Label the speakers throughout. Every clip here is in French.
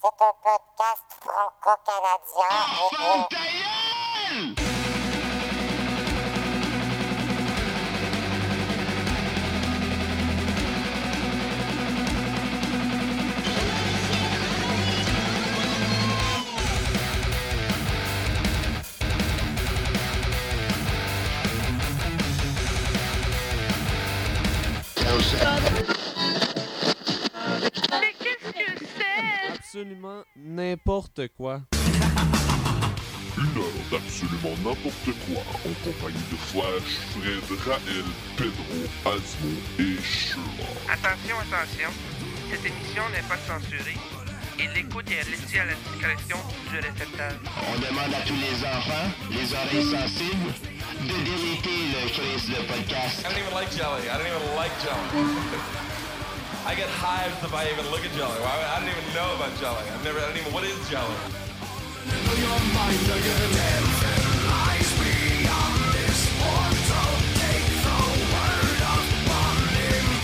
Speaker 1: C'est un podcast franco-canadien.
Speaker 2: Ah,
Speaker 3: Mais qu'est-ce que c'est
Speaker 4: Absolument n'importe quoi.
Speaker 5: Une heure d'absolument n'importe quoi en compagnie de Flash, Fred, Raël, Pedro, Asmo et Sherlock.
Speaker 6: Attention, attention, cette émission n'est pas censurée et l'écoute est laissée à la discrétion du récepteur.
Speaker 7: On demande à tous les enfants, les oreilles sensibles, de déléter le crise de podcast.
Speaker 8: I don't even like jelly. I don't even like jelly. I get hives if I even look at jelly. Why would- I don't even know about jelly. I've never. I don't even. What is jelly?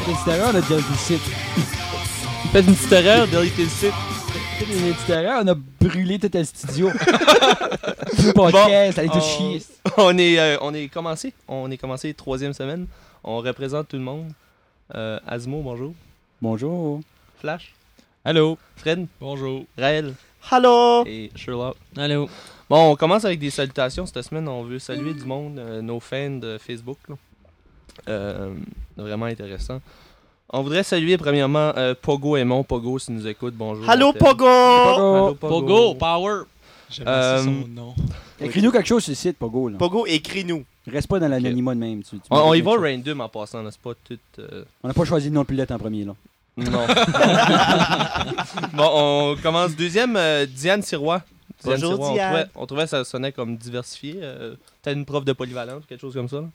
Speaker 9: L'extérieur, on a délété le site.
Speaker 4: Faites une petite erreur, délétez le site.
Speaker 9: Une extérieur, on a brûlé tout le studio. Tout podcast, allez
Speaker 2: euh,
Speaker 9: tout
Speaker 4: on-
Speaker 9: chier.
Speaker 4: On est, euh, on est commencé. On est commencé troisième semaine. On représente tout le monde. Euh, Asmo, bonjour.
Speaker 9: Bonjour.
Speaker 4: Flash.
Speaker 9: Allô.
Speaker 4: Fred.
Speaker 10: Bonjour.
Speaker 4: Raël.
Speaker 2: Hello!
Speaker 4: Et Sherlock.
Speaker 10: Allô.
Speaker 4: Bon, on commence avec des salutations. Cette semaine, on veut saluer du monde, euh, nos fans de Facebook. là. Euh, vraiment intéressant. On voudrait saluer premièrement euh, Pogo et Mon Pogo si nous écoute. Bonjour.
Speaker 2: Hello,
Speaker 4: on t'aime.
Speaker 2: Pogo!
Speaker 4: Allô,
Speaker 10: Pogo, Power. J'aime
Speaker 4: Euh,
Speaker 10: assez son nom.
Speaker 9: Écris-nous quelque chose sur le site, Pogo. Là.
Speaker 2: Pogo, écris-nous.
Speaker 9: Reste pas dans l'anonymat de même. tu- tu
Speaker 4: On, on y va
Speaker 9: m'écris quelque chose.
Speaker 4: random en passant, là, c'est pas tout. euh,
Speaker 9: On n'a pas choisi le nom de Pilette en premier. là.
Speaker 4: Non. bon, on commence. Deuxième, euh, Diane Sirois.
Speaker 2: Bonjour,
Speaker 4: on
Speaker 2: Diane.
Speaker 4: trouvait- On trouvait, que ça sonnait comme diversifié. euh, Peut-être une prof de polyvalente ou quelque chose comme ça. là.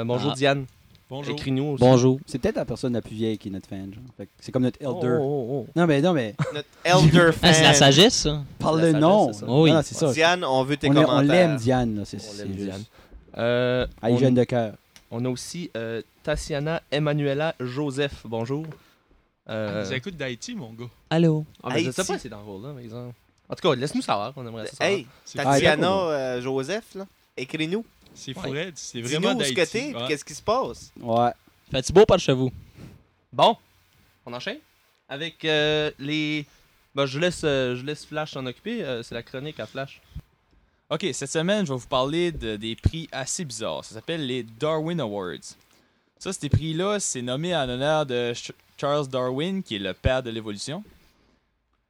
Speaker 4: Euh, bonjour,
Speaker 10: Ah.
Speaker 4: Diane.
Speaker 10: Bonjour.
Speaker 4: Écris-nous aussi.
Speaker 10: Bonjour.
Speaker 9: C'est peut-être la personne la plus vieille qui est notre fan. genre. Fait que C'est comme notre
Speaker 4: Oh,
Speaker 9: elder.
Speaker 4: oh, oh.
Speaker 9: Non, mais non, mais
Speaker 2: Notre elder fan.
Speaker 10: Ah, c'est la sagesse, ça?
Speaker 9: parle
Speaker 4: La
Speaker 9: le
Speaker 4: sagesse,
Speaker 9: nom. Ah,
Speaker 4: c'est ça.
Speaker 9: Non,
Speaker 10: Oui.
Speaker 9: non, c'est ça.
Speaker 2: Diane, on veut tes
Speaker 9: On l'a-
Speaker 2: commentaires.
Speaker 9: on l'aime, Diane. là, C'est
Speaker 4: On
Speaker 9: c'est
Speaker 4: l'aime,
Speaker 9: juste.
Speaker 4: Diane. Euh,
Speaker 9: Elle est
Speaker 4: on,
Speaker 9: jeune de cœur.
Speaker 4: on a aussi euh, Tassiana Emanuela Joseph. Bonjour.
Speaker 2: Ah,
Speaker 4: Euh,
Speaker 10: Ils écoutent d'Haïti, mon gars.
Speaker 4: Allô. Ah, mais je sais
Speaker 2: Haïti.
Speaker 4: pas si c'est dans le rôle, là, par exemple. En tout cas, laisse-nous savoir. On aimerait ça savoir.
Speaker 2: Hey,
Speaker 10: C'est
Speaker 9: Ah,
Speaker 2: Tatiana,
Speaker 9: d'accord.
Speaker 2: euh, Joseph, là, écris-nous.
Speaker 10: c'est Fred, c'est
Speaker 2: Dis-nous
Speaker 10: vraiment
Speaker 2: où ce que t'es,
Speaker 10: d'Haïti.
Speaker 2: puis
Speaker 10: Ouais.
Speaker 2: qu'est-ce qui se passe.
Speaker 9: Ouais.
Speaker 11: Fait-tu beau par chez vous?
Speaker 4: Bon, on enchaîne avec euh, les. Bon, je laisse, euh, je laisse Flash s'en occuper. euh, c'est la chronique à Flash.
Speaker 12: Ok, cette semaine, je vais vous parler de- des prix assez bizarres. Ça s'appelle les Darwin Awards. Ça, ces prix-là, c'est nommé en honneur de Ch- Charles Darwin, qui est le père de l'évolution.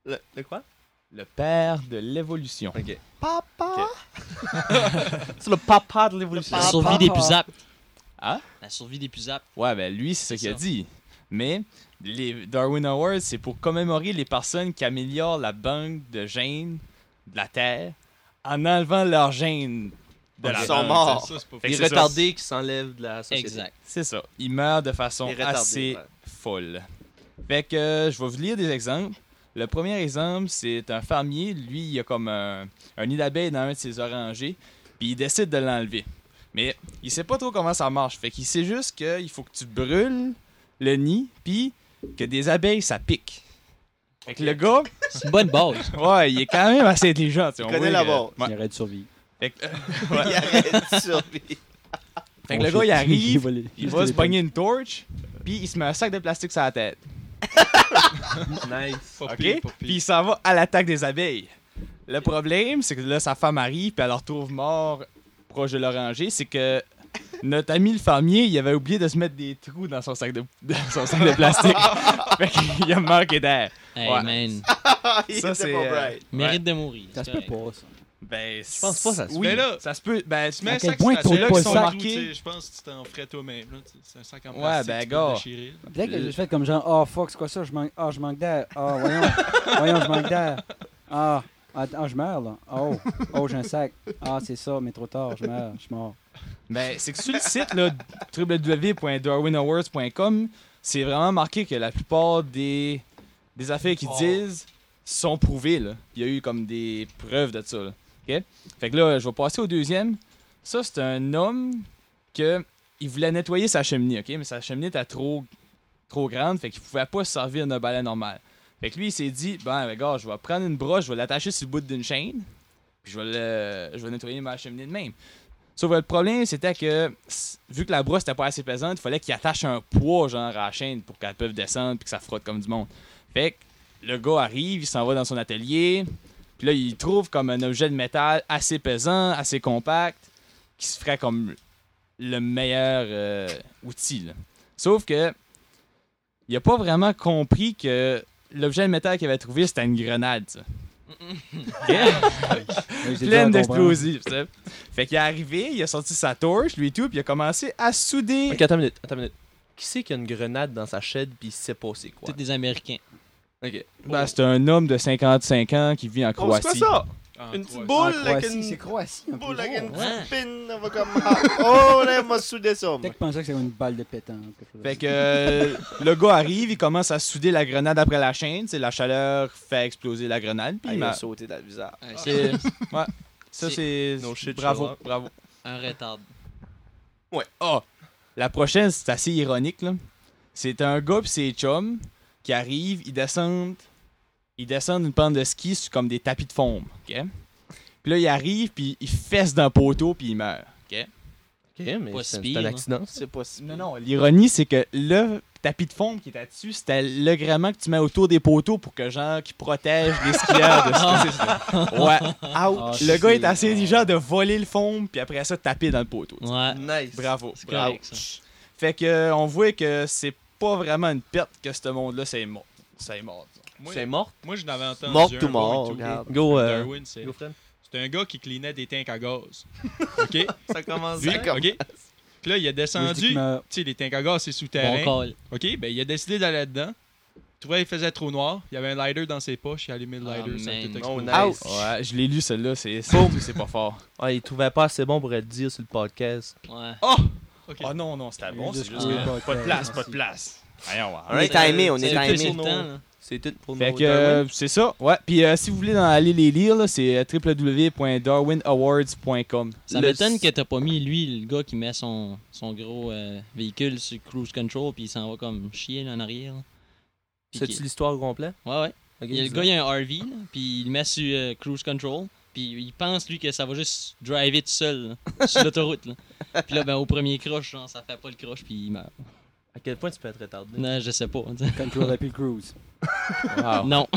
Speaker 4: Le, quoi
Speaker 12: Le père de l'évolution.
Speaker 4: Ok.
Speaker 2: Papa!
Speaker 4: C'est le papa de l'évolution.
Speaker 11: La survie des plus aptes.
Speaker 12: Hein?
Speaker 11: La survie des plus aptes.
Speaker 12: Ouais, ben lui, c'est ce
Speaker 11: C'est
Speaker 12: qu'il a
Speaker 11: ça.
Speaker 12: dit. Mais les Darwin Awards, c'est pour commémorer les personnes qui améliorent la banque de gènes de la Terre en enlevant leurs gènes de
Speaker 2: Ils
Speaker 12: la
Speaker 2: sont
Speaker 12: banque.
Speaker 2: morts.
Speaker 10: C'est ça, c'est pas
Speaker 12: Fait
Speaker 4: Les
Speaker 12: que c'est ça.
Speaker 4: retardés qui s'enlèvent de la société.
Speaker 11: Exact.
Speaker 12: C'est ça. Ils meurent de façon
Speaker 2: Les retardés,
Speaker 12: assez
Speaker 2: ouais.
Speaker 12: folle. Fait que euh, je vais vous lire des exemples. Le premier exemple, c'est un fermier. Lui, il a comme un, un nid d'abeilles dans un de ses orangers, puis il décide de l'enlever. Mais il sait pas trop comment ça marche. Fait qu'il sait juste qu'il faut que tu brûles le nid, puis que des abeilles, ça pique. Fait que le gars,
Speaker 11: C'est une bonne base.
Speaker 12: ouais, il est quand même assez intelligent. tu sais, on
Speaker 2: connaît
Speaker 12: voit
Speaker 2: la
Speaker 12: que-
Speaker 2: base.
Speaker 12: Ouais.
Speaker 9: Il aurait de survie.
Speaker 12: Fait que,
Speaker 2: Il arrête de survivre.
Speaker 12: fait que le gars, il arrive, il va se pogner
Speaker 9: pogner.
Speaker 12: une torche, puis il se met un sac de plastique sur la tête.
Speaker 4: Nice.
Speaker 10: pire,
Speaker 12: OK?
Speaker 10: pas pire.
Speaker 12: Puis il s'en va à l'attaque des abeilles. Le problème, c'est que là, sa femme arrive, puis elle le retrouve mort proche de l'oranger. C'est que notre ami le fermier, il avait oublié de se mettre des trous dans son sac de, dans son sac de plastique. fait qu'il a manqué d'air.
Speaker 11: Hey
Speaker 12: Ouais.
Speaker 11: man,
Speaker 2: Ah, il
Speaker 12: Ça,
Speaker 2: était
Speaker 12: c'est,
Speaker 2: pas
Speaker 12: euh,
Speaker 2: bright.
Speaker 11: mérite de mourir.
Speaker 9: Ça se peut pas, ça.
Speaker 12: Ben, je
Speaker 4: pense pas ça se
Speaker 12: oui,
Speaker 10: fait. là,
Speaker 12: ça se peut. Ben,
Speaker 10: Tu mets
Speaker 9: À
Speaker 10: un
Speaker 9: quel
Speaker 10: sac
Speaker 9: point
Speaker 10: sur
Speaker 9: t'as
Speaker 10: la
Speaker 9: pas
Speaker 10: tête,
Speaker 9: le
Speaker 10: sans
Speaker 9: sac?
Speaker 10: trou, tu sais, Je pense que tu t'en ferais toi-même. là. C'est un sac en
Speaker 12: Ouais,
Speaker 10: plastique.
Speaker 12: ben,
Speaker 10: tu peux
Speaker 12: gars.
Speaker 10: déchirer, là.
Speaker 9: Peut-être que j'ai fait comme genre, oh fuck, c'est quoi ça? Je manque, ah, je manque d'air. Ah, voyons, voyons, je manque d'air. Ah, attends, je meurs là. Oh, oh, j'ai un sac. Ah, c'est ça, mais trop tard, je meurs, je suis mort.
Speaker 12: Ben, c'est que sur le site, là, www.darwinawards.com, c'est vraiment marqué que la plupart des, des affaires qu'ils disent sont prouvées, là. Il y a eu comme des preuves de ça, là. OK? Fait que là, je vais passer au deuxième. Ça, c'est un homme que... Il voulait nettoyer sa cheminée, OK? Mais sa cheminée était trop, trop grande, fait qu'il pouvait pas se servir d'une balai normale. Fait que lui, il s'est dit, ben, ben, gars, je vais prendre une broche, je vais l'attacher sur le bout d'une chaîne, puis je vais, le, je vais nettoyer ma cheminée de même. Sauf que le problème, c'était que, s- vu que la broche n'était pas assez pesante, il fallait qu'il attache un poids, genre, à la chaîne pour qu'elle puisse descendre puis que ça frotte comme du monde. Fait que le gars arrive, il s'en va dans son atelier, puis là, il trouve comme un objet de métal assez pesant, assez compact, qui se ferait comme le meilleur euh, outil. là. Sauf que il a pas vraiment compris que l'objet de métal qu'il avait trouvé, c'était une grenade. ça.
Speaker 9: Oui, j'ai
Speaker 12: Pleine
Speaker 9: dû en comprendre.
Speaker 12: d'explosifs. ça. Fait qu'il est arrivé, il a sorti sa torche, lui et tout, puis il a commencé à souder.
Speaker 4: Ok, attends une minute, attends une minute. Qui c'est qui a une grenade dans sa chaîne puis il sait pas c'est quoi?
Speaker 11: Tous des Américains.
Speaker 4: Ok.
Speaker 12: Ben, c'est un homme de 55 ans qui vit en
Speaker 2: Oh, c'est
Speaker 12: Croatie.
Speaker 2: quoi ça?
Speaker 10: Ah,
Speaker 2: Une
Speaker 10: Croatie.
Speaker 2: petite boule
Speaker 9: En
Speaker 2: avec
Speaker 9: Croatie,
Speaker 2: une.
Speaker 9: c'est Croatie, un peu
Speaker 2: boule avec
Speaker 9: gros.
Speaker 2: une
Speaker 11: Ouais.
Speaker 2: petite pine, on va comme. Ah, Oh là, moi soudé ça. moi.
Speaker 9: Peut-être que je pensais que c'était une balle de pétanque. quelque chose.
Speaker 12: Fait que euh, le gars arrive, il commence à souder la grenade après la chaîne. tu sais, La chaleur fait exploser la grenade.
Speaker 2: Ah,
Speaker 12: Puis
Speaker 2: il
Speaker 12: ma-
Speaker 2: a sauté dans le visage.
Speaker 11: Ouais,
Speaker 12: c'est-
Speaker 11: Ah, c'est
Speaker 12: ouais. Ça, c'est.
Speaker 4: No shit,
Speaker 12: bravo,
Speaker 4: Sherlock.
Speaker 12: bravo.
Speaker 11: un retard.
Speaker 12: Ouais. Ah! La prochaine, c'est assez ironique, là. C'est un gars pis ses chums qui arrivent, ils descendent. Ils descendent une pente de ski sur comme des tapis de fond. OK? Puis là, ils arrivent, puis ils fessent d'un poteau, puis ils meurent. OK? hein.
Speaker 4: Ok, mais
Speaker 11: Pas
Speaker 4: c'est
Speaker 11: si
Speaker 4: hein. c'est un
Speaker 11: pire,
Speaker 4: accident.
Speaker 2: C'est possible.
Speaker 12: Non, non, l'ironie, c'est que le tapis de fond qui est là-dessus, c'était le gréement que tu mets autour des poteaux pour que, genre, qui protège les skieurs de ski. Ouais.
Speaker 9: Ah,
Speaker 12: le gars est
Speaker 9: c'est-
Speaker 12: assez intelligent de voler le fond, puis après ça, taper dans le poteau. tu sais.
Speaker 11: Ouais.
Speaker 4: Nice.
Speaker 12: Bravo.
Speaker 11: C'est
Speaker 12: Bravo.
Speaker 11: correct, ça.
Speaker 12: Fait que euh, on voit que c'est pas vraiment une perte que ce monde-là, c'est mort. C'est mort. disons.
Speaker 10: Moi,
Speaker 4: C'est mort.
Speaker 10: moi, je n'avais entendu.
Speaker 2: Mort
Speaker 10: un
Speaker 2: tout
Speaker 10: bon
Speaker 2: mort,
Speaker 10: et tout.
Speaker 2: regarde.
Speaker 4: Go, euh,
Speaker 10: Darwin, c'est
Speaker 4: Go, Fred.
Speaker 10: c'est un gars qui cleanait des tanks à gaz. OK?
Speaker 4: Ça commence
Speaker 10: Lui,
Speaker 4: bien.
Speaker 10: OK? Puis là, il a
Speaker 9: Moi, je dis
Speaker 10: descendu.
Speaker 9: qu'il
Speaker 10: Tu
Speaker 9: meurt.
Speaker 10: sais, les tanks à gaz, c'est
Speaker 11: Bon
Speaker 10: souterrain.
Speaker 11: call.
Speaker 10: OK, ben il a décidé d'aller là-dedans. Tu vois, il faisait trop noir. Il y avait un lighter dans ses poches. Il a allumé le
Speaker 11: Ah,
Speaker 10: lighter. ça a
Speaker 11: man. Ah,
Speaker 10: tout
Speaker 4: Oh,
Speaker 10: explosé.
Speaker 4: nice.
Speaker 12: Ouais, je l'ai lu celle-là, c'est c'est tout, c'est pas fort.
Speaker 4: Ah, il trouvait pas assez bon pour être dire sur le podcast.
Speaker 11: Ouais.
Speaker 10: Oh! OK.
Speaker 12: Oh non, non, c'était bon,
Speaker 9: de
Speaker 12: c'est
Speaker 9: se
Speaker 12: juste
Speaker 9: couler
Speaker 12: que
Speaker 9: le
Speaker 12: pas de
Speaker 9: podcast,
Speaker 12: place, pas de
Speaker 9: merci.
Speaker 12: place. Voyons, ouais.
Speaker 2: On est timé, on est
Speaker 11: C'est
Speaker 2: timé.
Speaker 11: le temps, là.
Speaker 4: C'est tout pour
Speaker 12: Fait
Speaker 4: nous.
Speaker 12: que euh, c'est ça, ouais. Puis euh, si vous voulez dans- aller les lire, là, c'est euh, www.darwinawards.com.
Speaker 11: Ça
Speaker 4: Le-
Speaker 11: m'étonne que t'as pas mis lui, le gars qui met son, son gros euh, véhicule sur cruise control puis il s'en va comme chier là, en arrière. là. Puis
Speaker 4: C'est-tu
Speaker 11: qu'il-
Speaker 4: l'histoire au complet?
Speaker 11: Ouais, ouais.
Speaker 4: Ok,
Speaker 11: Il y a le
Speaker 4: dis-le.
Speaker 11: gars, il a un RV, là, puis il le met sur euh, cruise control, puis il pense, lui, que ça va juste driver tout seul, là, sur l'autoroute. Là. Puis là, ben, au premier crush, genre, ça fait pas le crush, puis il meurt.
Speaker 4: À quel point tu peux être retardé?
Speaker 11: Non, je sais pas.
Speaker 9: Control Happy Cruise.
Speaker 12: Wow.
Speaker 11: Non.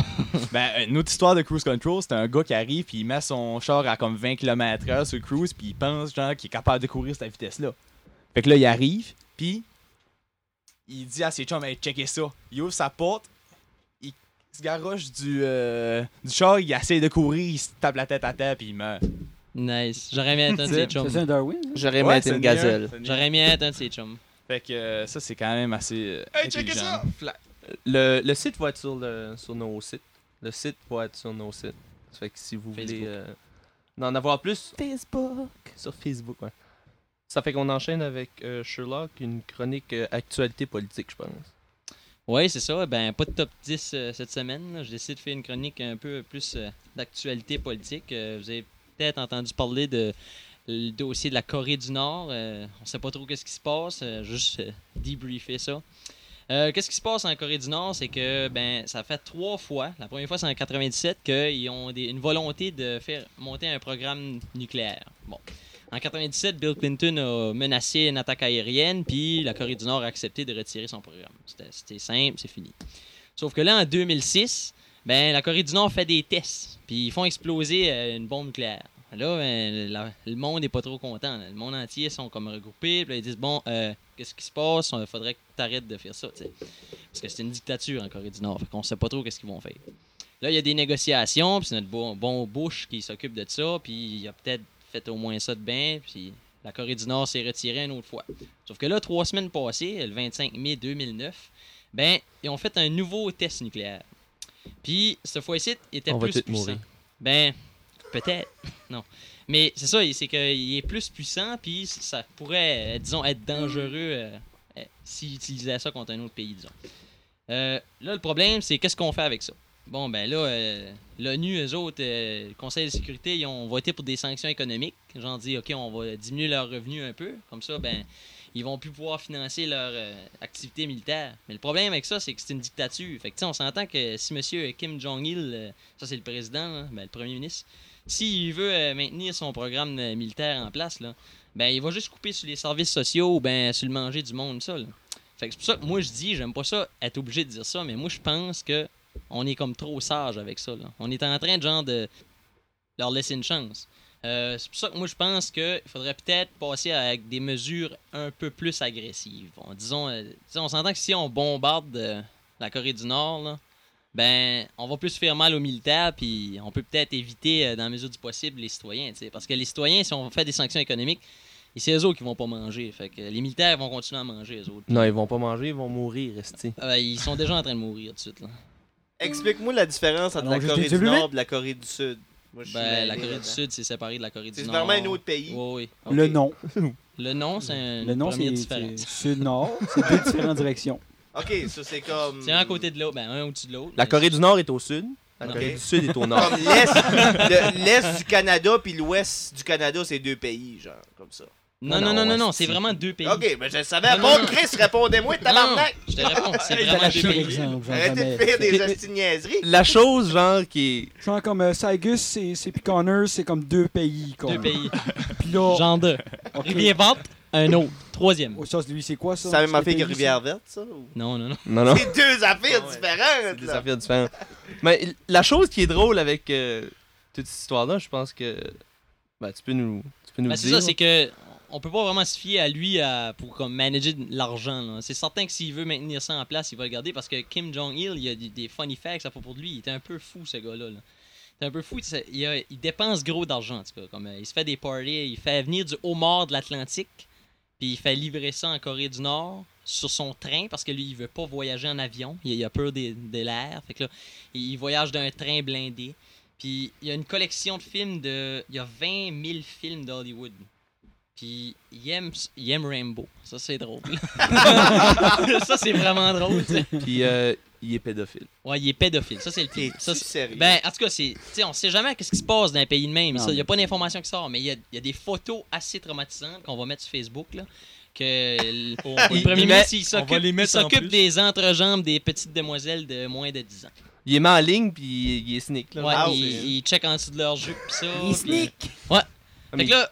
Speaker 12: Ben, une autre histoire de cruise control, c'est un gars qui arrive puis il met son char à comme 20 km/h sur le cruise puis il pense genre qu'il est capable de courir cette vitesse-là. Fait que là, il arrive puis il dit à ses chums, hey, checkez ça. Il ouvre sa porte, il se garoche du, euh, du char, il essaie de courir, il se tape la tête à terre puis il meurt.
Speaker 11: Nice. J'aurais aimé être un de ses
Speaker 9: C'est
Speaker 11: chums.
Speaker 9: un Darwin? hein?
Speaker 12: Ouais,
Speaker 2: J'aurais aimé être
Speaker 12: c'est
Speaker 2: une
Speaker 12: mieux,
Speaker 2: gazelle.
Speaker 12: c'est mieux.
Speaker 11: J'aurais aimé être un de ses chums.
Speaker 12: Fait que euh, ça, c'est quand même assez. euh,
Speaker 8: Hey, check it
Speaker 12: intelligent.
Speaker 8: out! Flat.
Speaker 4: Le, le site va être sur, le- sur nos sites. Le site va être sur nos sites. Ça fait que si vous voulez
Speaker 11: Facebook.
Speaker 4: euh, en avoir plus. Facebook. Sur Facebook, ouais. Ça fait qu'on enchaîne avec euh, Sherlock, une chronique euh, actualité politique, je pense.
Speaker 11: Oui, c'est ça. Ben, pas de top 10 euh, cette semaine. là. J'ai décidé de faire une chronique un peu plus euh, d'actualité politique. Euh, vous avez peut-être entendu parler de le dossier de la Corée du Nord. Euh, on sait pas trop qu'est-ce qui se passe. Euh, juste euh, débriefer ça. Euh, qu'est-ce qui se passe en Corée du Nord, c'est que ben ça fait trois fois. La première fois, c'est en 97 qu'ils ont des- une volonté de faire monter un programme nucléaire. Bon. En 97, Bill Clinton a menacé une attaque aérienne, puis la Corée du Nord a accepté de retirer son programme. C'était- C'était simple, c'est fini. Sauf que là, en 2006, ben, la Corée du Nord fait des tests, puis ils font exploser euh, une bombe nucléaire. Là, ben, la- le monde n'est pas trop content. là. Le monde entier sont comme regroupés, puis là, ils disent Bon, euh, qu'est-ce qui se passe Il faudrait que tu arrêtes de faire ça. tu sais. Parce que c'est une dictature en Corée du Nord, on ne sait pas trop qu'est-ce qu'ils vont faire. Là, il y a des négociations, puis c'est notre bon, bon Bush qui s'occupe de ça, puis il a peut-être fait au moins ça de bien, puis la Corée du Nord s'est retirée une autre fois. Sauf que là, trois semaines passées, le 25 mai 2009, ben, ils ont fait un nouveau test nucléaire. Puis, cette fois-ci, il était
Speaker 4: On va
Speaker 11: plus
Speaker 4: tous
Speaker 11: puissant.
Speaker 4: mourir.
Speaker 11: Ben, peut-être, non. Mais c'est ça, c'est qu'il est plus puissant, puis ça pourrait, euh, disons, être dangereux euh, euh, s'il utilisait ça contre un autre pays, disons. Euh, là, le problème, c'est qu'est-ce qu'on fait avec ça? Bon, ben là, euh, l'ONU, eux autres, euh, le Conseil de sécurité, ils ont voté pour des sanctions économiques. J'en dis, OK, on va diminuer leurs revenus un peu. Comme ça, ben, ils vont plus pouvoir financer leur euh, activité militaire. Mais le problème avec ça, c'est que c'est une dictature. Fait que, tu sais, on s'entend que si M. Kim Jong-il, euh, ça c'est le président, là, ben, le premier ministre, s'il veut euh, maintenir son programme euh, militaire en place, là, ben, il va juste couper sur les services sociaux ou ben, sur le manger du monde, ça. là. Fait que c'est pour ça que moi je dis, j'aime pas ça, être obligé de dire ça, mais moi je pense que on est comme trop sage avec ça. là. On est en train de genre de leur laisser une chance. Euh, c'est pour ça que moi je pense qu'il faudrait peut-être passer avec des mesures un peu plus agressives. On, disons, euh, disons, on s'entend que si on bombarde euh, la Corée du Nord, là, ben on va plus faire mal aux militaires, puis on peut peut-être éviter euh, dans la mesure du possible les citoyens. tu sais. Parce que les citoyens, si on fait des sanctions économiques, et c'est eux autres qui vont pas manger. Fait que les militaires vont continuer à manger, les autres.
Speaker 4: Non, ils vont pas manger, ils vont mourir, rester.
Speaker 11: Ah ben, ils sont déjà en train de mourir tout de suite. Là.
Speaker 2: Explique-moi la différence entre
Speaker 11: Alors,
Speaker 2: la
Speaker 11: juste
Speaker 2: Corée
Speaker 11: des
Speaker 2: du
Speaker 11: allumés?
Speaker 2: Nord et la Corée du Sud. Moi, je suis
Speaker 11: Ben,
Speaker 2: mêlé
Speaker 11: la Corée du
Speaker 2: là-dedans.
Speaker 11: Sud, c'est séparé de la Corée du
Speaker 2: C'est
Speaker 11: Nord.
Speaker 2: vraiment un autre pays.
Speaker 11: Oui, oui.
Speaker 9: Le
Speaker 11: Ok.
Speaker 9: nom.
Speaker 11: Le nom, c'est une
Speaker 9: Le nom,
Speaker 11: première
Speaker 9: c'est
Speaker 11: différence.
Speaker 9: c'est sud-nord. C'est deux différentes directions.
Speaker 2: Ok, ça c'est comme.
Speaker 11: C'est un à côté de l'autre, ben un au-dessus de l'autre.
Speaker 4: La Corée du Nord est au sud. La
Speaker 2: Ok.
Speaker 4: Corée du Sud est au nord.
Speaker 2: Comme l'Est
Speaker 11: ah.
Speaker 2: le- l'Est du Canada puis l'Ouest du Canada, c'est deux pays, genre, comme ça.
Speaker 11: Non, non, non, non, non, c'est vraiment deux pays.
Speaker 2: Ok, mais je le savais.
Speaker 11: Non,
Speaker 2: Bon,
Speaker 11: non, non.
Speaker 2: Chris, répondez-moi, tabarnak!
Speaker 11: je te réponds, c'est
Speaker 2: Hey,
Speaker 11: vraiment deux
Speaker 2: t'as lâché
Speaker 11: pays.
Speaker 9: l'exemple, j'en
Speaker 2: Arrêtez de
Speaker 9: jamais.
Speaker 2: faire des
Speaker 9: Mais-
Speaker 2: hosties de niaiseries.
Speaker 4: La chose, genre, qui est.
Speaker 9: Genre comme euh, Saigus c'est c'est- puis Connor, c'est comme deux pays. Comme.
Speaker 11: Deux pays.
Speaker 9: Puis là.
Speaker 11: Genre deux.
Speaker 9: Ok.
Speaker 11: Rivière verte, un autre. Troisième.
Speaker 9: Oh, ça, lui, c'est quoi ça?
Speaker 2: C'est la même
Speaker 9: C'est
Speaker 2: affaire
Speaker 9: des
Speaker 2: que
Speaker 9: pays,
Speaker 2: Rivière
Speaker 9: ça?
Speaker 2: Verte, ça? ou-
Speaker 11: Non, non, non.
Speaker 4: Non, non.
Speaker 2: C'est deux affaires différentes,
Speaker 4: des
Speaker 2: là.
Speaker 4: affaires différentes. Mais l- la chose qui est drôle avec euh, toute cette histoire-là, je pense que. Ben, tu peux nous, tu peux nous
Speaker 11: Ben,
Speaker 4: le
Speaker 11: c'est
Speaker 4: dire.
Speaker 11: ça, c'est que on peut pas vraiment se fier à lui à- pour comme manager de l'argent. là. C'est certain que s'il veut maintenir ça en place, il va le garder parce que Kim Jong-il, il y a des, des funny facts à propos de lui. Il était un peu fou, ce gars-là. là. Il est un peu fou. tu sais, Il, a- il dépense gros d'argent, en tout cas. Comme, euh, il se fait des parties, il fait venir du haut mort de l'Atlantique, puis il fait livrer ça en Corée du Nord sur son train parce que lui, il veut pas voyager en avion. Il, il a peur des- de l'air. Fait que là, il il voyage d'un train blindé. Puis il y a une collection de films de. Il y a 20 000 films d'Hollywood. Puis il aime, il aime Rainbow. Ça, c'est drôle. ça, c'est vraiment drôle. tu sais.
Speaker 4: Puis, euh, il est pédophile.
Speaker 11: Ouais, il est pédophile. Ça, c'est le pire. Ça, c'est-
Speaker 2: sérieux?
Speaker 11: Ben, en tout cas, c'est, tu sais, on sait jamais qu'est-ce qui se passe dans un pays de même.
Speaker 4: Non,
Speaker 11: ça. Il n'y a
Speaker 4: mais-
Speaker 11: pas d'informations qui sortent, mais il y a, il y a des photos assez traumatisantes qu'on va mettre sur Facebook. Là, que le,
Speaker 10: Oh, on va
Speaker 11: le
Speaker 10: les
Speaker 11: premier
Speaker 10: mettre-
Speaker 11: ministre, il
Speaker 10: on va
Speaker 11: s'occupe,
Speaker 10: les
Speaker 11: il
Speaker 10: mettre en
Speaker 11: s'occupe
Speaker 10: plus.
Speaker 11: des entrejambes des petites demoiselles de moins de 10 ans.
Speaker 4: Il est mis en ligne, puis il- il est sneak. Là.
Speaker 11: Ouais,
Speaker 4: Ah, c'est-
Speaker 11: ils, ils checkent en dessous de leur jupe pis ça.
Speaker 4: Ils
Speaker 11: pis-
Speaker 4: sneak.
Speaker 11: Ouais.
Speaker 4: Ah,
Speaker 11: Fait
Speaker 4: mais-
Speaker 11: que là,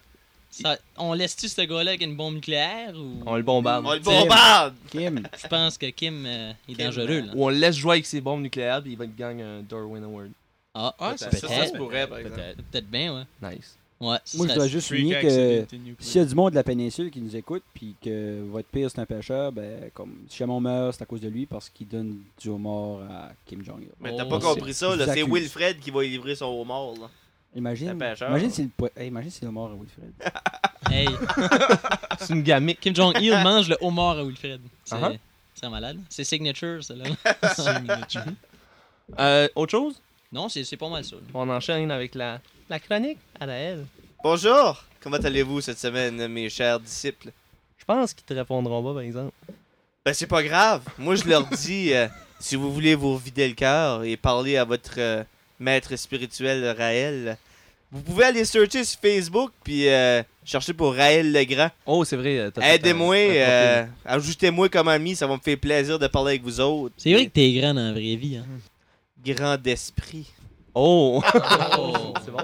Speaker 11: ça- on laisse-tu ce gars-là avec une bombe nucléaire ou.
Speaker 4: On le bombarde.
Speaker 2: On le bombarde!
Speaker 9: Kim.
Speaker 11: Je pense que Kim euh, est dangereux, là.
Speaker 4: Ou on le laisse jouer avec ses bombes nucléaires, puis il va te gagner un Darwin Award.
Speaker 11: Ah,
Speaker 4: Ouais,
Speaker 11: peut-être.
Speaker 4: ça- ça, ça se pourrait, par exemple.
Speaker 11: Peut-être peut-être bien, ouais.
Speaker 4: Nice.
Speaker 11: Ouais,
Speaker 9: Moi, je dois juste souligner que s'il y a du monde de la péninsule qui nous écoute, puis que votre pire, c'est un pêcheur, ben, comme si jamais on meurt, c'est à cause de lui parce qu'il donne du homard à Kim Jong-il.
Speaker 2: Mais
Speaker 11: Oh,
Speaker 4: Oh,
Speaker 2: t'as pas compris ça, là. C'est Wilfred qui va y livrer son homard, là.
Speaker 9: Imagine,
Speaker 2: Un pêcheur.
Speaker 9: imagine si le po- hey, imagine si le homard à Wilfred.
Speaker 11: Hey.
Speaker 4: c'est une gamique.
Speaker 11: Kim Jong-il mange le homard à Wilfred. C'est
Speaker 2: Uh-huh.
Speaker 4: Ah ah.
Speaker 11: c'est malade. C'est signature, ça, là.
Speaker 4: Euh, autre chose
Speaker 11: Non, c'est c'est pas mal ça. là.
Speaker 4: On enchaîne avec la. La chronique, Anaël.
Speaker 2: Bonjour! Comment allez-vous cette semaine, mes chers disciples?
Speaker 4: Je pense qu'ils te répondront pas, par exemple.
Speaker 2: Ben, c'est pas grave. Moi, je leur dis, euh, si vous voulez vous vider le cœur et parler à votre euh, maître spirituel, Raël, vous pouvez aller searcher sur Facebook, puis euh, chercher pour Raël Legrand.
Speaker 4: Oh, c'est vrai. t'as fait un-
Speaker 2: Aidez-moi,
Speaker 4: un profil.
Speaker 2: euh, ajoutez-moi comme ami, ça va me faire plaisir de parler avec vous autres.
Speaker 11: C'est vrai que t'es grand dans la vraie vie, hein.
Speaker 2: Grand esprit.
Speaker 4: Oh!
Speaker 2: c'est bon,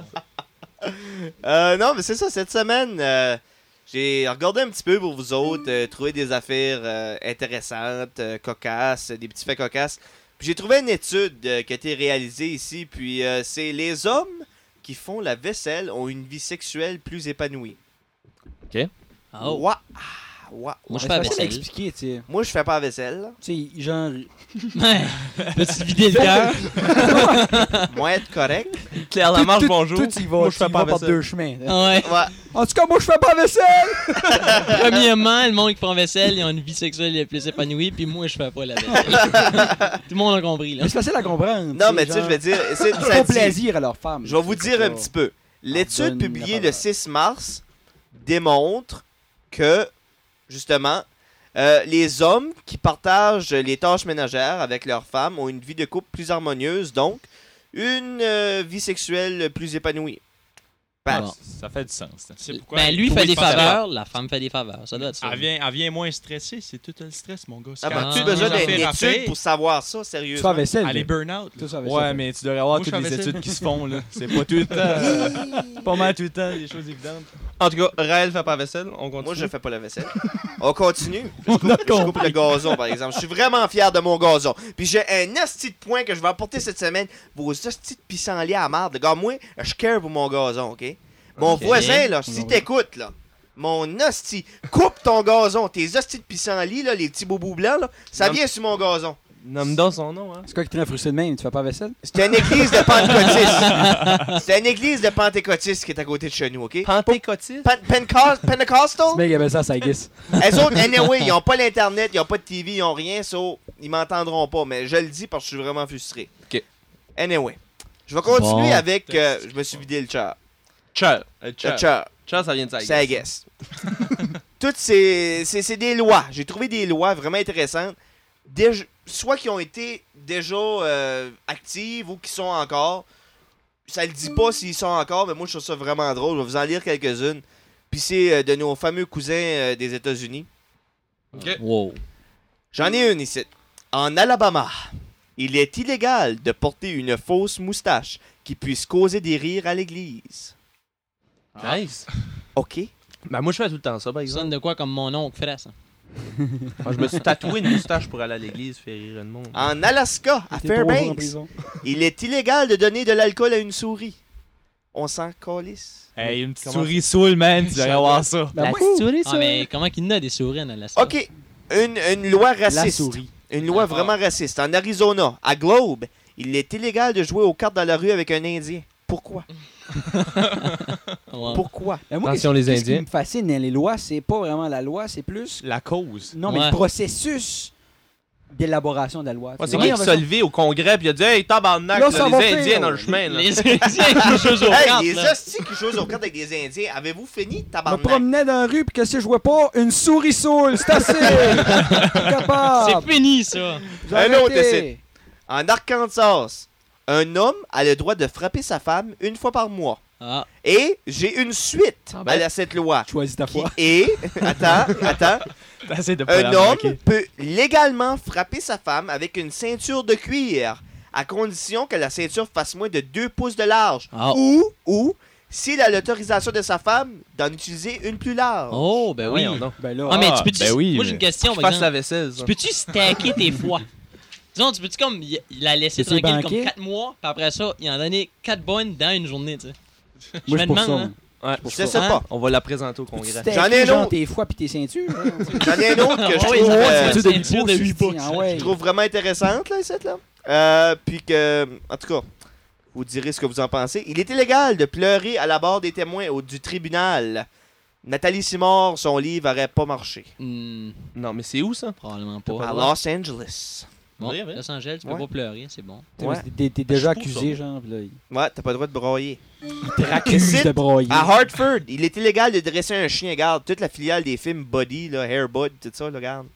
Speaker 2: Euh, non, mais c'est ça, cette semaine, euh, j'ai regardé un petit peu pour vous autres, euh, trouvé des affaires euh, intéressantes, euh, cocasses, des petits faits cocasses. Puis j'ai trouvé une étude euh, qui a été réalisée ici, puis euh, c'est les hommes qui font la vaisselle ont une vie sexuelle plus épanouie.
Speaker 4: Ok.
Speaker 11: Ah, oh.
Speaker 2: Ouah, ah, ouah,
Speaker 11: Moi, je fais
Speaker 2: ouah.
Speaker 11: la
Speaker 2: Faut
Speaker 11: vaisselle.
Speaker 2: l'expliquer.
Speaker 9: Qui est, tu
Speaker 2: Moi, je fais pas la vaisselle.
Speaker 9: sais, genre.
Speaker 11: Ouais. Peux-tu te vider le cœur?
Speaker 2: Moi, être correct.
Speaker 4: Claire
Speaker 9: marche
Speaker 4: Lamarche, bonjour.
Speaker 9: Tout, y va,
Speaker 4: Moi, je fais
Speaker 9: tu y
Speaker 4: pas
Speaker 9: vas par
Speaker 4: vaisselle.
Speaker 9: deux chemins.
Speaker 11: Ouais.
Speaker 9: En tout cas, moi, je fais pas vaisselle!
Speaker 11: Premièrement, le monde qui font vaisselle, ils ont une vie sexuelle plus épanouie, puis moi, je fais pas la vaisselle. Tout le monde a compris, là.
Speaker 9: Mais c'est facile à comprendre.
Speaker 2: Non, mais tu sais, je vais dire. c'est-
Speaker 9: Ils
Speaker 2: ça
Speaker 9: font
Speaker 2: dit-
Speaker 9: plaisir à leur femme.
Speaker 2: Je vais vous dire un petit peu. L'étude
Speaker 9: donne la
Speaker 2: publiée le
Speaker 9: parole.
Speaker 2: 6 mars démontre que, justement, euh, les hommes qui partagent les tâches ménagères avec leurs femmes ont une vie de couple plus harmonieuse, donc une euh, vie sexuelle plus épanouie.
Speaker 12: Ben,
Speaker 10: Ah
Speaker 11: Bon.
Speaker 12: Ça fait du sens. là.
Speaker 10: C'est pourquoi-
Speaker 11: Ben, lui
Speaker 10: pourquoi
Speaker 11: fait
Speaker 10: il
Speaker 11: des
Speaker 10: pense à ça.
Speaker 11: faveurs, la femme fait des faveurs. Ça doit être ça.
Speaker 10: Elle vient, elle vient moins stressée, Ah, c'est tout le stress, mon gars.
Speaker 2: Ah, ben,
Speaker 10: Quand
Speaker 2: tu as
Speaker 10: tu
Speaker 2: besoin
Speaker 10: nous en
Speaker 2: d'une
Speaker 10: fais
Speaker 2: étude
Speaker 10: rafler,
Speaker 2: pour savoir ça, sérieusement.
Speaker 10: Tu fais la vaisselle, Elle est toi. burn-out, là. Tu fais la vaisselle.
Speaker 12: Ouais, mais tu devrais avoir
Speaker 10: Moi, je
Speaker 12: toutes les
Speaker 10: fais la vaisselle.
Speaker 12: études qui se font. là. C'est pas tout le temps. euh, pas mal tout le temps, des choses évidentes.
Speaker 4: En tout cas, Raël fait pas la vaisselle, on continue.
Speaker 2: Moi, je fais pas la vaisselle. On continue. Je coupe, je coupe le gazon, par exemple. Je suis vraiment fier de mon gazon. Puis j'ai un asti de point que je vais apporter cette semaine. Vos astis de pissenlits à marde. Le gars, moi, je care pour mon gazon, OK? Mon
Speaker 11: Ok.
Speaker 2: voisin, là, si
Speaker 11: Ouais.
Speaker 2: t'écoutes, là, mon hostie, coupe ton gazon. Tes hosties de pissenlits, là, les petits bobous blancs, là, ça
Speaker 4: Non.
Speaker 2: vient sur mon gazon.
Speaker 4: Nomme donc son nom, hein.
Speaker 9: C'est quoi qui te rend frustré de même? Tu fais pas la vaisselle?
Speaker 2: C'était une église de pentecôtistes. C'était une église de pentecôtistes qui est à côté de chez nous, OK?
Speaker 4: Pentecôtistes?
Speaker 2: Pentecostal?
Speaker 9: Mais il y avait ça, ça glisse.
Speaker 2: Elles autres, anyway, ils n'ont pas l'Internet, ils n'ont pas de TV, ils n'ont rien, so ils m'entendront pas, mais je le dis parce que je suis vraiment frustré.
Speaker 4: OK.
Speaker 2: Anyway, je vais continuer
Speaker 4: Bon.
Speaker 2: avec... euh, je me suis vidé le chat.
Speaker 4: Char. Euh,
Speaker 2: Le char.
Speaker 4: Char, ça vient de ça.
Speaker 2: C'est I guess. Toutes ces... C'est c'est des lois. J'ai trouvé des lois vraiment intéressantes. Déj- soit qui ont été déjà euh, actives ou qui sont encore. Ça le dit pas s'ils sont encore, mais moi je trouve ça vraiment drôle. Je vais vous en lire quelques-unes. Puis c'est euh, de nos fameux cousins euh, des États-Unis.
Speaker 11: Wow.
Speaker 2: J'en ai une ici. En Alabama, il est illégal de porter une fausse moustache qui puisse causer des rires à l'église.
Speaker 4: Ah. Nice.
Speaker 2: OK.
Speaker 4: Ben, moi, je fais tout le temps ça, par
Speaker 11: Ça sonne
Speaker 4: exemple.
Speaker 11: de quoi comme mon oncle hein. ferait ça?
Speaker 4: Moi, je me suis tatoué une moustache pour aller à l'église, faire rire le monde.
Speaker 2: En Alaska, à
Speaker 4: T'es trop en
Speaker 2: Fairbanks,
Speaker 4: prison.
Speaker 2: il est illégal de donner de l'alcool à une souris. On s'en calisse.
Speaker 12: Hey, une petite
Speaker 2: Comment
Speaker 12: souris saoule, man. Tu devrais avoir ça.
Speaker 2: La petite souris,
Speaker 11: Ah,
Speaker 2: ça.
Speaker 11: mais comment qu'il y en a des souris en
Speaker 4: Ah
Speaker 11: Alaska?
Speaker 2: OK. Une, une loi raciste.
Speaker 11: La souris.
Speaker 2: Une loi vraiment raciste. En Arizona, à Globe, il est illégal de jouer aux cartes dans la rue avec un Indien. Pourquoi? Pourquoi?
Speaker 9: Ben, moi,
Speaker 4: Ah, Attention,
Speaker 9: qu'est-ce-
Speaker 4: les
Speaker 9: qu'est-ce qui
Speaker 4: Indiens.
Speaker 9: me fascine dans les lois, c'est pas vraiment la loi, c'est plus.
Speaker 12: La cause.
Speaker 9: Non, mais
Speaker 4: Ouais.
Speaker 9: le processus d'élaboration de la loi.
Speaker 4: Ouais,
Speaker 9: Tu
Speaker 4: c'est
Speaker 9: vois,
Speaker 4: qui qui
Speaker 9: on va
Speaker 4: s'est levé au congrès puis il a dit Hey, tabarnak,
Speaker 9: Là,
Speaker 4: là,
Speaker 9: ça
Speaker 4: les
Speaker 9: va
Speaker 4: Indiens
Speaker 9: faire,
Speaker 4: dans
Speaker 9: là.
Speaker 4: le chemin. Là.
Speaker 11: Les Indiens qui jouent aux
Speaker 2: Hey,
Speaker 11: cartes,
Speaker 2: les
Speaker 11: là.
Speaker 2: hosties qui jouent aux cartes avec des Indiens, avez-vous fini,
Speaker 9: Je me
Speaker 2: tabarnak?
Speaker 9: promenais dans la rue, puis qu'est-ce que je vois pas? Une souris saoule, c'est assez! capable!
Speaker 11: C'est fini, ça.
Speaker 9: J'ai
Speaker 2: Un autre
Speaker 9: arrêté.
Speaker 2: essai. En Arkansas, un homme a le droit de frapper sa femme une fois par mois.
Speaker 11: Ah.
Speaker 2: Et j'ai une suite
Speaker 9: ben.
Speaker 2: à cette loi.
Speaker 9: Choisis ta foi.
Speaker 2: Et, attends, attends,
Speaker 12: T'essaies de pas
Speaker 2: un
Speaker 12: la
Speaker 2: homme
Speaker 12: manquer.
Speaker 2: peut légalement frapper sa femme avec une ceinture de cuir, à condition que la ceinture fasse moins de 2 pouces de large.
Speaker 11: Ah.
Speaker 2: Ou, ou, s'il a l'autorisation de sa femme d'en utiliser une plus large.
Speaker 11: Oh, ben oui.
Speaker 4: Voyons donc.
Speaker 9: Ben là,
Speaker 11: Ah, mais
Speaker 12: Ah,
Speaker 11: tu peux-tu.
Speaker 12: ben oui,
Speaker 11: moi, j'ai
Speaker 12: mais-
Speaker 11: une question.
Speaker 4: Je
Speaker 11: par
Speaker 4: fasse la
Speaker 11: exemple.
Speaker 4: vaisselle. ça.
Speaker 11: Tu peux-tu stacker tes fois? Disons, tu peux-tu comme y- la laisser
Speaker 9: C'est
Speaker 11: tranquille comme
Speaker 9: banqué?
Speaker 11: 4 mois, puis après ça, il en donner 4 bonnes dans une journée, tu sais. Je
Speaker 9: Moi, je
Speaker 11: me
Speaker 9: suis pour ça.
Speaker 11: demande,
Speaker 9: moi.
Speaker 11: hein.
Speaker 4: Ouais.
Speaker 2: Je
Speaker 11: ça,
Speaker 2: sais
Speaker 11: hein?
Speaker 2: pas.
Speaker 4: On va la présenter au congrès.
Speaker 9: Tu
Speaker 2: J'en ai un
Speaker 9: t'es- genre,
Speaker 2: autre.
Speaker 9: tes foies puis tes ceintures. là.
Speaker 2: J'en ai un autre que je
Speaker 11: Ah
Speaker 10: Oh,
Speaker 11: ouais,
Speaker 2: trouve,
Speaker 11: ils ont
Speaker 2: euh,
Speaker 11: fait
Speaker 9: Tu sais,
Speaker 11: une ceinture
Speaker 9: beaux
Speaker 11: de huit
Speaker 9: cestines,
Speaker 11: pouces.
Speaker 9: ah ouais.
Speaker 2: je trouve vraiment intéressante, là, cette là. Euh, puis que, en tout cas, vous direz ce que vous en pensez. Il est illégal de pleurer à la barre des témoins au, du tribunal. Nathalie Simard, son livre aurait pas marché.
Speaker 11: Hmm,
Speaker 4: Non, mais c'est où ça
Speaker 11: probablement pas.
Speaker 2: À Los Angeles.
Speaker 11: Bon,
Speaker 4: Vrai, vrai.
Speaker 11: Los Angeles, tu peux
Speaker 2: Ouais.
Speaker 11: pas pleurer, c'est bon. Ben,
Speaker 9: T'es-
Speaker 2: Ouais.
Speaker 9: T'es t'es déjà
Speaker 4: Je suis pour
Speaker 9: accusé, genre, puis là, il
Speaker 2: Ouais, t'as pas le droit de broyer.
Speaker 9: t'accuse de broyer.
Speaker 2: À Hartford, il est illégal de dresser un chien. Regarde, toute la filiale des films Body, là, Hair Bud, tout ça, là, regarde.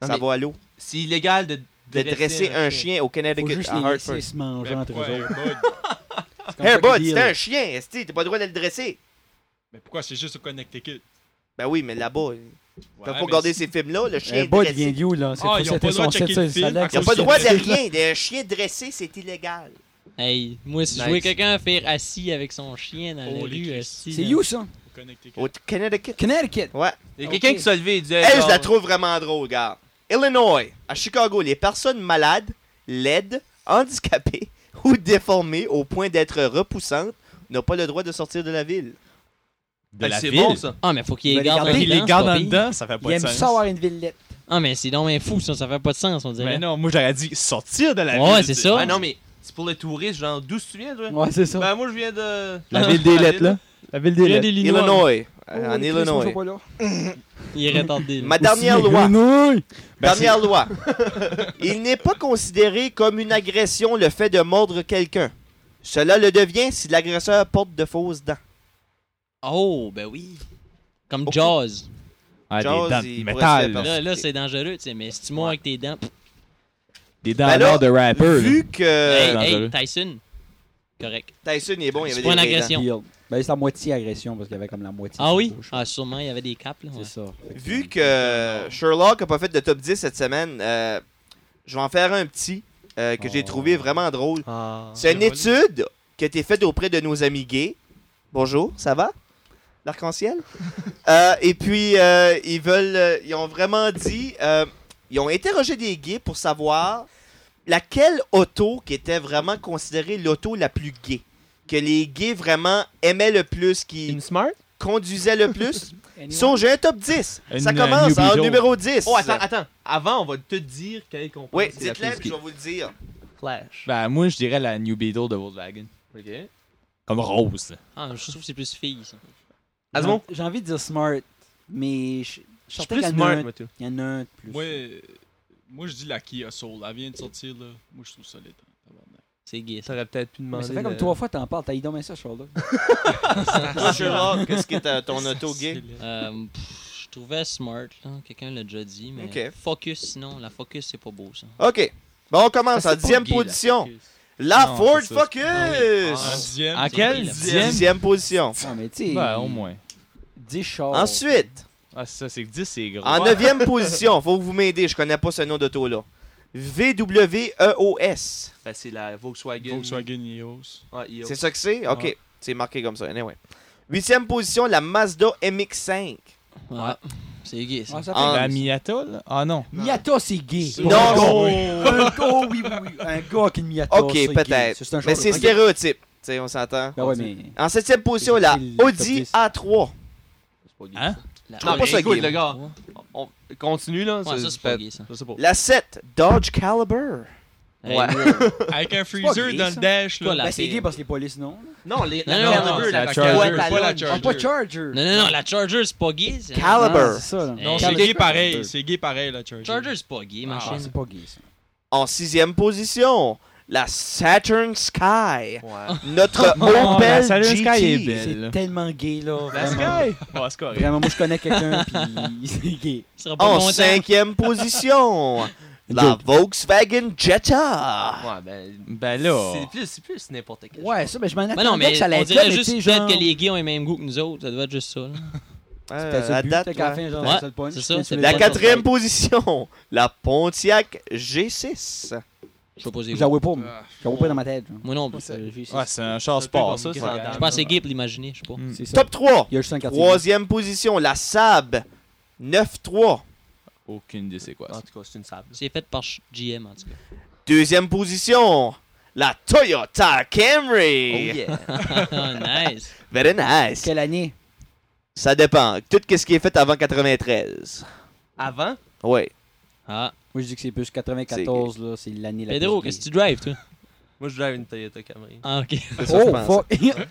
Speaker 4: Non,
Speaker 2: ça
Speaker 4: mais-
Speaker 2: va à l'eau.
Speaker 4: C'est illégal de,
Speaker 2: De dresser un chien au
Speaker 9: Faut
Speaker 2: Connecticut,
Speaker 9: juste
Speaker 2: à
Speaker 9: les
Speaker 2: Hartford.
Speaker 9: laisser se manger entre
Speaker 10: pourquoi,
Speaker 9: eux autres.
Speaker 10: Air Bud?
Speaker 9: C'est comme ça
Speaker 2: Hair
Speaker 9: qu'ils
Speaker 2: Bud,
Speaker 9: disent,
Speaker 2: c'était
Speaker 9: là.
Speaker 2: un chien, esti, t'as pas le droit de le dresser.
Speaker 10: Mais pourquoi c'est juste au
Speaker 9: Eh,
Speaker 10: Connecticut?
Speaker 2: Ben oui, mais là-bas,
Speaker 10: Ouais,
Speaker 2: t'as pas
Speaker 10: mais
Speaker 2: regardé
Speaker 10: c'est-
Speaker 2: ces films-là, le chien
Speaker 9: Hair
Speaker 2: est
Speaker 9: Bud
Speaker 2: dressé.
Speaker 9: vient d'où, là? C'est
Speaker 10: Ah,
Speaker 9: pour
Speaker 10: ils ont
Speaker 9: ça
Speaker 10: pas
Speaker 9: que
Speaker 10: le droit
Speaker 9: son
Speaker 10: de
Speaker 9: set,
Speaker 10: checker
Speaker 9: ça,
Speaker 10: le film,
Speaker 9: ça lève.
Speaker 2: Il n'y a
Speaker 10: Faut
Speaker 2: pas le
Speaker 10: se
Speaker 2: droit de
Speaker 10: dresser.
Speaker 2: rien. Un chien dressé, c'est illégal.
Speaker 11: Hey, moi, si je
Speaker 4: Nice.
Speaker 11: voyais quelqu'un faire assis avec son chien dans la
Speaker 10: Oh, les
Speaker 11: rue,
Speaker 10: Christ.
Speaker 11: assis,
Speaker 9: C'est
Speaker 11: là.
Speaker 9: you, ça?
Speaker 10: Au Connecticut.
Speaker 2: Au Connecticut.
Speaker 9: Connecticut!
Speaker 2: Ouais.
Speaker 4: Il y a quelqu'un
Speaker 9: Ok.
Speaker 4: qui s'est levé et dit Hey,
Speaker 2: Elle, je la
Speaker 4: genre,
Speaker 2: trouve vraiment drôle, regarde. Illinois, à Chicago, les personnes malades, laides, handicapées ou déformées au point d'être repoussantes n'ont pas le droit de sortir de la ville.
Speaker 12: De
Speaker 4: Ben,
Speaker 12: la
Speaker 4: C'est
Speaker 12: ville.
Speaker 4: bon ça.
Speaker 11: Ah, mais faut qu'il les
Speaker 9: Ben, les
Speaker 11: garde
Speaker 9: garder,
Speaker 12: Il les garde en
Speaker 11: c'est pas pire.
Speaker 12: dedans, ça fait
Speaker 9: Il
Speaker 12: pas de
Speaker 9: aime
Speaker 12: sens.
Speaker 9: ça avoir une villette.
Speaker 11: Ah, mais c'est donc bien fou, ça, ça fait pas de sens, on dirait.
Speaker 12: Mais non, moi j'aurais dit sortir de la
Speaker 11: Ouais,
Speaker 12: ville.
Speaker 11: c'est
Speaker 12: tu-
Speaker 11: ça.
Speaker 2: Ah,
Speaker 4: Ouais, non, mais c'est pour les touristes, genre, d'où tu viens, toi
Speaker 9: Ouais, c'est ça.
Speaker 4: Ben, moi, je viens de.
Speaker 12: La ville des lettres, là. La ville des
Speaker 11: Il y a
Speaker 12: lettres.
Speaker 11: des lignes noires.
Speaker 2: Illinois, euh,
Speaker 9: Oh,
Speaker 2: en
Speaker 9: les Chris, moi, je
Speaker 2: Illinois.
Speaker 9: vois pas là.
Speaker 11: Il est retardé. là.
Speaker 2: Ma dernière
Speaker 9: Aussi,
Speaker 2: loi.
Speaker 9: Illinois!
Speaker 12: Ben,
Speaker 2: Dernière loi. Il n'est pas considéré comme une agression le fait de mordre quelqu'un. Cela le devient si l'agresseur porte de fausses dents.
Speaker 11: Oh, ben oui. Comme
Speaker 2: Beaucoup.
Speaker 11: Jaws.
Speaker 12: Ah, des
Speaker 2: Jaws,
Speaker 12: dents
Speaker 2: il
Speaker 12: de
Speaker 2: pourrait
Speaker 12: métal.
Speaker 2: se
Speaker 12: là.
Speaker 2: faire
Speaker 11: Là, là c'est dangereux, tu sais, mais si tu mords avec tes dents. pff,
Speaker 12: Des dents
Speaker 2: Ben
Speaker 12: en
Speaker 2: là,
Speaker 12: or de rapper. là.
Speaker 2: Vu que
Speaker 11: hey,
Speaker 12: dangereux.
Speaker 11: hey, Tyson. Correct.
Speaker 2: Tyson est bon, il y avait
Speaker 11: C'est
Speaker 2: des
Speaker 11: pas une
Speaker 2: vrais dents.
Speaker 11: agression.
Speaker 9: Field. Ben, c'est la moitié agression parce qu'il y avait comme la moitié.
Speaker 11: Ah oui? Ah, sûrement, il y avait des caps. là, ouais.
Speaker 9: C'est ça.
Speaker 2: Vu que Sherlock n'a pas fait de top 10 cette semaine, euh, je vais en faire un petit euh, que j'ai trouvé vraiment drôle. C'est une étude qui a été faite auprès de nos amis gays. Bonjour, ça va? L'arc-en-ciel? Euh, et puis, euh, ils veulent. euh, ils ont vraiment dit. euh, ils ont interrogé des gays pour savoir laquelle auto qui était vraiment considérée l'auto la plus gay. Que les gays vraiment aimaient le plus. Qui Conduisaient le plus. so, j'ai un top 10. Ça
Speaker 4: Une, euh,
Speaker 2: commence
Speaker 4: New
Speaker 2: en
Speaker 4: Beetle.
Speaker 2: numéro 10.
Speaker 4: Oh, attends, attends. Avant, on va te dire quelle qu'on pense
Speaker 2: Oui,
Speaker 4: c'est la
Speaker 2: dites-le,
Speaker 4: plus
Speaker 2: puis je
Speaker 4: gay.
Speaker 2: vais vous le dire.
Speaker 4: Flash.
Speaker 12: Ben, moi, je dirais la New Beetle de Volkswagen.
Speaker 4: Ok.
Speaker 12: Comme rose.
Speaker 11: Ah, je trouve que c'est plus fille, ça.
Speaker 2: Ah,
Speaker 9: Asmon? J'ai envie de dire smart, mais je je sentais
Speaker 10: plus
Speaker 9: qu'il y en a
Speaker 10: smart,
Speaker 9: un-
Speaker 10: moi, tout.
Speaker 9: Il y en a un de plus.
Speaker 10: Moi, euh, moi, je dis la Kia Soul. Elle vient de sortir, là. Moi, je trouve solide.
Speaker 11: C'est gay.
Speaker 4: T'aurais peut-être pu
Speaker 9: Mais
Speaker 4: demander.
Speaker 9: ça fait comme
Speaker 4: le-
Speaker 9: trois fois que t'en parles. T'as idomé ça, Charles.
Speaker 2: Toi, Sherlock, qu'est-ce qui est ta- ton auto gay?
Speaker 11: Euh, pff, je trouvais smart, là. Quelqu'un l'a déjà dit, mais
Speaker 2: Ok.
Speaker 11: Focus, sinon, la Focus, c'est pas beau, ça.
Speaker 2: OK. Bon, on commence
Speaker 11: Ça, c'est
Speaker 2: en
Speaker 11: pas
Speaker 2: dixième
Speaker 11: gay, la
Speaker 2: position.
Speaker 11: Focus.
Speaker 2: La
Speaker 11: Non,
Speaker 2: Ford
Speaker 11: c'est ça.
Speaker 2: Focus!
Speaker 11: Ah oui. Ah, en dixième, En c'est quelle gay, la dixième? Ford.
Speaker 2: Dixième position.
Speaker 9: Non, mais tu sais,
Speaker 12: Ben, au moins.
Speaker 9: 10 chars.
Speaker 2: Ensuite,
Speaker 12: Ah, c'est ça, c'est que 10, c'est gros.
Speaker 2: en neuvième position, faut que vous m'aider, je connais pas ce nom d'auto-là. E VWEOS.
Speaker 4: Ben, c'est la Volkswagen.
Speaker 10: Volkswagen Eos.
Speaker 4: Ah, Eos.
Speaker 2: C'est ça que c'est? OK.
Speaker 4: Ouais.
Speaker 2: C'est marqué comme ça. Anyway. Huitième position, la Mazda MX-5.
Speaker 11: Ouais. C'est gay, ça.
Speaker 2: En-
Speaker 12: La Miata, là? Ah non.
Speaker 9: Miata, c'est gay.
Speaker 2: Non. Oh.
Speaker 9: Un gars, oui, oui, oui. Un gars qui Miata.
Speaker 2: OK,
Speaker 9: c'est gay.
Speaker 2: peut-être.
Speaker 9: un genre
Speaker 2: Mais
Speaker 9: de-
Speaker 2: c'est
Speaker 9: Ok.
Speaker 2: stéréotype. Tu sais, on s'entend.
Speaker 9: Ben ouais, mais-
Speaker 2: En septième position, la Audi A3.
Speaker 12: Hein?
Speaker 2: Non, pas ça,
Speaker 4: écoute,
Speaker 2: Guillaume.
Speaker 4: le gars. On continue, là.
Speaker 11: Ouais, ça, c'est pas gay, ça.
Speaker 4: Je sais pas.
Speaker 2: La 7, Dodge Caliber.
Speaker 11: Hey,
Speaker 2: Ouais.
Speaker 10: Avec un
Speaker 9: C'est pas
Speaker 10: freezer
Speaker 9: gay,
Speaker 10: dans
Speaker 9: ça.
Speaker 10: le dash,
Speaker 9: Ben,
Speaker 10: là.
Speaker 9: c'est gay parce que les polices, non.
Speaker 4: Non, les,
Speaker 11: Non, non, non, c'est la Charger,
Speaker 10: pas la
Speaker 9: Ah, pas Charger.
Speaker 11: Non, non, non, la Charger, c'est pas gay. ça.
Speaker 2: Caliber.
Speaker 9: C'est ça, là.
Speaker 10: Non,
Speaker 11: Hey.
Speaker 10: c'est gay
Speaker 11: Caliber.
Speaker 10: pareil. C'est gay pareil, la Charger.
Speaker 11: Charger, c'est pas gay, ma
Speaker 9: Ah,
Speaker 11: chaîne.
Speaker 9: c'est pas gay, ça.
Speaker 2: En sixième position, la Saturn Sky. Notre Opel GT.
Speaker 9: C'est tellement gay, là. Vraiment,
Speaker 12: Sky! Ah, c'est correct.
Speaker 9: Vraiment, moi, je connais quelqu'un, puis Oh, c'est gay.
Speaker 11: Ce sera pas
Speaker 2: En
Speaker 11: longtemps.
Speaker 2: cinquième position, la Volkswagen Jetta.
Speaker 4: Ouais, ben.
Speaker 12: Ben là.
Speaker 4: C'est plus, c'est plus n'importe quel.
Speaker 9: Ouais, ça, ben, je m'en
Speaker 11: Ben non,
Speaker 9: attendais
Speaker 11: mais
Speaker 9: que ça allait
Speaker 11: on
Speaker 9: être là,
Speaker 11: dirait
Speaker 9: mais
Speaker 11: juste
Speaker 9: tu sais,
Speaker 11: peut-être
Speaker 9: genre...
Speaker 11: que les gays ont les mêmes goûts que nous autres. Ça doit être juste ça, là.
Speaker 2: Euh,
Speaker 9: T'as ça
Speaker 2: à
Speaker 9: but,
Speaker 2: date,
Speaker 9: t'as qu'à la
Speaker 2: ouais.
Speaker 9: fin, genre,
Speaker 11: Ouais,
Speaker 9: ça le punch,
Speaker 11: c'est ça,
Speaker 9: puis
Speaker 11: c'est
Speaker 9: tu
Speaker 2: La
Speaker 11: Volkswagen.
Speaker 2: quatrième position, la Pontiac G6.
Speaker 11: Je sais pas c'est
Speaker 9: Je
Speaker 11: gay.
Speaker 9: l'avais pas, moi. Je l'avais pas dans ma tête. genre.
Speaker 11: Ah. Moi non plus.
Speaker 4: c'est-
Speaker 11: euh, j'ai- c'est-
Speaker 12: Ouais, c'est un char sport.
Speaker 4: Ça, c'est
Speaker 12: Ouais.
Speaker 4: en-
Speaker 11: Je pense que c'est gay pour l'imaginer, je sais pas.
Speaker 9: C'est ça.
Speaker 2: Top 3.
Speaker 9: Il y a juste un quartier.
Speaker 2: Troisième position, la Saab 9-3.
Speaker 12: Aucune idée c'est quoi.
Speaker 4: En
Speaker 12: ça.
Speaker 4: tout cas, c'est une sable.
Speaker 11: C'est fait par ch- GM, en tout cas.
Speaker 2: Deuxième position, la Toyota Camry.
Speaker 11: Ah, nice.
Speaker 2: Very nice.
Speaker 9: Oh, Quelle année?
Speaker 2: Ça dépend. Tout ce qui est fait avant 93.
Speaker 4: Avant,
Speaker 2: Oui.
Speaker 11: Ah,
Speaker 9: Moi, je dis que c'est plus 94, là. C'est l'année la
Speaker 11: Pedro,
Speaker 9: plus
Speaker 11: qu'est-ce que tu drives, toi?
Speaker 4: moi, je drive une Toyota Camry.
Speaker 11: Ah, ok.
Speaker 2: C'est ça que je
Speaker 9: Oh,
Speaker 2: pense.
Speaker 9: fuck!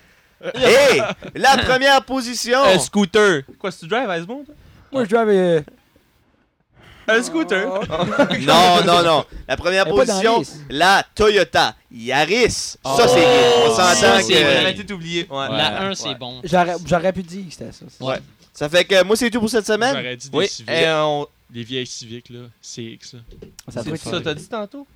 Speaker 2: Hey! La première position!
Speaker 4: Un scooter. Quoi, si tu drives, Icebond?
Speaker 9: Moi, je drive... euh,
Speaker 4: hein? Un scooter.
Speaker 2: Oh. Non, non, non. La première
Speaker 9: Elle est pas dans la
Speaker 2: position,
Speaker 9: liste.
Speaker 2: la Toyota Yaris.
Speaker 4: Oh.
Speaker 2: Ça, c'est gay. On s'entend
Speaker 11: Ça,
Speaker 2: que...
Speaker 11: c'est vrai.
Speaker 4: été oublié. Ouais.
Speaker 11: La 1,
Speaker 4: Ouais.
Speaker 11: c'est bon.
Speaker 9: J'aurais j'aurais pu dire que c'était ça. c'est ça.
Speaker 11: Ouais.
Speaker 2: Ça fait que moi, c'est tout pour cette semaine.
Speaker 10: J'aurais dit des
Speaker 4: Oui,
Speaker 10: civiques.
Speaker 4: et on...
Speaker 10: Des vieilles civiques, là. CX, là.
Speaker 9: Ça doit
Speaker 4: c'est
Speaker 9: être
Speaker 4: ça, t'as dit tantôt?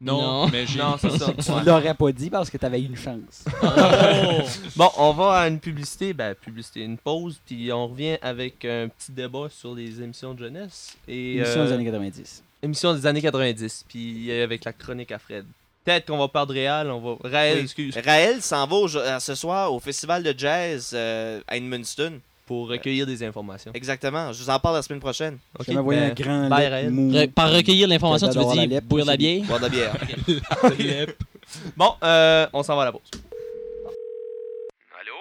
Speaker 10: Non,
Speaker 11: Non.
Speaker 10: mais j'ai...
Speaker 4: Non, c'est ça.
Speaker 9: Tu
Speaker 4: Ouais.
Speaker 9: l'aurais pas dit parce que t'avais eu une chance.
Speaker 10: Oh.
Speaker 4: Bon, on va à une publicité, ben publicité, une pause, puis on revient avec un petit débat sur les émissions de jeunesse. Et,
Speaker 9: Émission
Speaker 4: euh,
Speaker 9: des années 90.
Speaker 4: émission des années 90, puis euh, avec la chronique à Fred. Peut-être qu'on va perdre Réal, on va... Réal,
Speaker 2: Oui.
Speaker 4: excuse,
Speaker 2: Raël s'en va au- à ce soir au festival de jazz euh, à Edmundston.
Speaker 4: pour recueillir des informations.
Speaker 2: Exactement. Je vous en parle la semaine prochaine.
Speaker 4: Ok,
Speaker 9: J'avais voyé un
Speaker 4: ben,
Speaker 9: grand
Speaker 4: bye,
Speaker 9: lait
Speaker 4: Raël.
Speaker 9: mou.
Speaker 11: Re- par recueillir l'information,
Speaker 9: Quel
Speaker 11: tu veux
Speaker 9: adore la
Speaker 11: dire
Speaker 9: lèpre,
Speaker 11: boire la
Speaker 9: c'est-
Speaker 11: bière?
Speaker 2: Boire de la bière.
Speaker 4: Bon, euh, on s'en va à la pause.
Speaker 6: Allô?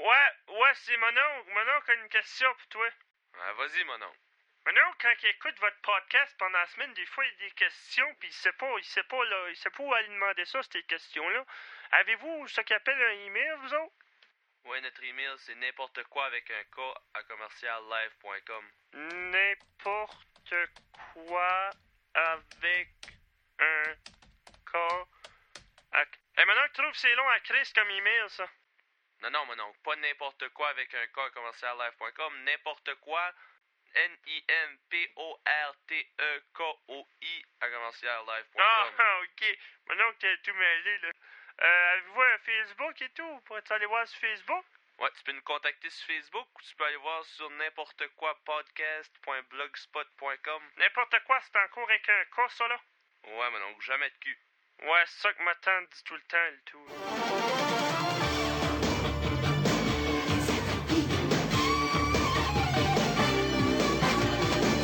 Speaker 6: Ouais, ouais, c'est mon oncle. Mon oncle a une question pour toi. Euh, vas-y, mon oncle. Mon oncle, quand il écoute votre podcast pendant la semaine, des fois, il y a des questions, puis il sait pas, il sait pas, là, il sait pas où aller demander ça, ces questions-là. Avez-vous ce qu'on appelle un email, vous autres?
Speaker 4: Ouais, notre email, c'est n'importe quoi avec un K à commerciallive.com.
Speaker 6: N'importe quoi avec un corps. Et maintenant, je trouve que c'est long à Chris comme email, ça.
Speaker 4: Non, non, mon oncle, pas n'importe quoi avec un K à commerciallive.com, n'importe quoi,
Speaker 6: E
Speaker 4: N-I-M-P-O-R-T-E-K-O-I à
Speaker 6: Ah,
Speaker 4: commerciallive.com.
Speaker 6: ah, ok. Maintenant que t'es tout mêlé, là. Euh, avez-vous un Facebook et tout? Pourrais-tu aller voir sur Facebook? Ouais, tu peux nous contacter sur Facebook ou tu peux aller voir sur n'importe quoi podcast.blogspot.com. N'importe quoi, c'est en cours avec un cas, ça là. Ouais, mais donc jamais de cul. Ouais, c'est ça que ma tante dit tout le temps, le tout.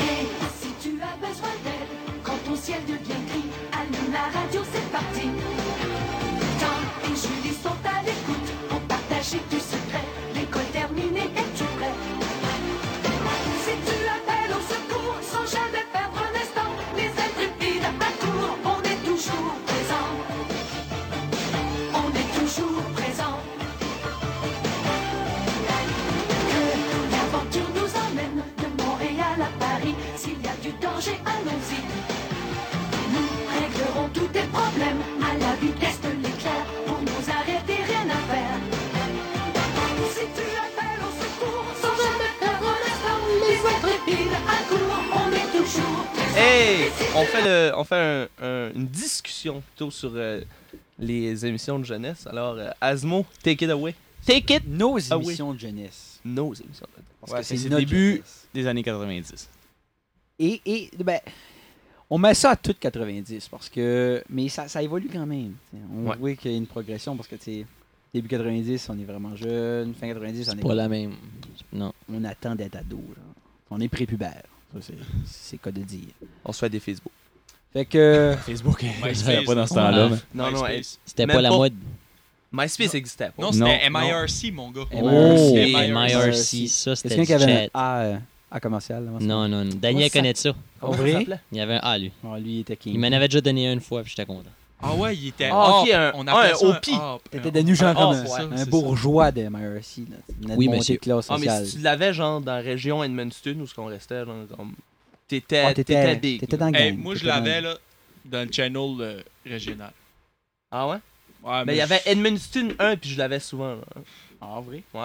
Speaker 1: Et si tu as besoin d'aide, quand ton ciel devient gris, allume la radio, c'est parti. Tom et Julie sont à l'écoute pour partager du secret. L'école terminée, es-tu prêt Si tu appelles au secours, sans jamais perdre un instant, les intrépides à ta tour, on est toujours présent. On est toujours présent. Que l'aventure nous emmène de Montréal à Paris. S'il y a du danger, allons-y. Nous réglerons tous tes problèmes à la vitesse de l'éclair. Pour nous arrêter, rien à faire. Si tu appelles au secours, sans jamais perdre l'instant, les ailes trépides à court, on est toujours présents.
Speaker 4: Hey! On fait, le- on fait un- un- une discussion plutôt sur euh, les émissions de jeunesse. Alors, euh, Asmo, take it away. Take it!
Speaker 9: Nos
Speaker 12: émissions
Speaker 9: de jeunesse.
Speaker 4: Nos émissions de jeunesse.
Speaker 12: Parce que c'est le
Speaker 9: notre
Speaker 12: début des années 90.
Speaker 9: Et, et ben, on met ça à tout 90 parce que. Mais ça, ça évolue quand même. t'sais. On
Speaker 11: Ouais.
Speaker 9: voit qu'il y a une progression parce que t'sais, début 90, on est vraiment jeune. Fin 90, on est.
Speaker 11: pas la même. Non.
Speaker 9: On attend d'être ado. là. On est prépubère. Ça, c'est- c'est cas de dire.
Speaker 4: On se fait des Facebook.
Speaker 9: Fait que.
Speaker 12: Facebook,
Speaker 9: MySpace,
Speaker 12: euh, pas dans ce
Speaker 9: non?
Speaker 12: temps-là.
Speaker 9: Ouais.
Speaker 12: mais-
Speaker 4: Non, non, elle-
Speaker 11: C'était
Speaker 4: même
Speaker 11: pas la mode.
Speaker 4: MySpace existait pas.
Speaker 10: Non, c'était MIRC, mon gars.
Speaker 11: Oh,
Speaker 10: MIRC.
Speaker 11: MIRC, ça c'était
Speaker 9: Quelqu'un qui avait un
Speaker 11: chat.
Speaker 9: A euh, à commercial. avant ça?
Speaker 11: Non, non, non. Daniel
Speaker 9: Comment ça-
Speaker 11: connaît ça.
Speaker 9: Ah, vrai?
Speaker 11: Il y avait un A, lui.
Speaker 9: Ah, lui, il était king.
Speaker 11: Il m'en avait déjà donné un une fois, puis j'étais content.
Speaker 10: Ah ouais, il était.
Speaker 4: Ah, ok,
Speaker 10: hop,
Speaker 4: un-
Speaker 10: on
Speaker 4: ah,
Speaker 10: appelait
Speaker 4: un
Speaker 10: ça un
Speaker 4: OP.
Speaker 10: hop,
Speaker 9: T'étais
Speaker 10: un
Speaker 9: devenu genre
Speaker 10: hop.
Speaker 9: comme
Speaker 10: Ah,
Speaker 9: un,
Speaker 10: ouais,
Speaker 9: un
Speaker 10: c'est ça.
Speaker 9: bourgeois de MIRC. Là. Il venait de
Speaker 11: Oui,
Speaker 9: monter
Speaker 11: monsieur.
Speaker 9: de classe
Speaker 4: Ah, mais
Speaker 9: sociale.
Speaker 4: si tu l'avais, genre, dans la région Edmundston, où ce qu'on restait, genre, comme... T'étais,
Speaker 9: Ah,
Speaker 4: t'étais,
Speaker 9: t'étais-
Speaker 4: big.
Speaker 9: t'étais dans le
Speaker 10: Hey,
Speaker 9: gang,
Speaker 10: moi, je
Speaker 9: t'étais dans le-
Speaker 10: l'avais là, dans le channel euh, régional.
Speaker 4: Ah ouais?
Speaker 10: Ouais,
Speaker 4: mais il y avait Edmundston 1, puis je l'avais souvent, là.
Speaker 10: Ah, vrai?
Speaker 4: Ouais.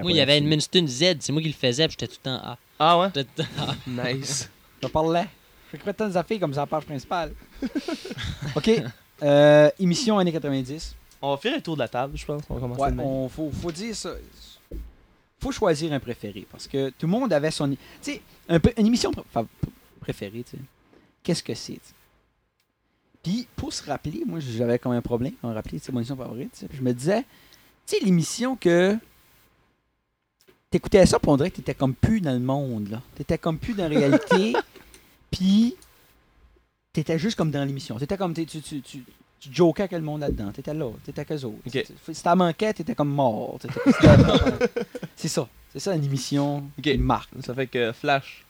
Speaker 11: Moi, il y avait Edmundston Z, c'est moi qui le faisais, puis j'étais tout le temps A.
Speaker 4: Ah ouais?
Speaker 11: Tout le temps A.
Speaker 4: Nice.
Speaker 9: Je parlais. Je fréquentais des affaires comme ça la page principale. OK. Euh, émission années 90.
Speaker 4: On va faire le tour de la table, je pense. On va commencer
Speaker 9: Ouais,
Speaker 4: de même.
Speaker 9: on faut, faut dire ça. Faut choisir un préféré parce que tout le monde avait son. Tu sais, un peu- une émission pr- fa- pr- préférée, tu sais. Qu'est-ce que c'est, tu sais? Puis, pour se rappeler, moi, j'avais comme un problème quand on rappelait, c'est mon émission favorite, tu sais. Puis je me disais, tu sais, l'émission que. T'écoutais ça, puis on dirait que t'étais comme plus dans le monde, là. T'étais comme plus dans la réalité, puis. T'étais juste comme dans l'émission. T'étais comme. t'es- Tu, tu, tu, tu jokais avec le monde là-dedans. T'étais là, t'étais avec eux autres. F- Si t'en manquais, t'étais comme mort. t'étais- c'était- c'est ça. C'est ça une émission
Speaker 4: Ok.
Speaker 9: qui marque.
Speaker 4: Ça fait que Flash,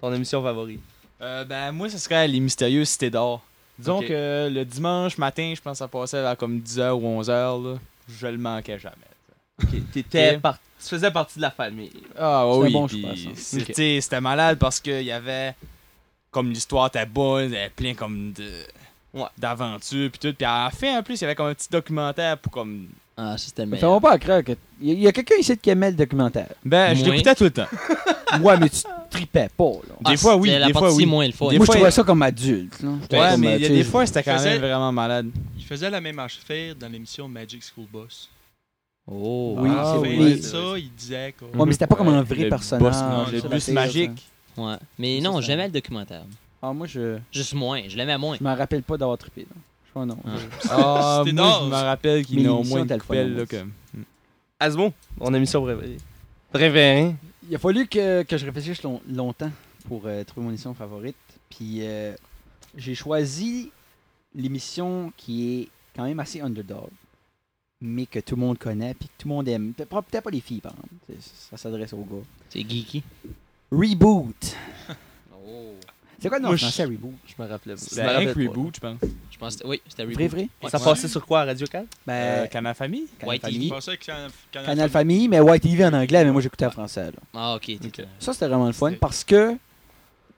Speaker 4: ton émission favorite.
Speaker 12: Euh, ben, moi, ce serait Les Mystérieuses Cités d'Or. Disons
Speaker 4: Ok.
Speaker 12: que le dimanche matin, je pense que ça passait vers comme 10h ou 11h. Là. Je le manquais jamais.
Speaker 4: T'étais
Speaker 12: Ok.
Speaker 4: par- Tu faisais partie de la famille.
Speaker 12: Ah
Speaker 4: C'est un
Speaker 12: oui,
Speaker 4: bon
Speaker 12: puis
Speaker 4: choix, ça.
Speaker 12: c'est-
Speaker 4: Ok.
Speaker 12: tu sais, c'était malade parce qu'il y avait comme l'histoire était bonne, elle plein comme de d'aventures puis tout. Puis à la fin en plus, il y avait comme un petit documentaire pour comme
Speaker 11: Ah, ça c'était
Speaker 9: Mais
Speaker 12: euh,
Speaker 9: ça va pas à croire que. Il y a- il y a, quelqu'un ici qui aimait le documentaire.
Speaker 12: Ben, je
Speaker 9: Moi.
Speaker 12: l'écoutais tout le temps.
Speaker 9: ouais, mais tu tripais pas, là.
Speaker 12: Des Ah, fois, oui, c'était la des fois, partie oui. moins le fun. Des
Speaker 9: Moi,
Speaker 12: fois,
Speaker 9: je trouvais
Speaker 12: il-
Speaker 9: ça comme adulte,
Speaker 4: hein.
Speaker 9: là. J'étais
Speaker 12: Ouais,
Speaker 9: comme, euh,
Speaker 12: mais il y a
Speaker 9: tu sais,
Speaker 12: des fois, c'était quand
Speaker 10: Faisait-
Speaker 12: même vraiment malade.
Speaker 10: Il faisait la même affaire dans l'émission Magic School Bus.
Speaker 11: Oh,
Speaker 9: Oui,
Speaker 10: Ah,
Speaker 9: c'est
Speaker 10: oui,
Speaker 9: vrai.
Speaker 10: ça, il disait que-
Speaker 9: Ouais, mais c'était pas comme un
Speaker 10: Ouais,
Speaker 9: vrai
Speaker 10: le
Speaker 9: personnage.
Speaker 10: boss- non, le
Speaker 9: ça,
Speaker 10: bus
Speaker 9: c'est-
Speaker 10: magique.
Speaker 11: Ouais. Mais
Speaker 9: Ça,
Speaker 11: non,
Speaker 9: c'est-
Speaker 11: jamais le documentaire.
Speaker 9: Ah, moi, je.
Speaker 11: Juste moins, je l'aimais moins.
Speaker 9: Je m'en rappelle pas d'avoir trippé, là. Je crois non. Je-
Speaker 12: Ah,
Speaker 11: C'était
Speaker 12: moi, je
Speaker 11: d'or.
Speaker 12: me rappelle qu'il y
Speaker 9: Mais
Speaker 12: en a au
Speaker 9: l'émission
Speaker 12: moins une
Speaker 9: était le fun,
Speaker 12: coupelle,
Speaker 9: moi.
Speaker 12: là, comme. hmm.
Speaker 4: Asmo, ton émission préférée. Préférée.
Speaker 9: Il a fallu que, que je réfléchisse long- longtemps pour euh, trouver mon émission favorite. Puis euh, j'ai choisi l'émission qui est quand même assez underdog, mais que tout le monde connaît puis que tout le monde aime. Pe- Peut-être pas les filles, par exemple. C'est- Ça s'adresse aux gars.
Speaker 11: C'est geeky. Oh.
Speaker 9: Reboot. C'est quoi le nom
Speaker 4: Moi,
Speaker 9: en français,
Speaker 4: je-
Speaker 9: Reboot
Speaker 4: Je me rappelais
Speaker 12: C'était
Speaker 4: je me rappelais
Speaker 12: Hank
Speaker 4: pas.
Speaker 12: Reboot, je pense.
Speaker 11: Je pense que oui, c'était
Speaker 9: Vrai,
Speaker 11: Reboot.
Speaker 9: vrai?
Speaker 11: Ouais.
Speaker 4: Ça passait sur quoi, Radio Can?
Speaker 9: Ben,
Speaker 12: Euh, Canal Famille
Speaker 9: Canal
Speaker 11: White
Speaker 9: Famille.
Speaker 10: Je pensais que Canal- Canal
Speaker 9: Canal Famille, mais White TV en anglais, mais moi j'écoutais en français. là.
Speaker 11: Ah, ok. t'étais-
Speaker 9: Ça, c'était vraiment le fun parce que,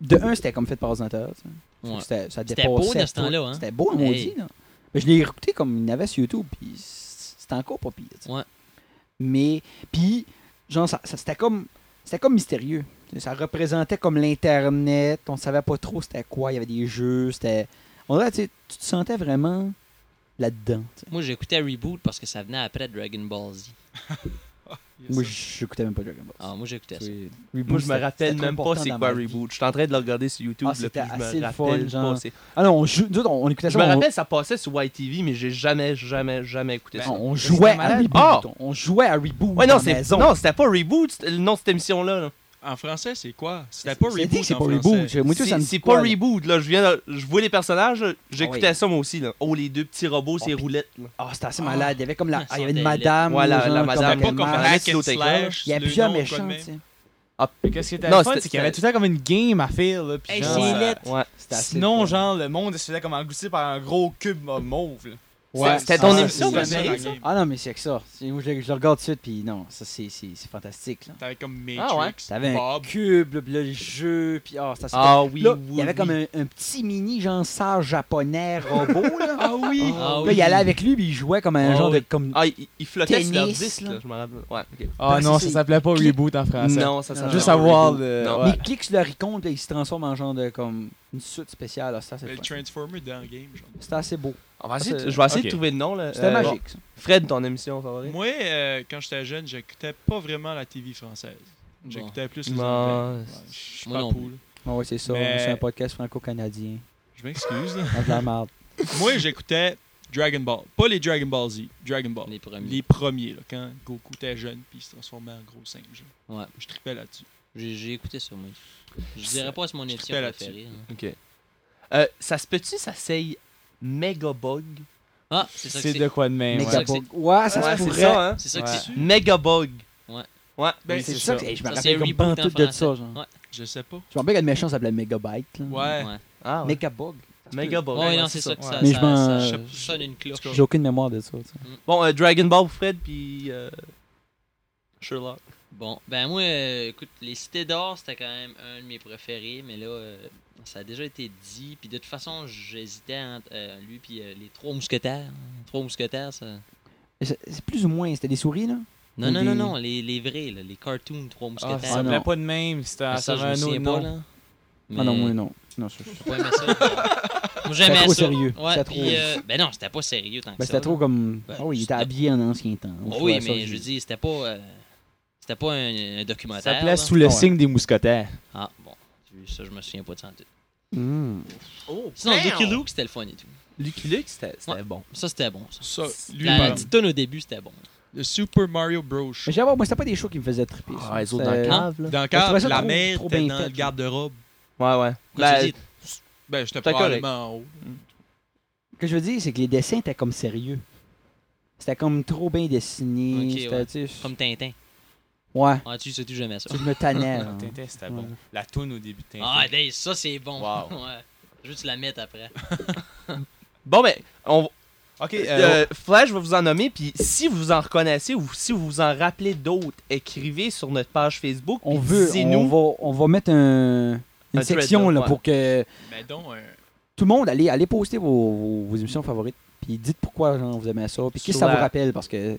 Speaker 9: de un, c'était comme fait par ordinateur. tu sais. Fait que
Speaker 11: Ouais.
Speaker 9: C'était, ça
Speaker 11: C'était beau
Speaker 9: dépassait
Speaker 11: dans ce
Speaker 9: tout.
Speaker 11: temps-là, hein?
Speaker 9: C'était beau,
Speaker 11: Hey.
Speaker 9: on dit. Là. Mais je l'ai écouté comme il y en avait sur YouTube, puis c- c'était encore pas pire. tu sais.
Speaker 11: Ouais.
Speaker 9: Mais, puis, genre, ça, ça- c'était, comme, c'était comme mystérieux. Tu sais, Ça représentait comme l'Internet, on savait pas trop c'était quoi, il y avait des jeux, c'était... On dirait, tu sais, tu te sentais vraiment là-dedans. tu sais.
Speaker 11: Moi, j'écoutais Reboot parce que ça venait après Dragon Ball Z.
Speaker 9: Moi, j'écoutais même pas Dragon Ball.
Speaker 11: Ah, moi, j'écoutais ça.
Speaker 4: Moi, je me rappelle même pas c'est quoi Reboot. Je suis en train de le regarder sur YouTube.
Speaker 9: Ah,
Speaker 4: là, puis
Speaker 9: c'était assez
Speaker 4: je me
Speaker 9: le
Speaker 4: rappelle
Speaker 9: fun,
Speaker 4: pas,
Speaker 9: genre.
Speaker 4: c'est-
Speaker 9: Ah non, on, jou- nous autres, on, on écoutait
Speaker 4: Je
Speaker 9: ça.
Speaker 4: me
Speaker 9: on-
Speaker 4: rappelle, ça passait sur YTV, mais j'ai jamais, jamais, jamais écouté ça.
Speaker 9: Ben, On jouait à Reboot.
Speaker 4: Ah!
Speaker 9: On jouait à Reboot.
Speaker 4: Ouais, non,
Speaker 9: à la
Speaker 4: c'est-
Speaker 9: maison.
Speaker 4: non, c'était pas Reboot, c'était le nom de cette émission-là. là.
Speaker 10: En français, c'est quoi? C'était pas
Speaker 9: c'est dit
Speaker 10: Reboot.
Speaker 9: que c'est
Speaker 10: en
Speaker 9: pas
Speaker 10: français.
Speaker 9: Reboot. Moi, tu sais, ça
Speaker 4: C'est
Speaker 9: me dit
Speaker 4: c'est
Speaker 9: quoi,
Speaker 4: pas
Speaker 9: là?
Speaker 4: Reboot, là. Je viens, de- je vois les personnages, j'écoutais
Speaker 9: Ah ouais.
Speaker 4: ça moi aussi, là. Oh, les deux petits robots, ces
Speaker 9: puis-
Speaker 4: roulettes, là.
Speaker 9: Ah, c'était assez malade. Il y avait comme la.
Speaker 4: Ils
Speaker 9: ah, il y
Speaker 4: sont
Speaker 9: avait une
Speaker 4: des
Speaker 9: madame.
Speaker 4: lettres. Ouais, la-
Speaker 9: genre,
Speaker 4: la madame,
Speaker 9: comme-
Speaker 4: comme Hack and Slash,
Speaker 9: Il y a
Speaker 4: le
Speaker 9: plusieurs
Speaker 4: nom,
Speaker 9: méchants,
Speaker 4: quoi de
Speaker 9: tu sais.
Speaker 12: Ah, Qu'est-ce qui était
Speaker 4: Non,
Speaker 12: le fun,
Speaker 4: c'était-
Speaker 12: c'est qu'il y avait tout le temps comme une game à faire. Là, puis
Speaker 9: Hey,
Speaker 12: genre,
Speaker 9: c'est
Speaker 12: ça-
Speaker 9: lettre.
Speaker 4: Ouais.
Speaker 9: C'était assez
Speaker 12: Sinon, genre, le monde se faisait comme engloutir par un gros cube euh, mauve. là.
Speaker 9: Ouais,
Speaker 12: C'était- c'était
Speaker 9: ah,
Speaker 12: ton
Speaker 9: ça,
Speaker 12: émission
Speaker 9: c'est-
Speaker 12: préférée, ça?
Speaker 9: Ah non, mais c'est que ça. C'est- Moi, je, le- je le regarde tout de suite, puis non, ça, c'est c'est- c'est fantastique. là.
Speaker 12: T'avais comme Matrix,
Speaker 9: Ah ouais? T'avais un
Speaker 12: Bob.
Speaker 9: cube, là, puis là, le jeu, puis ah, c'était assez
Speaker 4: Ah
Speaker 9: cool.
Speaker 4: oui,
Speaker 9: Là,
Speaker 4: oui,
Speaker 9: Il y avait
Speaker 4: oui.
Speaker 9: comme un, un petit mini, genre, sage japonais robot, là.
Speaker 12: Ah oui!
Speaker 9: Là,
Speaker 4: oui.
Speaker 9: il allait avec lui, puis il jouait comme un
Speaker 4: Ah
Speaker 9: genre de.
Speaker 4: oui.
Speaker 9: Comme...
Speaker 4: Ah, il, il flottait sur leur
Speaker 9: tennis,
Speaker 4: disque,
Speaker 9: là.
Speaker 4: là. Je me rappelle. Ouais, ok.
Speaker 12: Ah non, ça s'appelait pas
Speaker 9: Clip.
Speaker 12: Reboot en français.
Speaker 4: Non, ça s'appelait
Speaker 12: Juste
Speaker 4: pas
Speaker 12: avoir
Speaker 4: Reboot.
Speaker 12: le.
Speaker 4: Non.
Speaker 12: ouais.
Speaker 9: Il clique sur le icône, puis il se transforme en genre de. comme une suite spéciale. là, C'était assez
Speaker 10: Mais Le
Speaker 9: fun.
Speaker 10: Transformer dans le game, genre.
Speaker 9: C'était assez beau.
Speaker 4: On va
Speaker 9: Ça,
Speaker 4: essayer de-
Speaker 9: c'est-
Speaker 4: je vais essayer
Speaker 12: ok.
Speaker 4: de trouver le nom, là. Euh,
Speaker 9: C'était magique, ça.
Speaker 4: Fred, ton émission favorite.
Speaker 10: Moi, euh, quand j'étais jeune, j'écoutais pas vraiment la TV française. J'écoutais plus les
Speaker 4: Non,
Speaker 10: anglais. Ouais,
Speaker 4: c'est-
Speaker 10: Je suis
Speaker 4: moi
Speaker 10: pas
Speaker 4: non plus.
Speaker 10: cool.
Speaker 9: Ah ouais, c'est ça.
Speaker 10: Mais-
Speaker 9: C'est un podcast franco-canadien.
Speaker 10: Je m'excuse. là.
Speaker 9: Ah, de la merde.
Speaker 10: Moi, j'écoutais Dragon Ball. Pas les Dragon Ball Z. Dragon Ball.
Speaker 11: Les premiers.
Speaker 10: Les premiers, là, quand Goku était jeune puis il se transformait en gros singe. là.
Speaker 11: Ouais.
Speaker 10: Je tripais là-dessus.
Speaker 11: J'ai j'ai écouté ça, moi. Je dirais pas que c'est mon émission
Speaker 10: trippais là-dessus.
Speaker 11: préférée. hein.
Speaker 4: Ok. Euh, ça se peut-tu, ça s'aille Megabug
Speaker 11: Ah, c'est ça que
Speaker 12: C'est de quoi de même.
Speaker 11: Méga-
Speaker 12: Ouais.
Speaker 9: Megabug.
Speaker 11: c'est-
Speaker 9: Ouais, ça
Speaker 4: Ouais,
Speaker 9: se
Speaker 4: c'est
Speaker 9: pourrait.
Speaker 4: ça, hein.
Speaker 11: C'est ça que
Speaker 12: Ouais.
Speaker 11: c'est.
Speaker 4: Megabug.
Speaker 11: Ouais.
Speaker 4: Ouais.
Speaker 10: Ben,
Speaker 9: Mais c'est ça, que je me
Speaker 11: Ça, c'est
Speaker 9: rappelle comme
Speaker 11: Reboot
Speaker 9: pantoute
Speaker 11: en
Speaker 9: de ça.
Speaker 11: français.
Speaker 9: Genre.
Speaker 10: Je sais pas.
Speaker 9: Je me rappelle qu'un méchant s'appelait Megabyte. Là.
Speaker 10: Ouais.
Speaker 11: Ouais.
Speaker 4: Ah, ouais.
Speaker 9: Megabug.
Speaker 4: Megabug.
Speaker 11: Ouais, non, c'est ça que ça.
Speaker 9: Mais je
Speaker 11: ça-
Speaker 9: m'en-
Speaker 11: ça- ça sonne une cloche. Mm.
Speaker 9: J'ai aucune mémoire de ça. tu sais.
Speaker 4: Bon, euh, Dragon Ball pour Fred, puis euh, Sherlock.
Speaker 11: Bon, ben moi, euh, écoute, les Cités d'Or, c'était quand même un de mes préférés, mais là, euh, ça a déjà été dit. Puis de toute façon, j'hésitais entre euh, lui puis euh, les Trois Mousquetaires. Trois Mousquetaires, ça.
Speaker 9: C'est c'est plus ou moins, c'était des souris, là.
Speaker 11: Non,
Speaker 9: Ou
Speaker 11: non,
Speaker 9: des-
Speaker 11: non, non, les, les vrais, là, les cartoons Trois
Speaker 12: Ah, ça
Speaker 11: Mousquetaires.
Speaker 9: non.
Speaker 12: s'appelait pas de même. C'était
Speaker 11: Ah,
Speaker 12: ça
Speaker 11: ça,
Speaker 12: avait
Speaker 11: je me
Speaker 12: un autre
Speaker 11: souviens pas,
Speaker 12: nom.
Speaker 11: là.
Speaker 9: Ah non,
Speaker 11: Mais-
Speaker 9: moi, non. Non, ça, je-
Speaker 11: Ouais, mais ça. euh, Moi, j'aimais
Speaker 9: C'était trop
Speaker 11: ça.
Speaker 9: sérieux.
Speaker 11: Ouais,
Speaker 9: C'était
Speaker 11: puis,
Speaker 9: trop-
Speaker 11: euh, ben non, c'était pas sérieux tant que
Speaker 9: Ben,
Speaker 11: ça.
Speaker 9: c'était trop
Speaker 11: là.
Speaker 9: comme.
Speaker 11: Ben,
Speaker 9: Ah oui, il était
Speaker 11: c'était-
Speaker 9: habillé en ancien temps.
Speaker 11: Oh oui, mais je dis, c'était pas. euh, c'était pas un, un documentaire.
Speaker 12: Ça
Speaker 11: là.
Speaker 12: s'appelait Sous le
Speaker 9: Ouais.
Speaker 12: signe des mousquetaires.
Speaker 11: Ah, bon. Tu- Ça, je me souviens pas de ça en tout.
Speaker 4: Oh,
Speaker 11: Sinon, Lucky Luke, c'était le fun et tout.
Speaker 4: Lucky Luke, c'était c'était
Speaker 11: Ouais.
Speaker 4: bon.
Speaker 11: Ça, c'était bon. Ça.
Speaker 10: Ça, lui,
Speaker 11: La
Speaker 10: par-
Speaker 11: petite tonne au début, c'était bon.
Speaker 10: le Super Mario Bros. Show.
Speaker 9: Mais j'avoue, moi, c'était pas des shows qui me faisaient triper. ça.
Speaker 4: Ah, les autres dans le
Speaker 9: C'était-
Speaker 4: cave, là.
Speaker 10: Dans le
Speaker 9: je trouvais
Speaker 10: cadre,
Speaker 9: ça
Speaker 10: la
Speaker 9: trop-
Speaker 10: mère
Speaker 9: trop
Speaker 10: était
Speaker 9: bien
Speaker 10: dans
Speaker 9: fait,
Speaker 10: le
Speaker 9: là.
Speaker 10: garde-robe.
Speaker 4: Ouais, ouais.
Speaker 11: Quand tu
Speaker 4: Ben,
Speaker 11: dis-
Speaker 10: Ben, j'étais
Speaker 4: T'as
Speaker 10: probablement en haut.
Speaker 9: Ce que je veux dire, c'est que les dessins étaient comme sérieux. C'était comme trop bien dessiné.
Speaker 11: Ok,
Speaker 9: c'était,
Speaker 11: ouais.
Speaker 9: tu sais,
Speaker 11: Comme Tintin.
Speaker 9: Ouais.
Speaker 11: Ah, tu sais tout jamais ça.
Speaker 9: Tu sais, je me
Speaker 12: Ah,
Speaker 9: tannais. là.
Speaker 12: Tintin, c'était
Speaker 9: Ouais.
Speaker 12: bon. La toune au début de Tintin.
Speaker 11: Ah, hey, ça, c'est bon.
Speaker 12: Wow.
Speaker 11: ouais. Je veux que tu la mettes après.
Speaker 4: bon, ben, on,
Speaker 12: Ok, euh,
Speaker 4: euh, Flash va vous en nommer, puis si vous en reconnaissez ou si vous vous en rappelez d'autres, écrivez sur notre page Facebook.
Speaker 9: On
Speaker 4: puis
Speaker 9: veut. On,
Speaker 4: Dites-nous.
Speaker 9: va, on va mettre un- une
Speaker 4: Un thread,
Speaker 9: section
Speaker 4: là,
Speaker 9: là,
Speaker 4: ouais.
Speaker 9: pour que.
Speaker 10: Mais donc,
Speaker 12: euh,
Speaker 10: un-
Speaker 9: tout le monde, allez, allez poster vos, vos, vos émissions favorites. Puis dites pourquoi genre, vous aimez ça. Puis qu'est-ce que
Speaker 4: Sur
Speaker 9: ça
Speaker 4: la-
Speaker 9: vous rappelle. Parce que.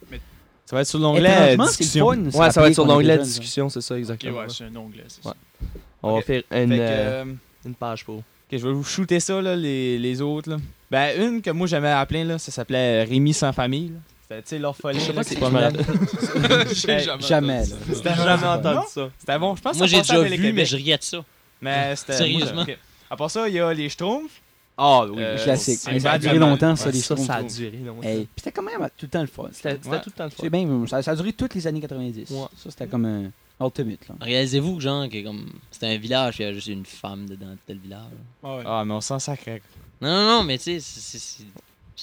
Speaker 12: ça va être sur l'onglet euh,
Speaker 9: étrangement, c'est
Speaker 12: discussion.
Speaker 9: le fun, de se
Speaker 4: Ouais, ça va
Speaker 9: rappeler
Speaker 4: être sur
Speaker 9: qu'on était
Speaker 4: l'onglet
Speaker 9: jeunes,
Speaker 4: discussion, c'est ça,
Speaker 10: Ok,
Speaker 4: exactement.
Speaker 10: ouais, c'est un onglet, c'est
Speaker 4: Ouais.
Speaker 10: ça.
Speaker 4: On va
Speaker 12: Ok.
Speaker 4: faire une,
Speaker 12: Fait que,
Speaker 4: euh,
Speaker 12: euh,
Speaker 4: une page pour.
Speaker 12: Ok, je vais vous shooter ça, là, les, les autres. Là. Ben, une que moi j'aimais à plein, là, ça s'appelait Rémi sans famille. là. C'était, tu sais, l'orphelin.
Speaker 4: Je sais
Speaker 12: là,
Speaker 4: pas
Speaker 12: qui
Speaker 4: si
Speaker 12: se
Speaker 4: je me
Speaker 12: promenait.
Speaker 4: rappelle.
Speaker 10: J'ai
Speaker 9: genre. Jamais.
Speaker 10: entendu
Speaker 9: là.
Speaker 10: ça.
Speaker 12: C'était-
Speaker 4: jamais
Speaker 9: entendu
Speaker 4: entendu ça.
Speaker 12: C'était bon, je pense que
Speaker 11: Moi,
Speaker 12: ça
Speaker 11: j'ai
Speaker 12: passait à
Speaker 11: déjà
Speaker 12: Télé-Québec.
Speaker 11: vu, mais je riais de ça.
Speaker 12: Mais c'était.
Speaker 11: Sérieusement.
Speaker 12: moi, j'ai- ok. À part ça, il y a les Schtroumpfs. Ah oui,
Speaker 4: euh,
Speaker 9: les classiques.
Speaker 12: c'est
Speaker 9: Euh, Ça a
Speaker 12: mal
Speaker 9: duré
Speaker 12: de mal.
Speaker 9: longtemps, ça,
Speaker 12: Ouais,
Speaker 9: les
Speaker 4: Ça, ça a
Speaker 9: Schtroumpfs.
Speaker 4: duré longtemps.
Speaker 9: Hey, puis c'était quand même tout le temps le fun.
Speaker 4: C'était c'était
Speaker 12: Ouais.
Speaker 4: tout le temps le fun.
Speaker 9: C'est bien, ça, ça a duré toutes les années 90.
Speaker 4: Ouais.
Speaker 9: Ça, c'était comme un ultimate. Là.
Speaker 11: Réalisez-vous, genre, que comme. C'était un village, puis il y a juste une femme dedans de tel village.
Speaker 10: Ah ouais,
Speaker 12: Ah, mais on s'en sacrait.
Speaker 11: Non, non, non, mais tu sais, c'est- c'est. c'est- Je suis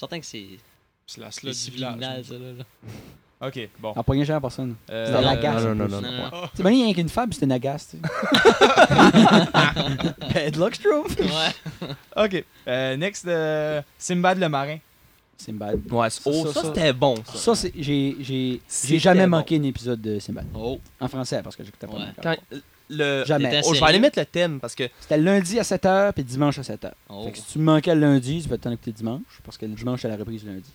Speaker 11: certain que c'est.
Speaker 10: C'est la
Speaker 11: C'est
Speaker 10: slot du
Speaker 11: subliminal,
Speaker 10: village.
Speaker 11: ça, là. là.
Speaker 12: Ok, bon.
Speaker 9: En poignée jamais personne.
Speaker 12: Euh,
Speaker 9: C'était la
Speaker 11: non,
Speaker 9: gasse.
Speaker 4: non,
Speaker 9: en
Speaker 4: non,
Speaker 9: plus.
Speaker 4: non, non.
Speaker 11: Non, non, non.
Speaker 9: C'est bon, il y a rien qu'une femme, c'était Nagas. tu sais. Bad luck, Schtroumpf.
Speaker 11: Ouais.
Speaker 12: Ben, Ok. Euh, next, euh, Simbad le marin.
Speaker 9: Simbad.
Speaker 4: Ouais, c'est- oh,
Speaker 9: Ça,
Speaker 4: ça,
Speaker 9: ça.
Speaker 4: c'était bon, ça.
Speaker 9: Ça, c'est- j'ai j'ai-
Speaker 4: C'était
Speaker 9: j'ai jamais
Speaker 4: bon.
Speaker 9: manqué un épisode de Simbad.
Speaker 11: Oh.
Speaker 9: En français, parce que j'écoutais pas.
Speaker 11: Ouais.
Speaker 9: mon corps.
Speaker 4: Quand- le...
Speaker 9: Jamais.
Speaker 4: Oh, je vais aller mettre le thème parce que
Speaker 9: C'était lundi à 7h puis dimanche à 7h.
Speaker 11: Oh.
Speaker 9: Fait que si tu manquais le lundi, tu peux t'en écouter dimanche parce que le dimanche, c'est la reprise le lundi.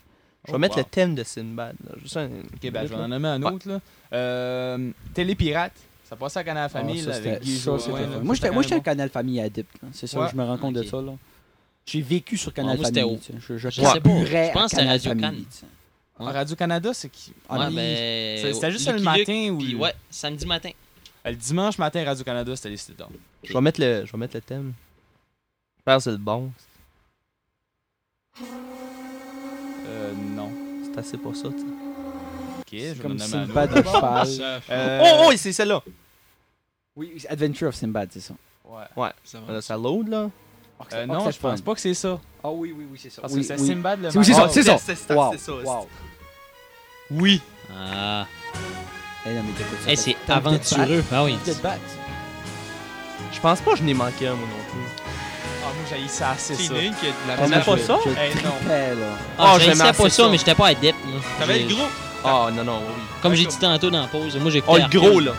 Speaker 4: je vais mettre
Speaker 9: Oh,
Speaker 4: le thème de Sinbad. là. Juste un-
Speaker 12: Oh, Ok, ben je vais en nommer un autre. Là. Euh, Télépirate. Ça passait à Canal Famille
Speaker 9: Ah,
Speaker 12: là,
Speaker 9: ça,
Speaker 12: avec
Speaker 9: c'était-
Speaker 12: Guy
Speaker 9: ça,
Speaker 12: Jodoin,
Speaker 9: c'était fun.
Speaker 12: là.
Speaker 9: Moi, j'étais
Speaker 12: C'était
Speaker 9: moi,
Speaker 12: quand
Speaker 9: j'étais un
Speaker 12: même
Speaker 9: Canal Famille addict. là. C'est ça,
Speaker 12: Ouais.
Speaker 9: je me rends compte
Speaker 11: Ok.
Speaker 9: de ça. là. J'ai vécu sur Canal
Speaker 11: moi, c'était
Speaker 9: Famille.
Speaker 11: haut.
Speaker 9: tu sais. Je, je,
Speaker 11: Je sais pas.
Speaker 9: carburais
Speaker 11: Je pense
Speaker 9: à
Speaker 11: que c'est
Speaker 9: Canal
Speaker 11: Radio
Speaker 9: Famille,
Speaker 11: Cannes.
Speaker 9: tu sais.
Speaker 12: bon.
Speaker 11: Ouais.
Speaker 12: Radio-Canada, c'est qui
Speaker 11: Ouais,
Speaker 12: Ah,
Speaker 11: ben,
Speaker 12: c'est- C'était juste
Speaker 11: Lucky
Speaker 12: le
Speaker 11: Luke,
Speaker 12: matin
Speaker 11: puis
Speaker 12: ou.
Speaker 11: ouais, samedi matin.
Speaker 12: Le dimanche matin, Radio-Canada, c'était les Steelers.
Speaker 4: Je vais mettre le, je vais mettre le thème. J'espère que c'est le bon.
Speaker 12: Euh, non.
Speaker 4: C'est assez pas ça, tu
Speaker 12: sais.
Speaker 9: Comme
Speaker 12: vais nommer
Speaker 9: Sinbad
Speaker 12: un
Speaker 9: de
Speaker 12: autre.
Speaker 9: cheval.
Speaker 12: Euh,
Speaker 4: Oh, oh, c'est celle-là!
Speaker 9: Oui, Adventure of Sinbad, c'est ça.
Speaker 12: Ouais.
Speaker 4: Ouais.
Speaker 12: Ça
Speaker 4: Ça,
Speaker 12: va.
Speaker 4: ça load, là?
Speaker 9: Oh,
Speaker 12: Euh, non, je pense pas que c'est ça.
Speaker 9: Ah oui, oui, oui, c'est ça.
Speaker 12: Parce
Speaker 9: Oui,
Speaker 12: que c'est
Speaker 9: oui.
Speaker 12: Sinbad le Ah,
Speaker 9: C'est- oui, c'est ça,
Speaker 12: mardi.
Speaker 9: c'est ça.
Speaker 4: C'est ça,
Speaker 9: Wow,
Speaker 4: c'est ça,
Speaker 9: wow.
Speaker 12: Oui.
Speaker 11: Ah.
Speaker 9: Eh, non, mais t'écoutes ça,
Speaker 11: Eh,
Speaker 9: t'as-
Speaker 11: c'est
Speaker 9: t'as le Dead
Speaker 11: aventureux.
Speaker 9: Bat.
Speaker 11: Ah oui.
Speaker 9: Dead Bat.
Speaker 4: Je pense pas que je n'ai manqué un, moi non plus.
Speaker 12: Ah, moi, j'ai ça assez,
Speaker 4: C'est
Speaker 12: ça.
Speaker 4: une qui a de la
Speaker 12: T'aimais
Speaker 4: misère. Je
Speaker 12: Eh, non.
Speaker 9: tripais, là.
Speaker 11: Ah,
Speaker 4: Ah,
Speaker 11: je
Speaker 4: j'aimais
Speaker 11: pas ça,
Speaker 4: assez ça.
Speaker 11: mais j'étais pas adepte. là.
Speaker 4: T'avais
Speaker 11: J'ai-
Speaker 4: le gros? Ah, non, non, oui.
Speaker 11: Comme j'ai dit tantôt dans la pause, moi j'ai
Speaker 4: Oh, le
Speaker 11: Hercule.
Speaker 4: gros, là.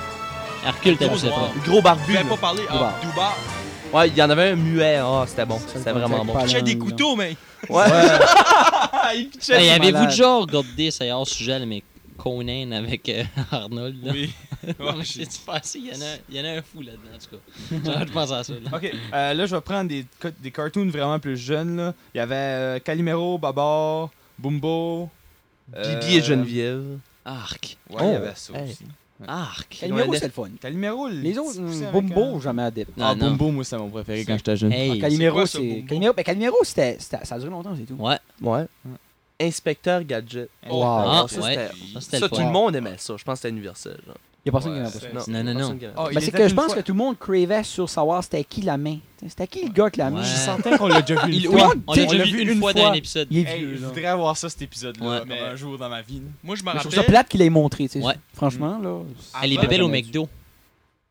Speaker 11: Hercule, t'as
Speaker 4: Gros
Speaker 11: pas.
Speaker 4: noir. Le gros barbu.
Speaker 11: Fais
Speaker 4: là.
Speaker 11: pas parler, ah,
Speaker 4: Doubar.
Speaker 10: Doubar.
Speaker 4: Ouais, il y en avait un muet. Ah, c'était bon. C'était vraiment bon.
Speaker 10: Pitchait des couteaux, mais.
Speaker 4: Ouais.
Speaker 10: il pitchait
Speaker 11: Hey,
Speaker 10: des-
Speaker 11: avez-vous déjà regardé, c'est hors sujet, là, mais Conan avec euh, Arnold? Là?
Speaker 12: Oui.
Speaker 11: Non, mais j'ai dit passé, il y, en a- il y en a un fou là-dedans, en tout cas. J'aurais dû penser à ça. là.
Speaker 12: Ok, euh, là, je vais prendre des, co- des cartoons vraiment plus jeunes. Là. Il y avait euh, Calimero, Babar, Bumbo. euh,
Speaker 4: Bibi et Geneviève.
Speaker 11: Arc.
Speaker 12: Ouais,
Speaker 4: Oh,
Speaker 12: il y avait ça
Speaker 4: hey.
Speaker 12: aussi. Ouais.
Speaker 11: Arc.
Speaker 9: Calimero, c'est le fun.
Speaker 12: Calimero, le
Speaker 9: Les autres,
Speaker 12: petit poussin avec
Speaker 9: Bumbo, jamais adepte.
Speaker 12: Ah, Bumbo, moi, c'est mon préféré quand j'étais jeune.
Speaker 11: Hey.
Speaker 9: Ah, Calimero,
Speaker 12: quoi, ça,
Speaker 9: c'est.
Speaker 12: Bumbo?
Speaker 9: Calimero, ben, Calimero, c'était- c'était- ça a duré longtemps, c'est tout.
Speaker 11: Ouais.
Speaker 4: Ouais. Inspecteur Gadget.
Speaker 9: Wow.
Speaker 4: Ah,
Speaker 11: Ah,
Speaker 4: ça,
Speaker 11: ouais.
Speaker 4: c'était-
Speaker 11: Ça,
Speaker 4: Ça,
Speaker 11: c'était le
Speaker 4: tout
Speaker 11: fun.
Speaker 4: le monde aimait ça. Je pense que c'était universel. genre.
Speaker 9: Il y a personne qui
Speaker 12: Ouais,
Speaker 9: n'a pas ça.
Speaker 12: c'est-
Speaker 11: Non, non, non.
Speaker 4: personne qui aimait
Speaker 12: Ah, il
Speaker 9: Ben, c'est
Speaker 12: était
Speaker 9: que je
Speaker 12: une
Speaker 9: pense
Speaker 12: fois-
Speaker 9: que tout le monde cravait sur savoir c'était qui la main. T'sais, C'était qui le gars avec la main?
Speaker 11: Ouais.
Speaker 12: Je sentais qu'on l'a déjà vu
Speaker 11: Il-
Speaker 12: une
Speaker 11: oui,
Speaker 12: fois.
Speaker 11: on l'a déjà vu une fois dans un épisode.
Speaker 9: Il est
Speaker 12: Hey,
Speaker 9: vieux,
Speaker 12: je
Speaker 9: là.
Speaker 12: voudrais avoir ça, cet épisode-là,
Speaker 11: Ouais.
Speaker 12: mais un jour dans ma vie. là.
Speaker 10: Moi, je me
Speaker 9: Mais Je trouve
Speaker 10: rappelle.
Speaker 9: ça plate qu'il l'ait montré, tu sais.
Speaker 11: Ouais.
Speaker 9: Franchement,
Speaker 12: Mm.
Speaker 9: là.
Speaker 11: Hey, les
Speaker 12: Ah,
Speaker 10: Avant,
Speaker 11: bébelles au
Speaker 9: j'avais
Speaker 11: McDo.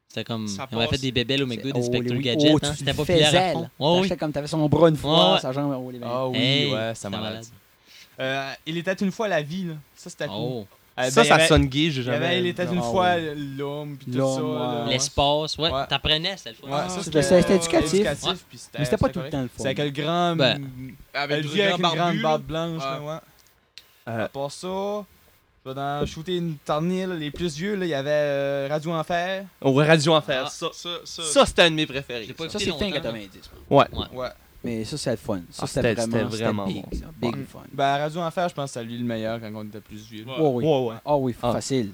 Speaker 11: C'était comme.
Speaker 10: Ça
Speaker 11: On avait
Speaker 10: passe.
Speaker 11: fait des bébelles au McDo
Speaker 9: Oh, les-
Speaker 11: d'Inspector
Speaker 9: oui.
Speaker 11: Gadget.
Speaker 9: Oh,
Speaker 11: hein.
Speaker 9: tu
Speaker 11: C'était
Speaker 9: le
Speaker 11: populaire
Speaker 9: faisais,
Speaker 11: à fond.
Speaker 9: là.
Speaker 11: Ouais, oui.
Speaker 9: T'achetais comme t'avais son bras une fois,
Speaker 11: Ouais.
Speaker 9: sa jambe. oh, les bébés.
Speaker 12: Ah oui,
Speaker 11: Hey,
Speaker 12: ouais, ça
Speaker 11: c'était
Speaker 12: m'a
Speaker 11: malade.
Speaker 12: Euh, il était une fois la vie, là. Ça, c'était cool.
Speaker 11: Oh.
Speaker 12: Euh, ben,
Speaker 4: ça,
Speaker 12: il y
Speaker 4: ça
Speaker 12: avait-
Speaker 4: sonne gay, j'ai
Speaker 12: Il y avait
Speaker 4: jamais.
Speaker 12: Il était une
Speaker 9: Ah,
Speaker 12: fois
Speaker 9: ouais.
Speaker 12: l'homme, puis tout
Speaker 9: L'homme,
Speaker 12: ça. là.
Speaker 9: ouais. Ah,
Speaker 11: L'espace, ouais.
Speaker 12: Ouais.
Speaker 11: T'apprenais, c'était le fun.
Speaker 12: Ouais, ça,
Speaker 9: c'est-
Speaker 12: c'était-
Speaker 9: c'était éducatif.
Speaker 11: Ouais.
Speaker 12: puis
Speaker 9: Mais c'était pas tout
Speaker 12: correct.
Speaker 9: le temps le fun.
Speaker 12: C'était avec le grand.
Speaker 11: Ben,
Speaker 12: avec
Speaker 10: Avec
Speaker 12: le
Speaker 10: le
Speaker 12: vieux avec
Speaker 10: grand
Speaker 12: une grande
Speaker 10: barbu,
Speaker 12: barbe
Speaker 10: là.
Speaker 12: blanche. là, ouais.
Speaker 4: Euh.
Speaker 12: À part ça, je vais dans shooter une tarnille. là, Les plus vieux, là, il y avait euh, Radio Enfer.
Speaker 4: Au Oh, Radio Enfer.
Speaker 11: Ah,
Speaker 4: ça,
Speaker 10: Ça, ça.
Speaker 4: ça, c'était un de mes préférés.
Speaker 11: J'ai pas
Speaker 9: Ça,
Speaker 11: écouté
Speaker 9: c'est fin
Speaker 11: longtemps.
Speaker 9: 90.
Speaker 4: Ouais.
Speaker 12: Ouais.
Speaker 9: Mais ça, c'est le fun. Ça,
Speaker 4: Ah,
Speaker 9: c'était
Speaker 4: c'était-
Speaker 9: vraiment,
Speaker 4: c'était
Speaker 9: c'était
Speaker 4: vraiment
Speaker 9: big,
Speaker 4: bon.
Speaker 9: ça, big fun.
Speaker 12: Ben, Radio Enfer, je pense que c'est lui le meilleur quand on était plus vieux. là.
Speaker 10: Ouais.
Speaker 9: Oh, oui.
Speaker 4: Ouais, ouais.
Speaker 9: Ah oui,
Speaker 4: Ah.
Speaker 9: facile.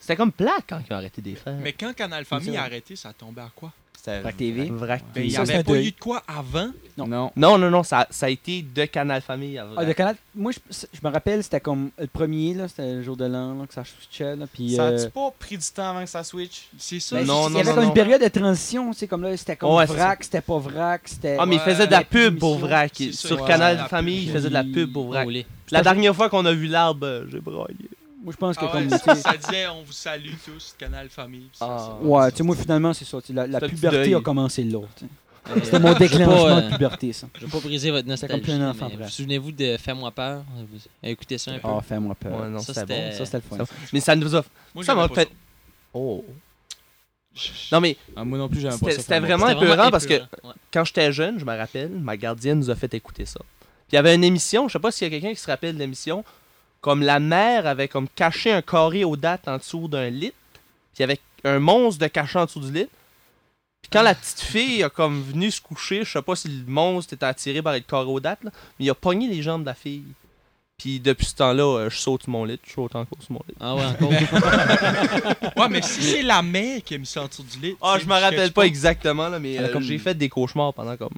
Speaker 4: C'était comme plat quand ils ont arrêté des
Speaker 9: Mm.
Speaker 4: frères.
Speaker 10: Mais quand Canal Famille a arrêté, ça tombait à quoi
Speaker 12: C'était-
Speaker 9: Vrac TV.
Speaker 4: Vrac.
Speaker 10: Ben, il n'y
Speaker 9: Ça, c'est un
Speaker 10: avait pas
Speaker 9: deuil.
Speaker 10: eu de quoi avant.
Speaker 9: Non.
Speaker 12: Non.
Speaker 4: Non, non, non, ça, ça a été de Canal Famille à Vrac.
Speaker 9: Ah, le canal, moi, je, je me rappelle, c'était comme le premier, là, c'était le jour de l'an, là, que ça switchait, là, puis...
Speaker 12: Ça
Speaker 9: euh,
Speaker 12: a-tu pas pris du temps avant que ça switch?
Speaker 10: C'est ça.
Speaker 9: ben,
Speaker 4: Non,
Speaker 9: il
Speaker 4: non,
Speaker 9: y avait
Speaker 4: non,
Speaker 9: comme
Speaker 4: non.
Speaker 9: une période de transition, c'est comme là, c'était comme
Speaker 4: Ouais, c'est
Speaker 9: vrac, c'était pas vrac, c'était...
Speaker 4: Ah, mais il
Speaker 10: Ouais,
Speaker 4: faisait de la
Speaker 9: la
Speaker 4: pub pour
Speaker 9: émission,
Speaker 4: Vrac.
Speaker 10: c'est ça,
Speaker 4: Sur
Speaker 12: ouais.
Speaker 4: Canal
Speaker 10: La
Speaker 4: Famille,
Speaker 10: pub.
Speaker 4: il faisait de la pub pour Vrac.
Speaker 11: Oh, les-
Speaker 4: La dernière fois qu'on a vu l'arbre, euh, j'ai braillé.
Speaker 9: Moi, je pense que
Speaker 10: Ah ouais, ça,
Speaker 9: comme... tu sais-
Speaker 10: ça disait on vous salue tous, Canal Famille. pis ça,
Speaker 4: Ah.
Speaker 10: ça.
Speaker 9: Ouais, tu sais, moi, finalement, c'est ça, tu sais, la, la
Speaker 4: C'était un petit
Speaker 9: puberté
Speaker 4: deuil.
Speaker 9: a commencé là, tu sais.
Speaker 11: Euh,
Speaker 9: C'était mon
Speaker 11: je vais pas,
Speaker 9: déclenchement
Speaker 11: euh,
Speaker 9: de puberté, ça.
Speaker 11: Je vais pas briser votre
Speaker 9: C'était comme
Speaker 11: nostalgie.
Speaker 9: plus un enfant,
Speaker 11: mais
Speaker 9: bref.
Speaker 11: vous Souvenez-vous de Fais-moi peur. Vous- Écoutez ça un peu.
Speaker 9: Ah, fais-moi peur.
Speaker 4: Ouais, non,
Speaker 11: Ça,
Speaker 4: c'était bon.
Speaker 11: c'était-
Speaker 9: Ça, c'était le fun.
Speaker 4: Ça- Mais ça nous a.
Speaker 10: Moi,
Speaker 4: ça
Speaker 10: j'avais
Speaker 4: m'a
Speaker 10: pas
Speaker 4: fait. Oh.
Speaker 10: ça.
Speaker 4: Non, mais
Speaker 12: Ah, moi non plus, j'avais pas
Speaker 4: C'était-
Speaker 12: ça.
Speaker 4: c'était
Speaker 12: faire
Speaker 4: vraiment
Speaker 12: mon-
Speaker 11: C'était
Speaker 4: épeurant parce que-
Speaker 11: épeurant, ouais.
Speaker 4: quand j'étais jeune, je me rappelle, ma gardienne nous a fait écouter ça. Puis il y avait une émission, je sais pas s'il y a quelqu'un qui se rappelle de l'émission, comme la mère avait comme caché un carré aux dates en dessous d'un lit, puis il y avait un monstre de caché en dessous du lit. Puis quand la petite fille a comme venu se coucher, je sais pas si le monstre était attiré par le carré aux dates, là, mais il a pogné les jambes de la fille. Puis depuis ce temps-là, euh, je saute sur mon lit, je saute encore sur mon lit.
Speaker 11: Ah ouais, encore.
Speaker 10: Ouais, mais si c'est la mère qui aime sortir du lit.
Speaker 4: Ah,
Speaker 10: tu sais,
Speaker 4: je me rappelle
Speaker 10: catch
Speaker 4: pas exactement, là, mais
Speaker 9: Ça a
Speaker 4: euh,
Speaker 9: comme-
Speaker 4: j'ai fait des cauchemars pendant comme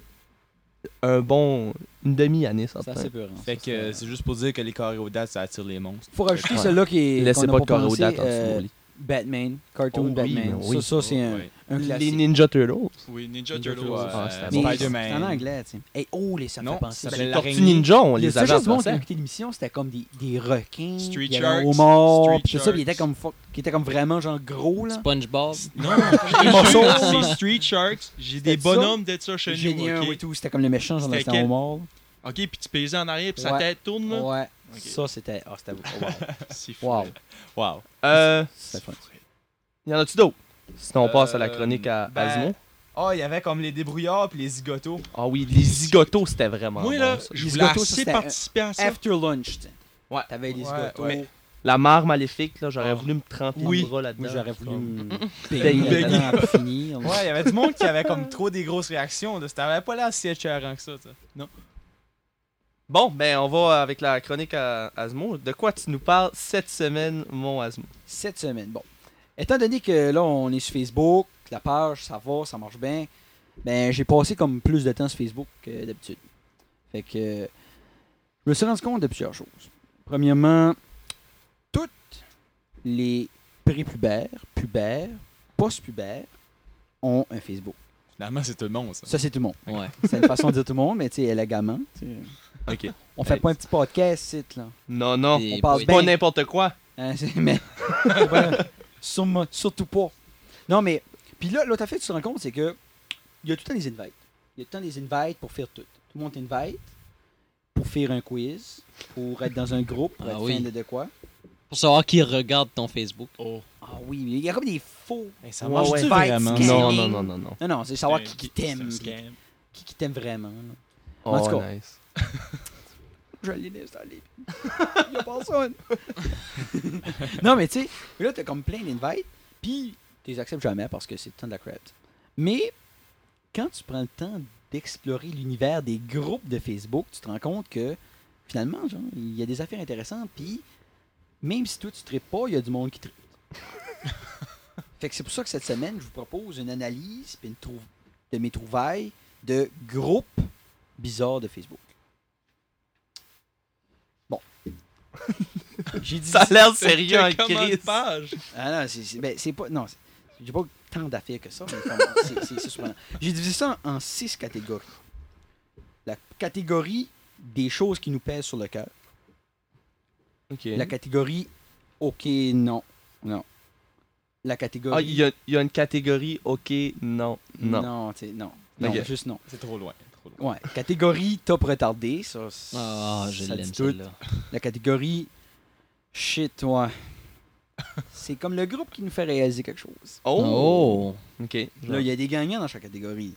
Speaker 4: un bon. une demi-année, ça. hein.
Speaker 9: Ça, c'est peurant.
Speaker 12: Fait que euh, c'est juste pour dire que les carrés aux dates, ça attire les monstres.
Speaker 9: Faut rajouter
Speaker 4: Ouais.
Speaker 9: celui-là qui est...
Speaker 4: Laissez
Speaker 9: qu'on
Speaker 4: pas
Speaker 9: a
Speaker 4: de carré aux
Speaker 9: pensé,
Speaker 4: dates en dessous de
Speaker 9: euh,
Speaker 4: mon lit.
Speaker 9: Batman, cartoon
Speaker 4: Oh oui,
Speaker 9: Batman.
Speaker 4: oui.
Speaker 9: Ça, ça, c'est un,
Speaker 12: Ouais.
Speaker 9: un
Speaker 4: Les
Speaker 9: classique.
Speaker 4: Ninja Turtles.
Speaker 10: Oui, Ninja
Speaker 12: Ninja
Speaker 10: Turtles.
Speaker 12: Turtles,
Speaker 4: Ah,
Speaker 12: euh,
Speaker 4: c'était
Speaker 9: Mais
Speaker 4: bon.
Speaker 9: c'est en
Speaker 12: Spider-Man.
Speaker 9: anglais, tu sais. Hey, oh, les ça me
Speaker 12: Non,
Speaker 9: fait penser.
Speaker 12: ça
Speaker 9: Ben,
Speaker 12: s'appelle
Speaker 4: Les
Speaker 12: l'araignée.
Speaker 4: Tortues Ninja, on
Speaker 9: Il y a
Speaker 4: les
Speaker 9: ça
Speaker 4: avait
Speaker 9: juste
Speaker 4: en
Speaker 9: du monde qui
Speaker 4: français.
Speaker 9: écoutait l'émission, c'était comme des, des requins,
Speaker 10: Street
Speaker 9: puis il y avait un
Speaker 10: Sharks,
Speaker 9: homard,
Speaker 10: Street
Speaker 9: puis tout ça, puis il était
Speaker 10: Sharks.
Speaker 9: comme fuck- qui était comme vraiment genre gros là.
Speaker 11: SpongeBob.
Speaker 10: Non,
Speaker 9: Les morceaux.
Speaker 10: c'est Street Sharks. J'ai
Speaker 9: C'était
Speaker 10: des
Speaker 9: ça?
Speaker 10: bonhommes de ça chez
Speaker 9: Génial
Speaker 10: nous. ok?
Speaker 9: et tout, c'était comme le méchant genre dans
Speaker 10: C'était
Speaker 9: un
Speaker 10: quel-
Speaker 9: homard.
Speaker 10: Ok, puis tu payais en arrière, puis sa
Speaker 9: Ouais.
Speaker 10: tête tourne. là.
Speaker 9: Ouais.
Speaker 10: Ok.
Speaker 9: Ça c'était ah c'était
Speaker 10: C'est fou.
Speaker 9: wow. wow.
Speaker 12: Wow.
Speaker 4: Euh,
Speaker 9: C'était fun.
Speaker 4: y en a-tu d'autres? Sinon, on
Speaker 12: Euh,
Speaker 4: passe à la chronique à
Speaker 12: ben-
Speaker 4: Asmo.
Speaker 12: Ah, il y avait comme les débrouillards puis les zigotos.
Speaker 4: Ah oui, les zigotos, c'était vraiment
Speaker 10: Moi,
Speaker 4: bon,
Speaker 10: là,
Speaker 4: ça.
Speaker 10: je
Speaker 9: Les
Speaker 10: voulais
Speaker 9: gâteaux,
Speaker 10: assez
Speaker 9: ça, c'était-
Speaker 10: participer à ça.
Speaker 9: After lunch. tu sais.
Speaker 4: Ouais.
Speaker 9: T'avais les
Speaker 12: Ouais,
Speaker 9: gâteaux.
Speaker 12: ouais.
Speaker 4: La mare maléfique, là, j'aurais
Speaker 10: Ah.
Speaker 4: voulu me tremper
Speaker 10: Oui.
Speaker 4: le bras là-dedans.
Speaker 9: Moi j'aurais voulu me
Speaker 4: Baigner.
Speaker 9: baigner là-dedans pour finir.
Speaker 12: Ouais, il y avait du monde qui avait comme trop des grosses réactions. là. C'était pas l'air si écœurant que ça. ça.
Speaker 4: Bon, ben on va avec la chronique à Asmo. De quoi tu nous parles cette semaine, mon Asmo?
Speaker 9: Cette semaine, bon. Étant donné que là, on est sur Facebook, la page, ça va, ça marche bien, ben j'ai passé comme plus de temps sur Facebook que d'habitude. Fait que euh, je me suis rendu compte de plusieurs choses. Premièrement, toutes les prépubères, pubères, post-pubères ont un Facebook.
Speaker 12: Finalement, c'est tout le monde, ça.
Speaker 9: Ça, c'est tout le monde. C'est une façon de dire tout le monde, mais tu sais, élégamment. tu sais.
Speaker 4: Ok.
Speaker 9: On fait
Speaker 4: Hey.
Speaker 9: pas un petit podcast, c'est là.
Speaker 4: Non, non,
Speaker 9: On
Speaker 4: c'est
Speaker 9: passe
Speaker 4: pas
Speaker 9: bien.
Speaker 4: n'importe quoi.
Speaker 9: Hein, c'est- mais voilà. Sûrement- surtout pas. Non, mais puis là, l'autre affaire que tu te rends compte, c'est que il y a tout le temps des invites. Il y a tout le temps des invites pour faire tout. Tout le monde t'invite pour faire un quiz, pour être dans un groupe, pour
Speaker 11: Ah
Speaker 9: être
Speaker 11: oui.
Speaker 9: fan de, de quoi.
Speaker 11: Pour savoir qui regarde ton Facebook.
Speaker 12: Oh.
Speaker 9: Ah oui, mais il y a comme des faux.
Speaker 11: ça marche-tu
Speaker 9: invites
Speaker 11: vraiment?
Speaker 9: scamming.
Speaker 11: Non, non, non, non, non.
Speaker 9: Non, non, c'est savoir
Speaker 11: C'est un-
Speaker 9: qui, qui
Speaker 11: c'est un
Speaker 9: t'aime.
Speaker 11: scam.
Speaker 9: Qui, qui t'aime vraiment. là.
Speaker 4: Oh,
Speaker 9: en tout cas,
Speaker 4: nice.
Speaker 9: je l'ai installé. Il y a personne. non, mais tu sais, là, t'as comme plein d'invites, puis tu les acceptes jamais parce que c'est le temps de la crap. Mais quand tu prends le temps d'explorer l'univers des groupes de Facebook, tu te rends compte que finalement, genre, il y a des affaires intéressantes, puis même si toi, tu tripes pas, il y a du monde qui tripe. fait que c'est pour ça que cette semaine, je vous propose une analyse puis une trou- de mes trouvailles de groupes bizarres de Facebook. Bon. J'ai dit
Speaker 4: Ça a l'air sérieux en crise.
Speaker 9: page. Ah non, c'est- c'est ben, c'est pas. Non, c'est- j'ai pas tant d'affaires que ça, mais comme- c'est- c'est- c'est surprenant. J'ai divisé ça en en six catégories. La catégorie des choses qui nous pèsent sur le cœur. La catégorie OK, non. Non. La catégorie.
Speaker 4: Ah, il y, a- il y a une catégorie, ok, non, non.
Speaker 9: Non, tu sais, non. Non,
Speaker 4: Ok.
Speaker 9: juste non.
Speaker 12: C'est trop loin. trop
Speaker 9: Ouais. Catégorie top retardé, ça. c-
Speaker 11: Ah, je
Speaker 9: ça dit
Speaker 11: l'aime,
Speaker 9: tout.
Speaker 11: celle-là.
Speaker 9: La catégorie shit, ouais. C'est comme le groupe qui nous fait réaliser quelque chose.
Speaker 4: Oh! Ok.
Speaker 9: Là, il y a des gagnants dans chaque catégorie.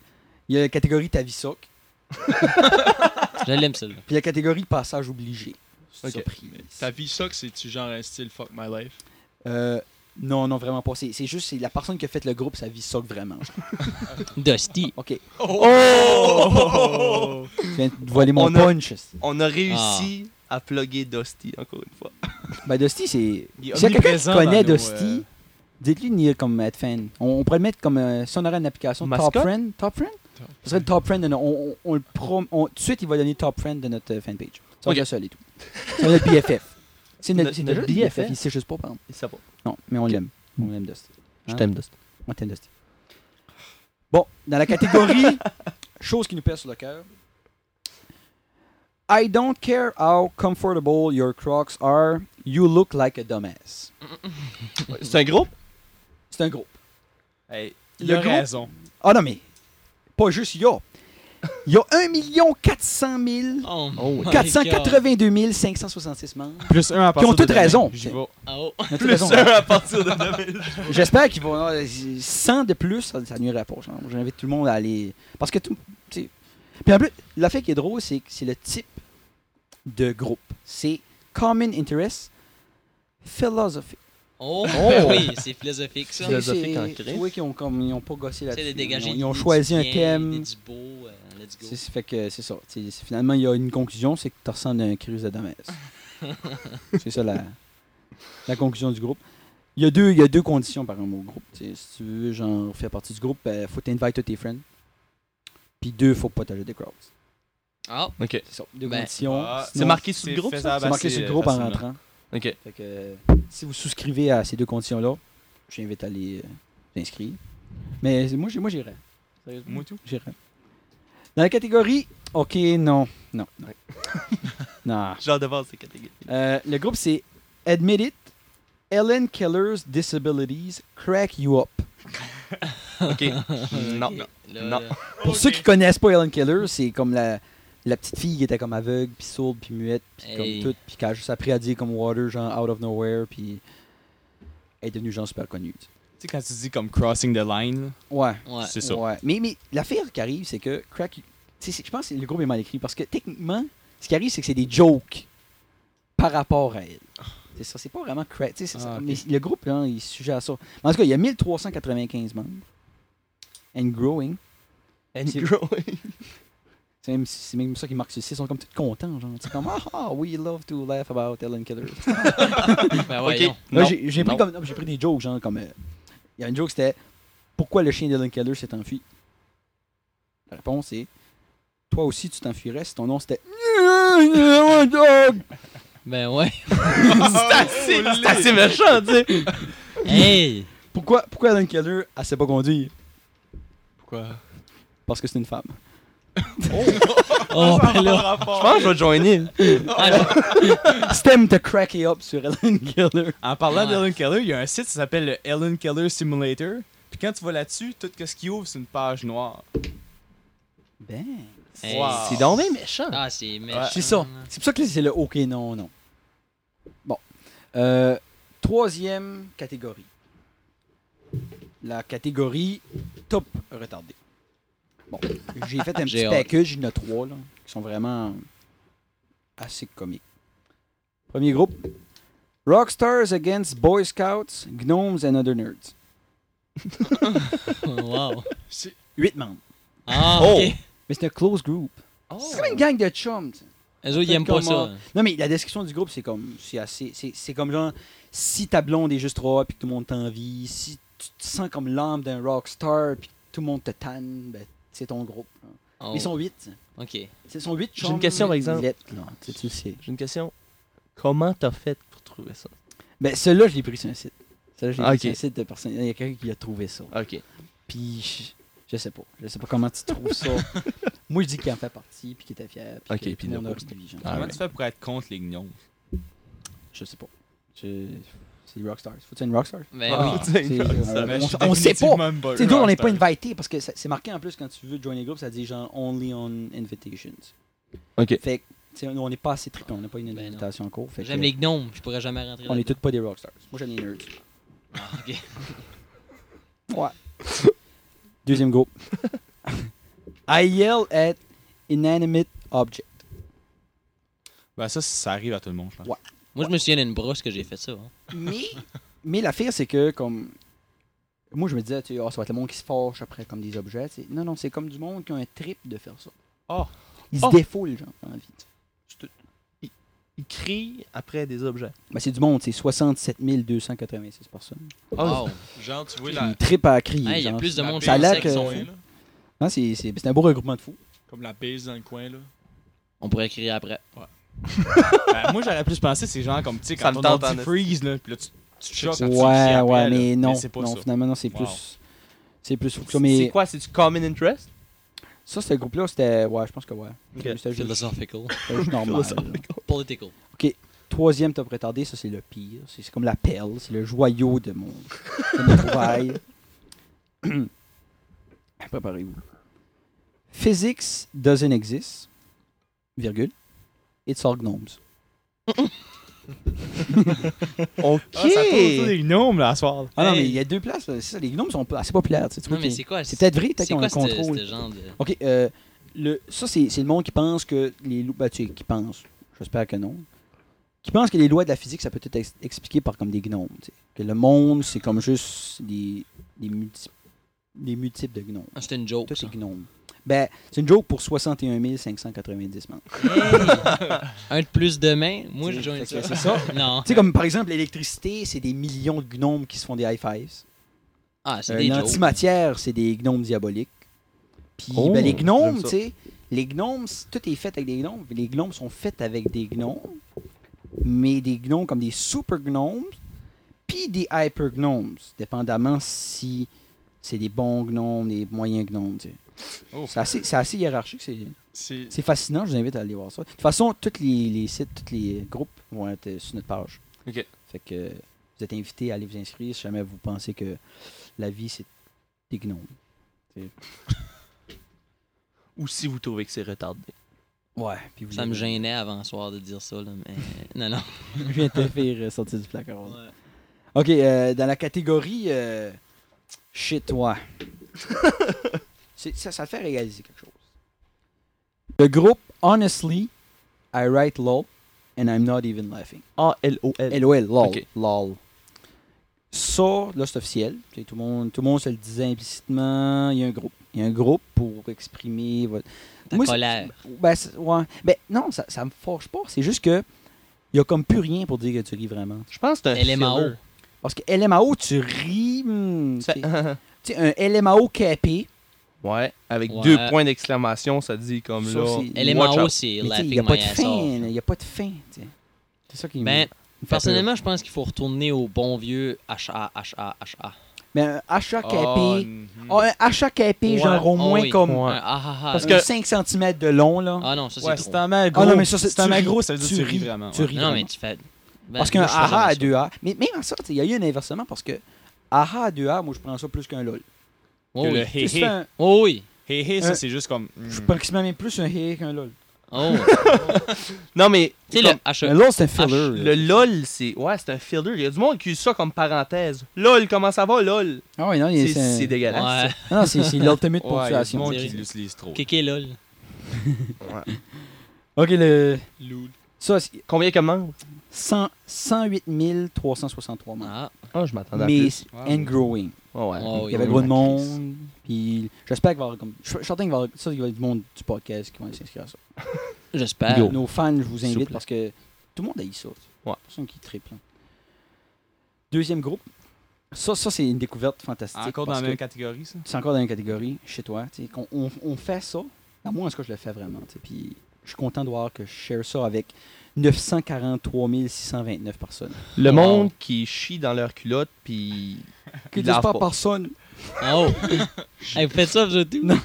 Speaker 9: Il y a la catégorie ta vie soc.
Speaker 11: Je l'aime, celle-là.
Speaker 9: Puis la catégorie passage obligé. Surprise.
Speaker 10: Ta vie soc, c'est-tu genre un style fuck my life?
Speaker 9: Euh, non, non, vraiment pas. C'est c'est juste c'est la personne qui a fait le groupe, sa vie soc vraiment.
Speaker 11: Dusty.
Speaker 9: OK.
Speaker 4: Oh!
Speaker 9: Tu viens de voler mon
Speaker 4: a-
Speaker 9: punch.
Speaker 4: on a réussi à plugger Dusty, encore une fois.
Speaker 9: Ben, Dusty, c'est.
Speaker 4: Il est
Speaker 9: Si y a quelqu'un qui
Speaker 4: omniprésent
Speaker 9: connaît
Speaker 4: dans nos, euh,
Speaker 9: Dusty, dites-lui de venir comme être fan. On, on pourrait le mettre comme. euh, si on aurait une application
Speaker 4: Mascotte?
Speaker 9: Top Friend. Top Friend Ce serait le Top Friend de notre. On, on- on le prom- on- tout de suite, il va donner Top Friend de notre euh, fanpage. Ça
Speaker 4: Ok.
Speaker 9: va être le seul et tout. C'est notre BFF. C'est notre,
Speaker 4: Notre-
Speaker 9: c'est déjà
Speaker 4: notre
Speaker 9: notre BFF.
Speaker 4: BFF.
Speaker 9: Il sait juste pas, par exemple.
Speaker 4: Il sait pas.
Speaker 9: Non, mais on l'aime. On l'aime, Dusty.
Speaker 4: Je
Speaker 9: Hein?
Speaker 4: t'aime, Dusty.
Speaker 9: On t'aime, Dusty. Bon, dans la catégorie choses qui nous pèsent sur le cœur. I don't care how comfortable your Crocs are, you look like a dumbass.
Speaker 4: C'est un groupe?
Speaker 9: C'est un groupe.
Speaker 12: Hey,
Speaker 9: Le groupe- Ah non, mais pas juste y'a. Il y a 1 400 000 Oh,
Speaker 12: my
Speaker 9: 482 566 membres.
Speaker 12: Plus un à
Speaker 9: Qui
Speaker 12: partir
Speaker 9: ont
Speaker 12: de
Speaker 9: toutes
Speaker 12: demain.
Speaker 9: raison.
Speaker 12: J'y vais.
Speaker 11: Ah oh.
Speaker 9: Ils ont toutes
Speaker 12: Plus
Speaker 9: raison.
Speaker 12: un à partir de demain.
Speaker 9: J'espère qu'ils vont. 100 de plus, ça, ça nuirait pas. genre. J'invite tout le monde à aller. Parce que tout. tu sais. Puis en plus, l'affaire qui est drôle, c'est que c'est le type de groupe. C'est Common Interest Philosophy.
Speaker 11: Oh,
Speaker 9: Oh.
Speaker 11: ben oui, c'est philosophique, ça.
Speaker 9: C'est- c'est- Tu vois qu'ils ont comme. Ils ont pas gossé
Speaker 11: C'est
Speaker 9: là-dessus.
Speaker 11: de dégager
Speaker 9: Ils ont- ils
Speaker 11: l'idée
Speaker 9: ont
Speaker 11: du
Speaker 9: choisi un
Speaker 11: bien,
Speaker 9: thème.
Speaker 11: l'idée du beau, euh, let's go.
Speaker 9: C'est c'est fait que c'est ça. Tu sais, Finalement, il y a une conclusion, c'est que tu ressembles à un crise de Damas. c'est ça la, la conclusion du groupe. Il y, a deux, il y a deux conditions par exemple au groupe. Tu sais, si tu veux genre faire partie du groupe, il faut t'inviter tous tes friends. Puis deux, faut pas t'ajouter des crowds.
Speaker 11: Ah,
Speaker 4: ok.
Speaker 9: C'est ça. Deux
Speaker 11: Ben,
Speaker 9: conditions.
Speaker 4: ah,
Speaker 9: Sinon-
Speaker 4: c'est marqué sur le groupe, ça?
Speaker 9: C'est marqué sur le groupe en rentrant.
Speaker 4: Ok.
Speaker 9: Fait que, euh, si vous souscrivez à ces deux conditions-là, je t'invite à les euh, t'inscrire. Mais moi, j'ai- moi j'irai.
Speaker 12: Moi tout.
Speaker 9: J'irai. Dans la catégorie, ok, non, non, non. non.
Speaker 4: Genre devant ces catégories.
Speaker 9: Euh, le groupe, c'est Admit It, Ellen Keller's Disabilities Crack You Up.
Speaker 4: Ok. Mm, Hmm, non.
Speaker 9: Ok.
Speaker 4: Non. Non.
Speaker 9: Pour ceux qui connaissent pas Ellen Keller, c'est comme la, la petite fille qui était comme aveugle, puis sourde, puis muette, puis
Speaker 11: Hey.
Speaker 9: comme tout, puis qui a juste appris à dire comme water, genre out of nowhere, puis elle est devenue genre super connue. tu sais.
Speaker 12: Tu sais, quand tu dis comme crossing the line,
Speaker 9: Ouais.
Speaker 12: là, c'est ça.
Speaker 9: Ouais. Mais, mais l'affaire qui arrive, c'est que Crack. tu sais, c'est- Je pense que le groupe est mal écrit parce que techniquement, ce qui arrive, c'est que c'est des jokes par rapport à elle. C'est ça, c'est pas vraiment Crack. tu sais, c'est-
Speaker 12: Ah, ok.
Speaker 9: mais le groupe, là, il est sujet à ça. Mais en tout cas, il y a 1395 membres. And growing.
Speaker 4: And
Speaker 9: C'est-
Speaker 4: growing.
Speaker 9: C'est même, c'est même ça qu'ils marquent ceci, ils sont comme tout contents, genre. C'est comme, ah, ah, we love to laugh about Ellen Keller.
Speaker 11: Ben
Speaker 9: Ok.
Speaker 11: voyons.
Speaker 9: Là,
Speaker 11: Non.
Speaker 9: j'ai, j'ai pris
Speaker 11: Non.
Speaker 9: comme, non, j'ai pris des jokes, genre, comme. euh, Il y a une joke, c'était Pourquoi le chien d'Ellen Keller s'est enfui La réponse est Toi aussi, tu t'enfuirais si ton nom c'était.
Speaker 11: Ben ouais. Ah,
Speaker 9: c'est
Speaker 11: assez- c'est assez méchant,
Speaker 9: tu sais.
Speaker 11: Hey!
Speaker 9: Pourquoi, pourquoi Ellen Keller, elle sait pas conduire
Speaker 10: Pourquoi
Speaker 9: Parce que c'est une femme.
Speaker 11: Oh, ben là. Ah,
Speaker 4: Je pense que je vais te joigner.
Speaker 9: Stem te cracker up sur Ellen Keller.
Speaker 12: En parlant d'Ellen Keller, il y a un site qui s'appelle le Ellen Keller Simulator. Puis quand tu vas là-dessus, tout ce qui ouvre, c'est une page noire.
Speaker 9: Ben.
Speaker 12: Hey. Wow.
Speaker 9: C'est donc bien méchant.
Speaker 11: Ah, c'est méchant. hein.
Speaker 9: C'est ça. C'est pour ça que c'est le OK, non, non. Bon. Euh, troisième catégorie. La catégorie top retardé. Bon, j'ai fait un
Speaker 11: J'ai hâte.
Speaker 9: petit package, il y en a trois, là, qui sont vraiment assez comiques. Premier groupe Rockstars Against Boy Scouts, Gnomes and Other Nerds.
Speaker 11: wow.
Speaker 9: Huit membres.
Speaker 11: Ah,
Speaker 9: Oh!
Speaker 11: ok.
Speaker 9: Mais c'est un close group.
Speaker 11: Oh.
Speaker 9: C'est comme une gang de chums. tu sais.
Speaker 11: Eux autres, ils aiment pas
Speaker 9: Comme,
Speaker 11: ça.
Speaker 9: euh, Non, mais la description du groupe, c'est comme. C'est assez. C'est, c'est comme genre. Si ta blonde est juste roi puis que tout le monde t'envie, si tu te sens comme l'âme d'un rockstar puis que tout le monde te tanne, ben, c'est ton groupe. là.
Speaker 11: Oh.
Speaker 9: Mais Ils sont huit.
Speaker 11: Ok.
Speaker 9: Ils sont huit
Speaker 4: J'ai une question, par exemple.
Speaker 9: tu sais.
Speaker 4: J'ai une question. Comment t'as fait pour trouver ça?
Speaker 9: Ben, ceux-là, je l'ai pris sur un site. Ceux-là, je l'ai
Speaker 4: Ah,
Speaker 9: pris
Speaker 4: ok.
Speaker 9: sur un site de personne. Il y a quelqu'un qui a trouvé ça.
Speaker 4: OK.
Speaker 9: Puis, je, je sais pas. Je sais pas comment tu trouves ça. Moi, je dis qu'il en fait partie puis qu'il était fier. Puis
Speaker 12: Ok,
Speaker 9: que
Speaker 12: puis
Speaker 9: tout le
Speaker 12: le
Speaker 9: monde a
Speaker 12: poste.
Speaker 9: ri, genre.
Speaker 4: Ah,
Speaker 12: Comment tu fais pour être contre les gnomes
Speaker 9: Je sais pas. Je- C'est Rockstars. Faut-tu une Rockstars?
Speaker 12: Ben Ah, oui.
Speaker 9: C'est-
Speaker 12: c'est une
Speaker 9: on-
Speaker 12: Rockstar. Mais je suis
Speaker 9: On, on sait
Speaker 12: définitivement
Speaker 9: pas.
Speaker 12: une bonne
Speaker 9: Tu sais, nous, on n'est pas
Speaker 12: Rockstar.
Speaker 9: invité parce que ça- c'est marqué en plus quand tu veux join les groupes, ça dit genre only on invitations.
Speaker 4: OK.
Speaker 9: Fait que, tu sais, nous, on n'est pas assez trippés, on n'a pas une invitation en cours. Fait que-
Speaker 11: J'aime les gnomes, je pourrais jamais rentrer
Speaker 9: On
Speaker 11: là-dedans.
Speaker 9: n'est tous pas des Rockstars. Moi, j'aime les nerds.
Speaker 11: Ah, ok.
Speaker 9: Ouais. Deuxième groupe. I yell at inanimate object.
Speaker 12: Ben ça, ça arrive à tout le monde, je pense.
Speaker 9: Ouais.
Speaker 11: Moi, je me souviens d'une brosse que j'ai fait ça. hein.
Speaker 9: Mais, mais l'affaire, c'est que, comme. Moi, je me disais, tu sais, Ah, ça va être le monde qui se fâche après, comme des objets. tu sais. Non, non, c'est comme du monde qui a un trip de faire ça.
Speaker 4: Oh.
Speaker 9: Ils
Speaker 4: Oh.
Speaker 9: se défoulent, genre, dans la vie.
Speaker 4: Ils crient après des objets.
Speaker 9: Ben, c'est du monde, c'est 67 286 personnes.
Speaker 10: Oh. Genre, tu vois la-
Speaker 9: Une trip à crier.
Speaker 10: Hey, il y a
Speaker 9: genre.
Speaker 10: plus de monde
Speaker 9: ça a
Speaker 10: qui
Speaker 9: l'air
Speaker 10: sait qu'ils
Speaker 9: que-
Speaker 10: sont fous, là.
Speaker 9: Non, c'est c'est- c'est un beau regroupement de fous.
Speaker 10: Comme la bise dans le coin, là.
Speaker 11: On pourrait crier après.
Speaker 10: Ouais.
Speaker 12: Ben, moi, j'aurais plus pensé, c'est genre comme, tu sais,
Speaker 10: Ça
Speaker 12: quand
Speaker 10: me
Speaker 12: ton
Speaker 10: tente,
Speaker 12: ordi
Speaker 10: en
Speaker 12: freeze, là, puis là, tu, tu choques.
Speaker 9: Ouais,
Speaker 12: tu cries
Speaker 9: ouais,
Speaker 12: après, là.
Speaker 9: mais non.
Speaker 12: c'est pas
Speaker 9: non,
Speaker 12: ça.
Speaker 9: finalement, non, c'est
Speaker 12: Wow.
Speaker 9: plus. C'est plus fou que ça.
Speaker 4: C'est
Speaker 9: Mais
Speaker 4: quoi? C'est du common interest?
Speaker 9: ça, ce groupe-là, c'était. Ouais, je pense que ouais. C'était juste-
Speaker 11: Philosophical.
Speaker 9: c'était juste normal.
Speaker 11: Philosophical. Political.
Speaker 9: OK. Troisième top retardé, ça c'est le pire. C'est c'est comme la perle, c'est le joyau de mon de mes trouvailles. Préparez-vous. Physics doesn't exist, virgule. It's all gnomes. OK.
Speaker 12: Ah, ça tourne les gnomes, là, à soir.
Speaker 9: Ah non, mais il y a deux places. là. C'est ça, les gnomes sont pas- assez populaires. tu sais, tu
Speaker 11: Non,
Speaker 9: vois
Speaker 11: mais
Speaker 9: qu'il-
Speaker 11: c'est quoi,
Speaker 9: C'est peut-être vrai, peut-être
Speaker 11: c'est
Speaker 9: qu'on
Speaker 11: quoi
Speaker 9: le
Speaker 11: ce- ce
Speaker 9: contrôle.
Speaker 11: genre de-
Speaker 9: OK, euh, le, ça, c'est c'est le monde qui pense que les lois... Bah, tu sais, qui pense. J'espère que non. Qui pense que les lois de la physique, ça peut être ex- expliqué par comme des gnomes. tu sais. Que le monde, c'est comme juste des, des, multi- des multiples de gnomes.
Speaker 11: Ah, C'était une joke.
Speaker 9: Tout est gnome. Ben, c'est une joke pour 61 590 membres.
Speaker 11: Un de plus demain, moi je joins
Speaker 9: Fait
Speaker 11: ça.
Speaker 9: que C'est ça.
Speaker 11: Non.
Speaker 9: Tu sais, comme par exemple, l'électricité, c'est des millions de gnomes qui se font des high-fives.
Speaker 11: Ah, c'est
Speaker 9: Euh,
Speaker 11: des jokes.
Speaker 9: L'antimatière, c'est des gnomes diaboliques. Puis
Speaker 11: Oh,
Speaker 9: ben, les
Speaker 11: j'aime
Speaker 9: gnomes,
Speaker 11: ça.
Speaker 9: tu sais, les gnomes, c- tout est fait avec des gnomes. Les gnomes sont faits avec des gnomes, mais des gnomes comme des super gnomes, puis des hyper gnomes, dépendamment si c'est des bons gnomes, des moyens gnomes. tu sais.
Speaker 10: Oh.
Speaker 9: C'est assez, c'est assez hiérarchique. c'est-
Speaker 10: C'est-
Speaker 9: C'est fascinant, je vous invite à aller voir ça. De toute façon, tous les, les sites, tous les groupes vont être euh, sur notre page.
Speaker 4: OK.
Speaker 9: Fait que euh, vous êtes invités à aller vous inscrire si jamais vous pensez que la vie, c'est des gnomes. C'est-
Speaker 4: Ou si vous trouvez que c'est retardé.
Speaker 9: Ouais, puis vous
Speaker 11: Ça me gênait avant soir de dire ça, là, mais. Non, non.
Speaker 9: Je viens de te faire euh, sortir du placard. OK, euh, dans la catégorie euh, chez toi, C'est- ça, ça te fait réaliser quelque chose. le groupe Honestly, I write LOL and I'm not even laughing.
Speaker 4: A-L-O-L.
Speaker 9: LOL, LOL.
Speaker 4: Ok.
Speaker 9: lol. Ça, là, c'est officiel. Tu sais, Tout le, monde, tout le monde se le disait implicitement. Il y a un groupe. Il y a un groupe pour exprimer votre.
Speaker 11: Ta
Speaker 9: c'est-
Speaker 11: colère.
Speaker 9: Ben, c'est- ouais. Ben, non, ça, ça me forge pas. C'est juste que il y a comme plus rien pour dire que tu ris vraiment.
Speaker 4: Je pense que c'est un
Speaker 9: LMAO.
Speaker 4: filler.
Speaker 9: Parce que LMAO, tu ris. hmm, tu sais, tu sais, un LMAO capé.
Speaker 4: Ouais, avec
Speaker 9: Ouais.
Speaker 4: deux points d'exclamation, ça dit comme
Speaker 9: ça,
Speaker 4: là.
Speaker 9: c'est-
Speaker 4: watch out.
Speaker 9: Mais tu sais, Il n'y a pas de fin. là. Il n'y a pas de fin. tu sais. C'est ça qui me-
Speaker 11: Ben,
Speaker 9: me fait
Speaker 11: personnellement, je pense qu'il faut retourner au bon vieux HA, HA, HA.
Speaker 9: Mais un achat capé,
Speaker 11: Oh,
Speaker 9: oh, un achat capé,
Speaker 11: Ouais.
Speaker 9: genre au
Speaker 11: Oh,
Speaker 9: moins
Speaker 11: oui.
Speaker 9: comme
Speaker 11: Ouais. Ah, ah, ah. Parce
Speaker 9: parce que
Speaker 11: que-
Speaker 9: 5 cm de long là.
Speaker 11: Ah non, ça, c'est
Speaker 9: Ouais,
Speaker 11: trop.
Speaker 9: c'est un mal gros. Ah non, mais ça, c'est-
Speaker 12: C'est un
Speaker 9: tu
Speaker 12: mal
Speaker 9: ris-
Speaker 12: gros, ça veut dire
Speaker 9: tu
Speaker 12: que tu ris
Speaker 9: ris,
Speaker 12: vraiment.
Speaker 9: tu
Speaker 12: ouais.
Speaker 9: ris
Speaker 11: Non, mais tu fais. Ben,
Speaker 9: parce qu'un
Speaker 11: moi, je fais
Speaker 9: aha à
Speaker 11: jamais
Speaker 9: 2A, mais même ça, tu sais, il y a eu une inversement parce que aha à 2A, moi je prends ça plus qu'un lol.
Speaker 12: Oh oui.
Speaker 9: Tu sais, c'est un-
Speaker 11: Oh oui.
Speaker 12: Hé hé, ça
Speaker 9: Un-
Speaker 12: c'est juste comme.
Speaker 9: Euh,
Speaker 12: hmm.
Speaker 9: Je prends quasiment même plus un hé qu'un lol.
Speaker 11: Oh.
Speaker 4: Non, mais.
Speaker 11: Tu sais,
Speaker 4: comme-
Speaker 11: le H-
Speaker 9: Le LOL, c'est un filler, H- là.
Speaker 4: E Le LOL, c'est. Ouais, c'est un filler. Il y a du monde qui use ça comme parenthèse. LOL, comment ça va, LOL?
Speaker 9: Ah oui, non, il y a-
Speaker 4: C'est-
Speaker 9: un-
Speaker 4: C'est dégueulasse.
Speaker 11: Ouais.
Speaker 4: ça.
Speaker 9: Non, c'est c'est l'ultimate
Speaker 12: Ouais, il y a du
Speaker 9: ponctuation.
Speaker 12: monde qui l'utilise trop.
Speaker 11: Kéké lol.
Speaker 9: OK le
Speaker 11: Loul.
Speaker 9: Ça c'est-
Speaker 4: Combien que membres
Speaker 9: 100 108 363 membres.
Speaker 11: Ah,
Speaker 4: je m'attendais à
Speaker 9: Mais
Speaker 4: plus. Ah
Speaker 9: and growing.
Speaker 4: ouais.
Speaker 9: Il y avait gros de monde. Puis j'espère qu'il va y avoir comme. Je suis certain qu'il va y avoir ça, il va y avoir du monde du podcast qui va s'inscrire à ça.
Speaker 11: J'espère.
Speaker 9: Yo. Nos fans, je vous
Speaker 11: S'il vous
Speaker 9: invite
Speaker 11: plaît.
Speaker 9: parce que tout le monde a eu ça.
Speaker 4: Ouais.
Speaker 9: Personne qui triple. hein. Deuxième groupe. Ça, ça c'est une découverte fantastique.
Speaker 12: Encore dans
Speaker 9: parce
Speaker 12: la même
Speaker 9: que
Speaker 12: catégorie, ça?
Speaker 9: C'est encore dans la même catégorie, chez toi. tu sais, qu'on- on, on fait ça. À moi, en tout cas, je le fais vraiment. tu sais, Puis je suis content de voir que je share ça avec 943 629 personnes.
Speaker 4: Le monde qui chie dans leur culotte, puis.
Speaker 9: Qui
Speaker 4: ils
Speaker 9: disent
Speaker 4: lavent
Speaker 9: pas personne.
Speaker 11: Oh! hey, vous faites ça, vous autres?
Speaker 9: Non.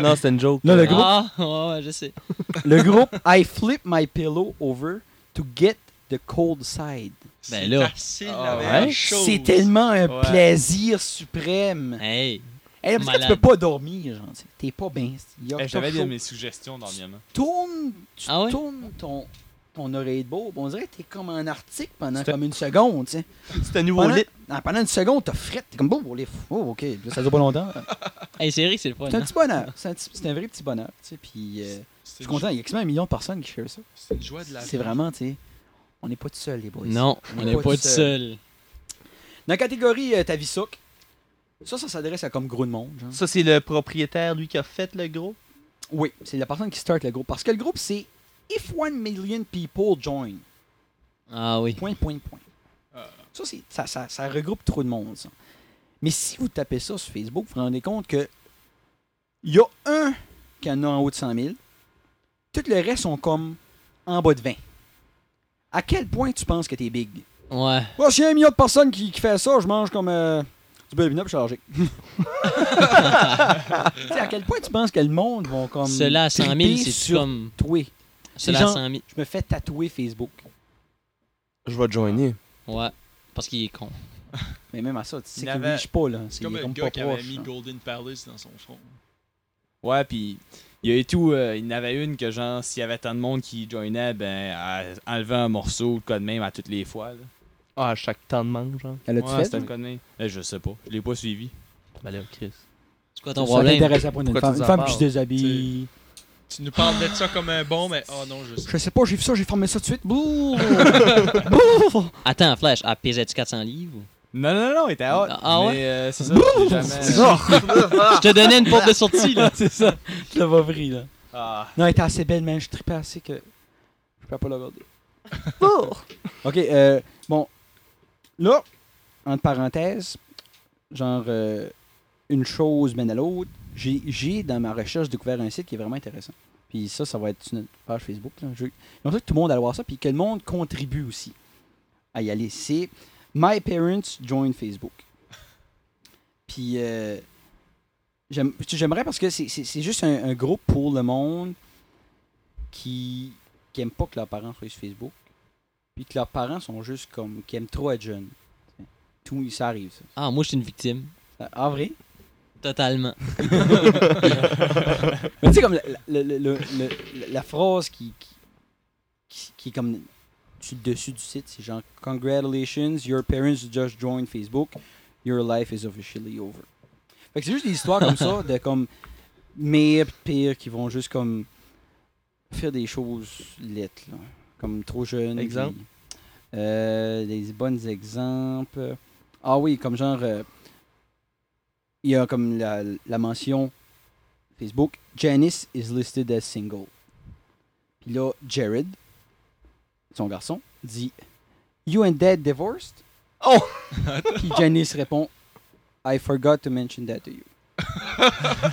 Speaker 4: Non, c'était une joke.
Speaker 9: Non, le groupe.
Speaker 11: Ah, ouais, ouais, je sais.
Speaker 9: Le groupe I flip my pillow over to get the cold side.
Speaker 11: Ben là.
Speaker 10: C'est
Speaker 11: Ah,
Speaker 9: Hein?
Speaker 11: ouais.
Speaker 9: C'est tellement un plaisir suprême.
Speaker 11: Hey.
Speaker 9: Hey, parce que tu
Speaker 11: Malade.
Speaker 9: peux pas dormir, genre. tu sais, T'es pas bien. il y a
Speaker 12: Eh, J'avais
Speaker 9: quelque chose.
Speaker 12: des- mes suggestions dernièrement.
Speaker 9: Tourne, tu
Speaker 11: Ah ouais?
Speaker 9: tournes ton, ton oreille de bourbe. On dirait que t'es comme un article pendant comme une seconde, tu sais.
Speaker 4: C'est un nouveau
Speaker 9: pendant,
Speaker 4: lit.
Speaker 9: non, pendant une seconde, t'as frette. T'es comme, bon, oh, les- oh, ok. Puis là, ça dure pas longtemps.
Speaker 11: Hey, c'est vrai que c'est le fun.
Speaker 9: C'est un
Speaker 11: hein?
Speaker 9: petit bonheur. C'est un, petit- c'est un vrai petit bonheur, tu sais. Puis, euh, je suis content. Il y a quasiment un million de personnes qui share ça.
Speaker 10: C'est une joie de la
Speaker 9: C'est vraiment, tu sais, on n'est pas tout seul, les boys.
Speaker 11: Non, on n'est pas tout seul.
Speaker 9: Dans la catégorie euh, Tavisouk, ça, ça s'adresse à comme gros de monde. genre.
Speaker 4: Ça, c'est le propriétaire, lui, qui a fait le groupe.
Speaker 9: Oui, c'est la personne qui start le groupe. Parce que le groupe, c'est If one million people join.
Speaker 11: Ah oui.
Speaker 9: Point, point, point.
Speaker 10: Ah.
Speaker 9: Ça, c'est- ça, ça, ça regroupe trop de monde, ça. Mais si vous tapez ça sur Facebook, vous vous rendez compte que il y a un qui en a en haut de 100 000. Tout le reste sont comme en bas de 20. À quel point tu penses que t'es big?
Speaker 11: Ouais.
Speaker 9: Moi, s'il y a un million de personnes qui, qui fait ça, je mange comme euh, du baby puis je suis allergique. Tu sais, à quel point tu penses que le monde va comme.
Speaker 11: Ceux-là à 100 000,
Speaker 9: triper
Speaker 11: c'est
Speaker 9: sur
Speaker 11: comme-
Speaker 9: toi?
Speaker 11: Ceux-là
Speaker 9: C'est
Speaker 11: à
Speaker 9: genre,
Speaker 11: 100 000.
Speaker 9: Je me fais tatouer Facebook.
Speaker 4: Je vais te joindre.
Speaker 11: Ouais. Parce qu'il est con.
Speaker 9: Mais même à ça, tu sais
Speaker 10: Il
Speaker 9: qu'il
Speaker 10: avait-
Speaker 9: reach pas, là.
Speaker 10: C'est
Speaker 9: C'est
Speaker 10: comme
Speaker 9: il est
Speaker 10: le
Speaker 9: comme
Speaker 10: gars
Speaker 9: pas
Speaker 10: qui avait
Speaker 9: proche,
Speaker 10: mis
Speaker 9: là.
Speaker 10: Golden Palace dans son front.
Speaker 12: Ouais, puis il y a eu tout. euh, il y en avait une que, genre, s'il y avait tant de monde qui joinait, ben, elle enlevait un morceau, ou de quoi de même, à toutes les fois. Là.
Speaker 4: Ah, à chaque temps de manque, genre.
Speaker 9: Elle a-tu
Speaker 12: ouais,
Speaker 9: fait,
Speaker 12: c'était
Speaker 9: ouais?
Speaker 12: de quoi de même? Eh, je sais pas. Je l'ai pas suivi.
Speaker 4: Ben là, Chris.
Speaker 11: C'est quoi ton
Speaker 9: Ça
Speaker 11: problème?
Speaker 9: t'intéresse à point d'une
Speaker 11: Pourquoi tu
Speaker 9: femme. Une
Speaker 11: nous en
Speaker 9: femme qui se
Speaker 11: parles?
Speaker 9: déshabille.
Speaker 10: Tu nous parles de ça comme un bon, mais oh non, je sais.
Speaker 9: Je sais pas, j'ai vu ça, j'ai formé ça tout de suite. Bouh! Bouh!
Speaker 11: Attends, Flash, ah, elle pesait-tu 400 livres? ou?
Speaker 12: Non, non, non, il était hot.
Speaker 11: Ah ouais?
Speaker 12: Mais, euh, c'est ça.
Speaker 9: Bouh!
Speaker 12: j'ai jamais-
Speaker 11: Je te donnais une porte de sortie, là.
Speaker 9: C'est ça. Tu l'as pas pris, là.
Speaker 12: Ah.
Speaker 9: Non, elle était assez belle, man. Je tripais assez que. Je peux pas la regarder. Bouh! ok, euh, bon. Là, entre parenthèses, genre, euh, une chose mène à l'autre. J'ai- J'ai, dans ma recherche, découvert un site qui est vraiment intéressant. Puis ça, ça va être sur notre page Facebook. Là. Je... Ils ont dit que tout le monde allait voir ça, puis que le monde contribue aussi à y aller. C'est My Parents Join Facebook. Puis euh, j'aime- tu sais, j'aimerais parce que c'est- c'est c'est juste un, un groupe pour le monde qui qui aime pas que leurs parents soient sur Facebook. Puis que leurs parents sont juste comme. qui aiment trop être jeunes. Tout, ça arrive, ça.
Speaker 11: Ah, moi, je suis une victime.
Speaker 9: Euh, En vrai?
Speaker 11: Totalement.
Speaker 9: Mais tu sais, comme la, la- le- le- le- la phrase qui, qui, qui- qui est comme sur le dessus du site, c'est genre Congratulations, your parents just joined Facebook, your life is officially over. Fait que c'est juste des histoires comme ça, de comme meilleurs pis pires qui vont juste comme faire des choses lettres, là. comme trop jeunes.
Speaker 4: Exemple?
Speaker 9: puis, euh, des bons exemples. Ah oui, comme genre. euh, il y a comme la, la mention Facebook, Janice is listed as single. Puis là, Jared, son garçon, dit You and Dad divorced? Oh! Puis Janice répond I forgot to mention that to you.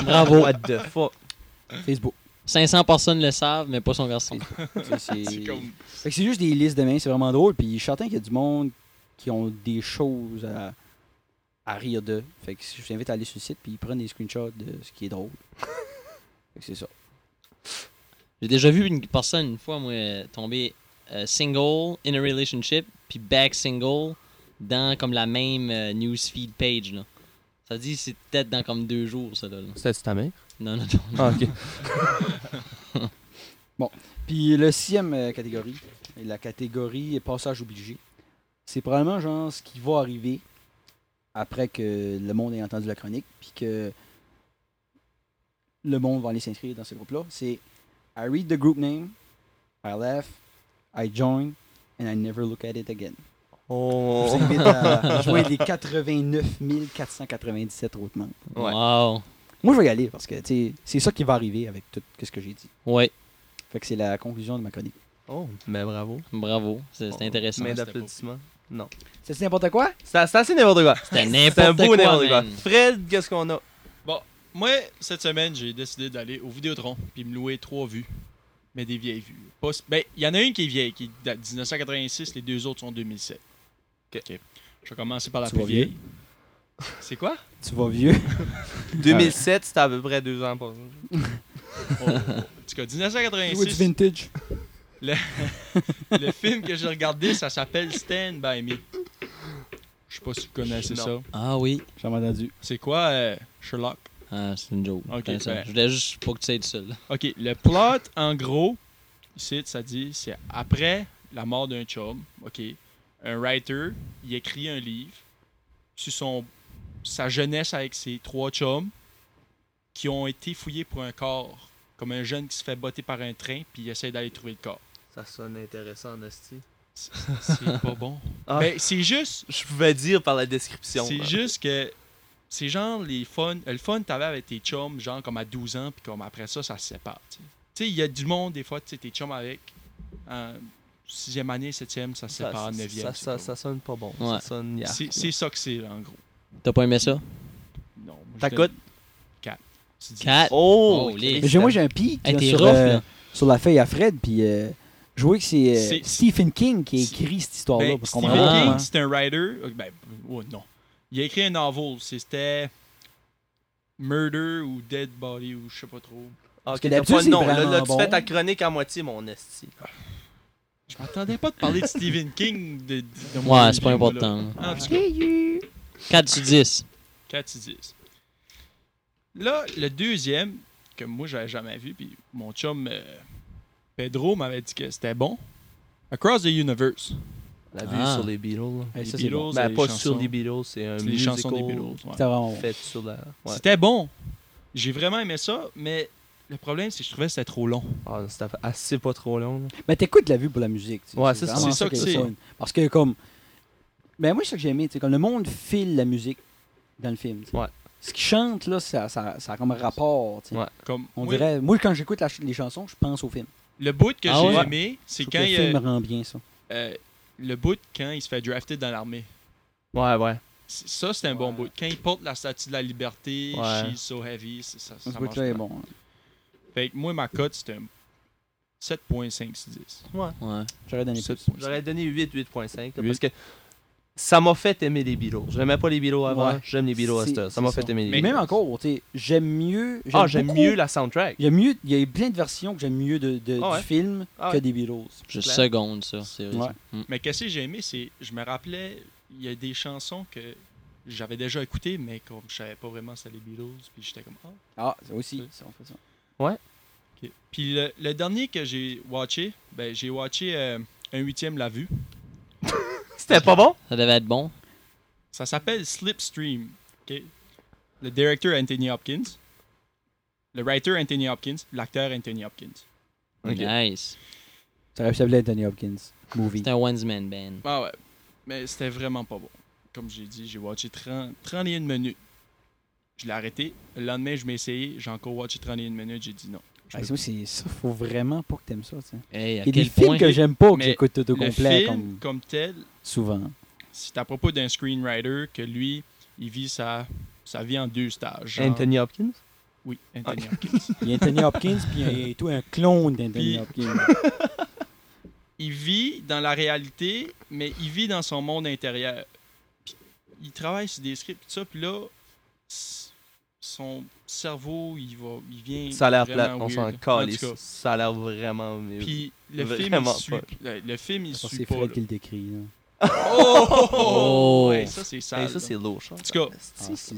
Speaker 11: Bravo.
Speaker 4: What the fuck?
Speaker 9: Facebook.
Speaker 11: 500 personnes le savent, mais pas son garçon.
Speaker 9: C'est- C'est Fait que c'est juste des listes de mains, c'est vraiment drôle. Puis je suis certain qu'il y a du monde qui ont des choses à, à rire de. Fait que je t'invite à aller sur le site puis ils prennent des screenshots de ce qui est drôle. fait que c'est ça.
Speaker 11: J'ai déjà vu une personne, une fois, moi, euh, tomber euh, single, in a relationship, puis back single, dans comme la même euh, newsfeed page. Là. Ça dit c'est peut-être dans comme deux jours, ça. Là, là.
Speaker 4: C'était-tu ta mère?
Speaker 11: Non, non, non.
Speaker 4: Ah, ok.
Speaker 9: Bon. Puis le sixième euh, catégorie, et la catégorie passage obligé, c'est probablement genre ce qui va arriver après que le monde ait entendu la chronique, puis que le monde va aller s'inscrire dans ce groupe-là. C'est I read the group name, I laugh, I join, and I never look at it again.
Speaker 4: Oh.
Speaker 9: Je vous invite à joindre les 89 497 autres membres.
Speaker 11: Ouais. Wow.
Speaker 9: Moi, je vais y aller parce que tu sais, c'est ça qui va arriver avec tout ce que j'ai dit.
Speaker 11: Ouais.
Speaker 9: Fait que c'est la conclusion de ma chronique.
Speaker 4: Oh, mais bravo.
Speaker 11: Bravo, c'est c'est intéressant.
Speaker 4: Mais d'applaudissements. Non.
Speaker 9: C'est n'importe quoi?
Speaker 4: C'est c'est assez n'importe quoi.
Speaker 11: C'était
Speaker 4: un
Speaker 11: n'importe
Speaker 4: beau
Speaker 11: quoi,
Speaker 4: n'importe quoi.
Speaker 11: man.
Speaker 4: Fred, qu'est-ce qu'on a?
Speaker 10: Bon, moi, cette semaine, j'ai décidé d'aller au Vidéotron puis me louer trois vues. Mais des vieilles vues. Pas s- ben, il y en a une qui est vieille, qui date de 1986, les deux autres sont 2007. OK. Je vais commencer par la
Speaker 9: Tu
Speaker 10: plus
Speaker 9: vas vieux.
Speaker 10: vieille. C'est quoi?
Speaker 9: Tu vas vieux.
Speaker 4: 2007, c'était à peu près deux ans pour
Speaker 10: Oh, en tout cas, 1986.
Speaker 9: Ou du vintage.
Speaker 10: Le, le film que j'ai regardé, ça s'appelle Stand By Me. Je sais pas si vous connaissez
Speaker 11: Non.
Speaker 10: ça.
Speaker 11: Ah oui.
Speaker 9: J'ai entendu.
Speaker 10: C'est quoi euh, Sherlock?
Speaker 11: Ah, c'est une joke.
Speaker 10: Ok,
Speaker 11: Attends ça.
Speaker 10: ben.
Speaker 11: Je voulais juste pas que tu sois le seul.
Speaker 10: OK, le plot, en gros, ici, ça dit, c'est après la mort d'un chum, OK, un writer, il écrit un livre sur son, sa jeunesse avec ses trois chums qui ont été fouillés pour un corps, comme un jeune qui se fait botter par un train puis il essaie d'aller trouver le corps.
Speaker 4: Ça sonne intéressant, Nasty.
Speaker 10: C'est pas bon.
Speaker 4: Ah.
Speaker 10: Ben, c'est juste.
Speaker 4: Je pouvais dire par la description.
Speaker 10: C'est
Speaker 4: là.
Speaker 10: juste que c'est genre les fun, le fun que t'avais avec tes chums, genre comme à 12 ans, puis comme après ça, ça se sépare. Tu sais. Tu sais, il y a du monde, des fois, tu sais, tes chums avec. En sixième année, septième, ça se
Speaker 4: Ça,
Speaker 10: sépare,
Speaker 4: ça-
Speaker 10: neuvième.
Speaker 4: ça-
Speaker 10: c'est
Speaker 4: ça-
Speaker 10: comme-
Speaker 4: ça sonne pas bon.
Speaker 11: Ouais.
Speaker 4: Ça sonne yark.
Speaker 10: C'est c'est ça que c'est, là, en gros.
Speaker 11: T'as pas aimé ça?
Speaker 10: Non. moi, je
Speaker 11: T'as
Speaker 10: donne
Speaker 11: cote?
Speaker 10: Quatre. Tu dis-
Speaker 11: Quatre?
Speaker 10: Oh,
Speaker 11: Holy
Speaker 9: Mais j'ai- moi, j'ai un pic
Speaker 11: Hey,
Speaker 9: là,
Speaker 11: t'es
Speaker 9: sur,
Speaker 11: rough,
Speaker 9: euh,
Speaker 11: là.
Speaker 9: sur la feuille à Fred, puis euh, je vois que c'est euh,
Speaker 10: C'est-
Speaker 9: Stephen King qui a écrit cette histoire-là.
Speaker 10: Ben,
Speaker 9: parce qu'on
Speaker 10: Stephen
Speaker 9: m'en parle,
Speaker 10: King,
Speaker 9: hein.
Speaker 10: c'est un writer. euh, Ben, oh, non. Il a écrit un novel. C'était Murder ou Dead Body ou je sais pas trop.
Speaker 4: Ah,
Speaker 10: Parce
Speaker 4: ok,
Speaker 10: que
Speaker 4: t'as
Speaker 10: d'habitude,
Speaker 4: pas le
Speaker 10: c'est
Speaker 4: nom. Là,
Speaker 10: vraiment
Speaker 4: là, tu
Speaker 10: bon.
Speaker 4: fais ta chronique à moitié, mon Nasty.
Speaker 10: Je m'attendais pas de parler de Stephen King. De, de- de mon
Speaker 11: Ouais, c'est pas
Speaker 10: livre,
Speaker 11: important.
Speaker 10: là. En tout cas,
Speaker 11: 4 sur 10.
Speaker 10: 4 sur 10. Là, le deuxième, que moi j'avais jamais vu, puis mon chum euh, Pedro m'avait dit que c'était bon. Across the Universe.
Speaker 4: La vue
Speaker 11: Ah.
Speaker 4: sur les Beatles.
Speaker 10: Les
Speaker 4: Ah. ça,
Speaker 10: Beatles,
Speaker 4: Ben,
Speaker 10: les
Speaker 4: pas
Speaker 10: chansons.
Speaker 4: sur les Beatles, c'est un
Speaker 10: C'est les chansons des
Speaker 4: musical
Speaker 10: Beatles, ouais.
Speaker 9: C'était vraiment bon.
Speaker 4: fait sur la... ouais.
Speaker 10: C'était bon. J'ai vraiment aimé ça, mais le problème, c'est que je trouvais que c'était trop long.
Speaker 4: Ah, c'était assez pas trop long. là.
Speaker 9: Mais t'écoutes la vue pour la musique. tu sais.
Speaker 4: Ouais, c'est ça.
Speaker 9: vraiment
Speaker 4: C'est ça que
Speaker 9: qui est
Speaker 4: c'est.
Speaker 9: fun. Parce que, comme. Ben, moi, c'est ça que j'ai aimé. tu sais, Comme le monde file la musique dans le film. tu sais.
Speaker 4: Ouais.
Speaker 9: Ce qu'ils chantent, là, ça, ça, ça a comme rapport. tu sais.
Speaker 4: Ouais.
Speaker 10: Comme,
Speaker 9: On
Speaker 10: moi,
Speaker 9: dirait. Moi, quand j'écoute la ch- les chansons, je pense au film.
Speaker 10: Le bout que
Speaker 9: Ah
Speaker 10: j'ai
Speaker 9: ouais?
Speaker 10: aimé, c'est
Speaker 9: Je trouve
Speaker 10: quand
Speaker 9: que
Speaker 10: il.
Speaker 9: Le film
Speaker 10: euh,
Speaker 9: rend bien ça.
Speaker 10: euh, le bout quand il se fait drafter dans l'armée.
Speaker 4: Ouais, ouais.
Speaker 10: C- Ça, c'est un bon bout. Quand il porte la statue de la liberté,
Speaker 4: Ouais.
Speaker 10: She's so heavy, c'est- ça, ça
Speaker 9: Ce
Speaker 10: marche
Speaker 9: bout-là est
Speaker 10: bien.
Speaker 9: bon. hein.
Speaker 10: Fait que moi, ma cote, c'était un 7.5 sur 10.
Speaker 4: Ouais.
Speaker 11: Ouais.
Speaker 9: J'aurais donné plus.
Speaker 10: 7.5.
Speaker 4: J'aurais donné 8, 8.5. là, Parce que ça m'a fait aimer les Beatles. J'aimais pas les Beatles avant,
Speaker 9: Ouais.
Speaker 4: j'aime les Beatles à
Speaker 9: C'est-
Speaker 4: cette heure. Ça
Speaker 9: c'est
Speaker 4: m'a fait aimer les
Speaker 9: Mais
Speaker 4: Beatles.
Speaker 9: même encore, tu sais, j'aime mieux.
Speaker 4: Ah, j'aime
Speaker 9: beaucoup-
Speaker 4: mieux la soundtrack.
Speaker 9: Il y a mieux, il y a plein de versions que j'aime mieux de, de-
Speaker 4: Ah ouais.
Speaker 9: du film
Speaker 4: Ah
Speaker 9: que
Speaker 4: ouais.
Speaker 9: des Beatles.
Speaker 11: Je
Speaker 4: Claire.
Speaker 11: seconde ça, c'est vrai.
Speaker 9: Ouais.
Speaker 11: Mm.
Speaker 10: Mais qu'est-ce que j'ai aimé, c'est. Je me rappelais, il y a des chansons que j'avais déjà écoutées, mais comme je savais pas vraiment c'était les Beatles, puis j'étais comme. Ah.
Speaker 9: Ah, ça aussi, ça, on fait ça.
Speaker 10: Ok. Puis le, le dernier que j'ai watché, ben j'ai watché euh, un huitième la vue.
Speaker 4: C'était pas bon?
Speaker 11: Ça devait être bon.
Speaker 10: Ça s'appelle Slipstream. ok? Le directeur Anthony Hopkins. Le writer Anthony Hopkins. L'acteur Anthony Hopkins.
Speaker 4: Ok.
Speaker 11: Nice.
Speaker 9: Ça aurait pu s'appeler Anthony Hopkins. Movie.
Speaker 11: C'est un one-man band.
Speaker 10: Ah ouais. Mais c'était vraiment pas bon. Comme j'ai dit, j'ai watché 30, 31 minutes. Je l'ai arrêté. Le lendemain, je m'ai essayé. J'ai encore watché 31 minutes. J'ai dit non. Je
Speaker 9: Ben,
Speaker 10: peux
Speaker 9: ça, c'est ça, faut vraiment pas que t'aimes ça. tu sais.
Speaker 11: Hey, à
Speaker 9: Il y a des
Speaker 11: quel
Speaker 9: films
Speaker 11: point-
Speaker 9: que j'aime pas que
Speaker 10: Mais
Speaker 9: j'écoute tout au
Speaker 10: le
Speaker 9: complet.
Speaker 10: film
Speaker 9: comme-
Speaker 10: comme tel,
Speaker 9: Souvent.
Speaker 10: c'est à propos d'un screenwriter que lui, il vit sa, sa vie en deux stages. genre-
Speaker 4: Anthony Hopkins?
Speaker 10: Oui, Anthony
Speaker 4: Ah.
Speaker 10: Hopkins.
Speaker 9: Il y a Anthony Hopkins, puis il y a tout un clone d'Anthony
Speaker 10: Puis-
Speaker 9: Hopkins.
Speaker 10: il vit dans la réalité, mais il vit dans son monde intérieur. Puis, il travaille sur des scripts, tout ça, puis là, s- son cerveau, il va, il vient.
Speaker 4: Ça a l'air
Speaker 10: vraiment
Speaker 4: plat, on s'en
Speaker 10: weird.
Speaker 4: calisse.
Speaker 10: En tout cas,
Speaker 4: Ça a l'air vraiment mieux.
Speaker 10: Puis le film,
Speaker 4: Vraiment
Speaker 10: il suit,
Speaker 4: pas.
Speaker 10: le, le film, il
Speaker 9: Attends,
Speaker 10: suit
Speaker 9: c'est
Speaker 10: pas.
Speaker 9: Fred
Speaker 10: là.
Speaker 9: qui le décrit. là.
Speaker 10: Oh!
Speaker 9: Oh!
Speaker 10: Ouais, ça, c'est sale.
Speaker 4: Hey, ça, c'est lourd, ça.
Speaker 10: En tout cas,
Speaker 4: Ah, c'est-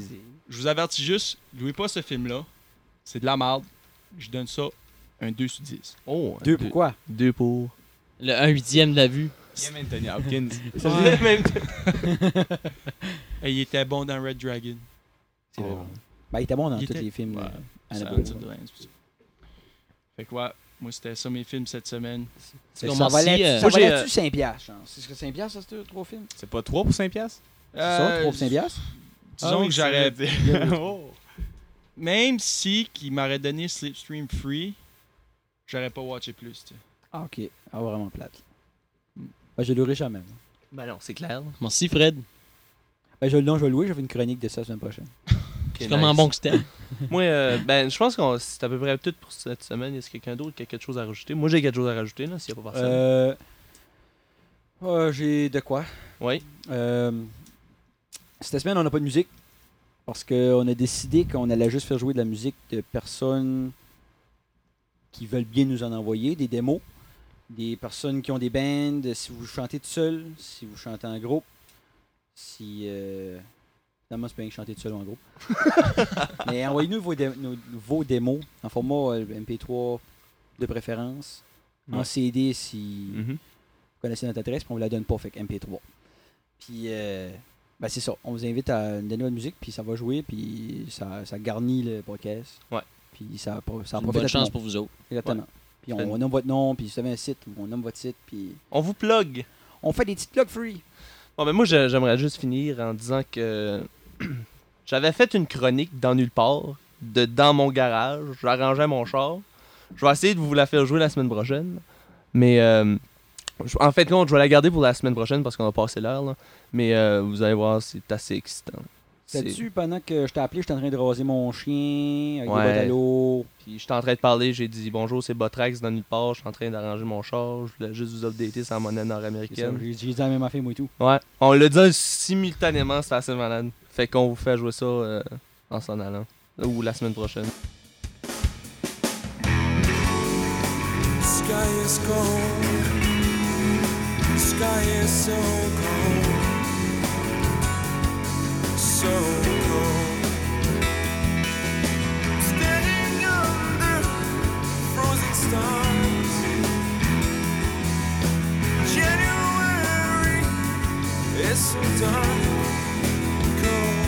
Speaker 10: je vous avertis juste, louez pas ce film-là. C'est de la merde. Je donne ça un 2 sur 10.
Speaker 4: Oh,
Speaker 9: Deux pourquoi?
Speaker 4: Deux pour.
Speaker 11: Le 1 huitième de la vue.
Speaker 10: Même Anthony Hopkins.
Speaker 11: Ça
Speaker 10: Ouais.
Speaker 11: faisait-
Speaker 10: Et il était bon dans Red Dragon.
Speaker 9: C'est vrai. Ben, il était bon dans
Speaker 10: Oh. Il
Speaker 9: tous
Speaker 10: était-
Speaker 9: les films. euh,
Speaker 10: C'est
Speaker 9: Annabelle.
Speaker 10: un titre de Lance, puis ça. Fait que ouais, moi c'était ça mes films cette semaine.
Speaker 9: Ça
Speaker 10: euh,
Speaker 9: valait ça valait-tu 5 piastres, je pense? C'est ce que 5 piastres, ça, c'est trois films?
Speaker 12: C'est pas 3 pour 5 piastres? Euh,
Speaker 9: C'est ça, 3 pour 5 piastres?
Speaker 12: Ah
Speaker 9: Ah
Speaker 10: Disons que j'aurais.
Speaker 12: Oh.
Speaker 10: Même si qu'il m'aurait donné Slipstream Free, j'aurais pas watché plus. tu sais.
Speaker 9: Ah, ok. Ah, vraiment plate. Ben, je le louerai jamais. moi.
Speaker 4: Ben non, c'est clair.
Speaker 11: Merci, Fred.
Speaker 9: Ben, je, non, je vais le louer, je vais faire une chronique de ça la semaine prochaine.
Speaker 4: Ok,
Speaker 11: comment
Speaker 4: nice.
Speaker 11: bon que c'était.
Speaker 4: Moi, euh, ben, je pense que c'est à peu près tout pour cette semaine. Est-ce que quelqu'un d'autre qui a quelque chose à rajouter? Moi, j'ai quelque chose à rajouter, là, s'il n'y a pas personne.
Speaker 9: Euh, euh, J'ai de quoi?
Speaker 4: Oui.
Speaker 9: Euh, cette semaine, on n'a pas de musique parce qu'on a décidé qu'on allait juste faire jouer de la musique de personnes qui veulent bien nous en envoyer, des démos, des personnes qui ont des bands, si vous chantez tout seul, si vous chantez en groupe, si... Euh, Finalement, c'est pas bien que chanter tout seul ou en groupe. Mais envoyez-nous vos, dé- nos- vos démos en format euh, MP3 de préférence, en
Speaker 4: Ouais.
Speaker 9: CD si
Speaker 11: Mm-hmm.
Speaker 4: Mhm.
Speaker 9: vous connaissez notre adresse, puis on vous la donne pas, fait que MP3. Puis, euh, ben c'est ça. On vous invite à une nouvelle musique, puis ça va jouer, puis ça, ça garnit le podcast.
Speaker 4: Ouais.
Speaker 9: Puis ça, pro- ça
Speaker 11: Une bonne
Speaker 9: profite à tout le
Speaker 11: chance
Speaker 9: monde.
Speaker 11: pour vous autres.
Speaker 9: Exactement.
Speaker 11: Ouais.
Speaker 9: Puis on, on nomme votre nom, puis si vous avez un site, on nomme votre site, puis
Speaker 4: On vous plug.
Speaker 9: on fait des petites plugs free.
Speaker 4: Bon, ben, moi, je- j'aimerais juste finir en disant que j'avais fait une chronique dans nulle part, de dans mon garage. J'arrangeais mon char. Je vais essayer de vous la faire jouer la semaine prochaine. Mais euh, je- en fait, compte, je vais la garder pour la semaine prochaine parce qu'on a passé l'heure. là. Mais euh, vous allez voir, c'est assez excitant. C'est-
Speaker 9: Sais-tu, pendant que je t'ai appelé, j'étais en train de raser mon chien, avec
Speaker 4: Ouais.
Speaker 9: des bottes à l'eau.
Speaker 4: Puis j'étais en train de parler, j'ai dit bonjour, c'est Botrax dans nulle part, je suis en train d'arranger mon char, je voulais juste vous updater sur la monnaie
Speaker 9: C'est ça,
Speaker 4: nord-américaine.
Speaker 9: J'ai j'ai dit la même affaire, moi et tout.
Speaker 4: Ouais, on l'a dit simultanément, c'est assez malade. Fait qu'on vous fait jouer ça euh, en s'en allant. Ou la semaine prochaine.
Speaker 13: Sky is cold. Sky is so cold. So cold. Standing under frozen stars. January is so dark and cold.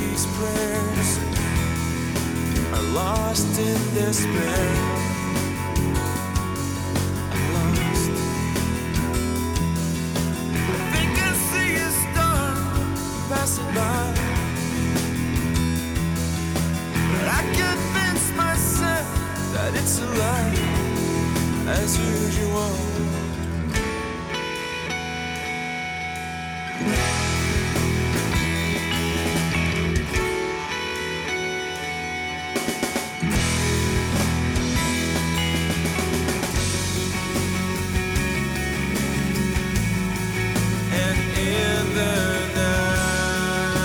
Speaker 13: these prayers are lost in despair. I'm lost. I think I see a star passing by, but I convince myself that it's a lie, as usual. And in the night,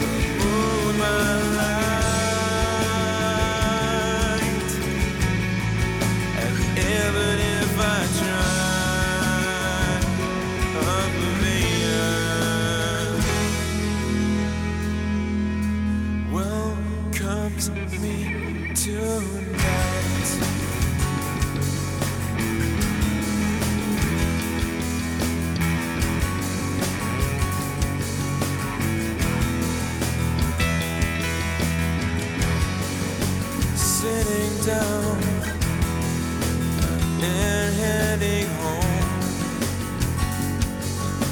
Speaker 13: the moonlight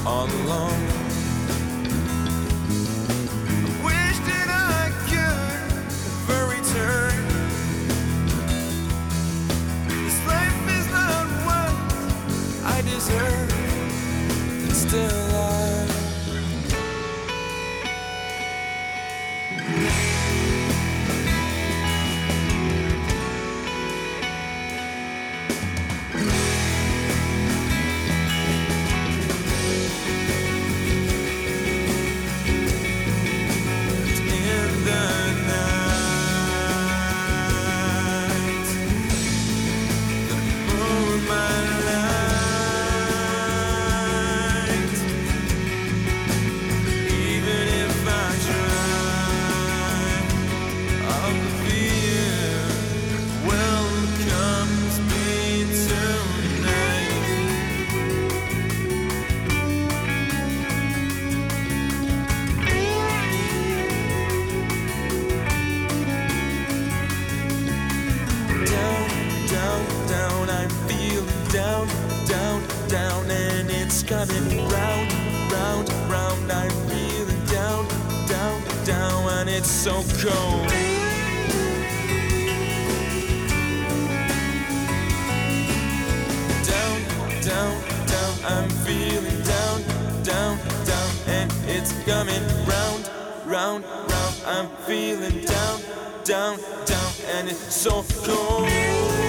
Speaker 13: all alone. Wish that I could ever return. This life is not what I deserve. It's still alive. in the night. The moon, my light. Even if I try, I'll be Well, comes me tonight. down, down, down. I feel down, down, down, and it's coming round, round, round. I'm feeling down, down, down, and it's so cold. Down, down, down. I'm feeling down, down, down, and it's coming round, round, round. I'm feeling down, down, down, and it's so cold.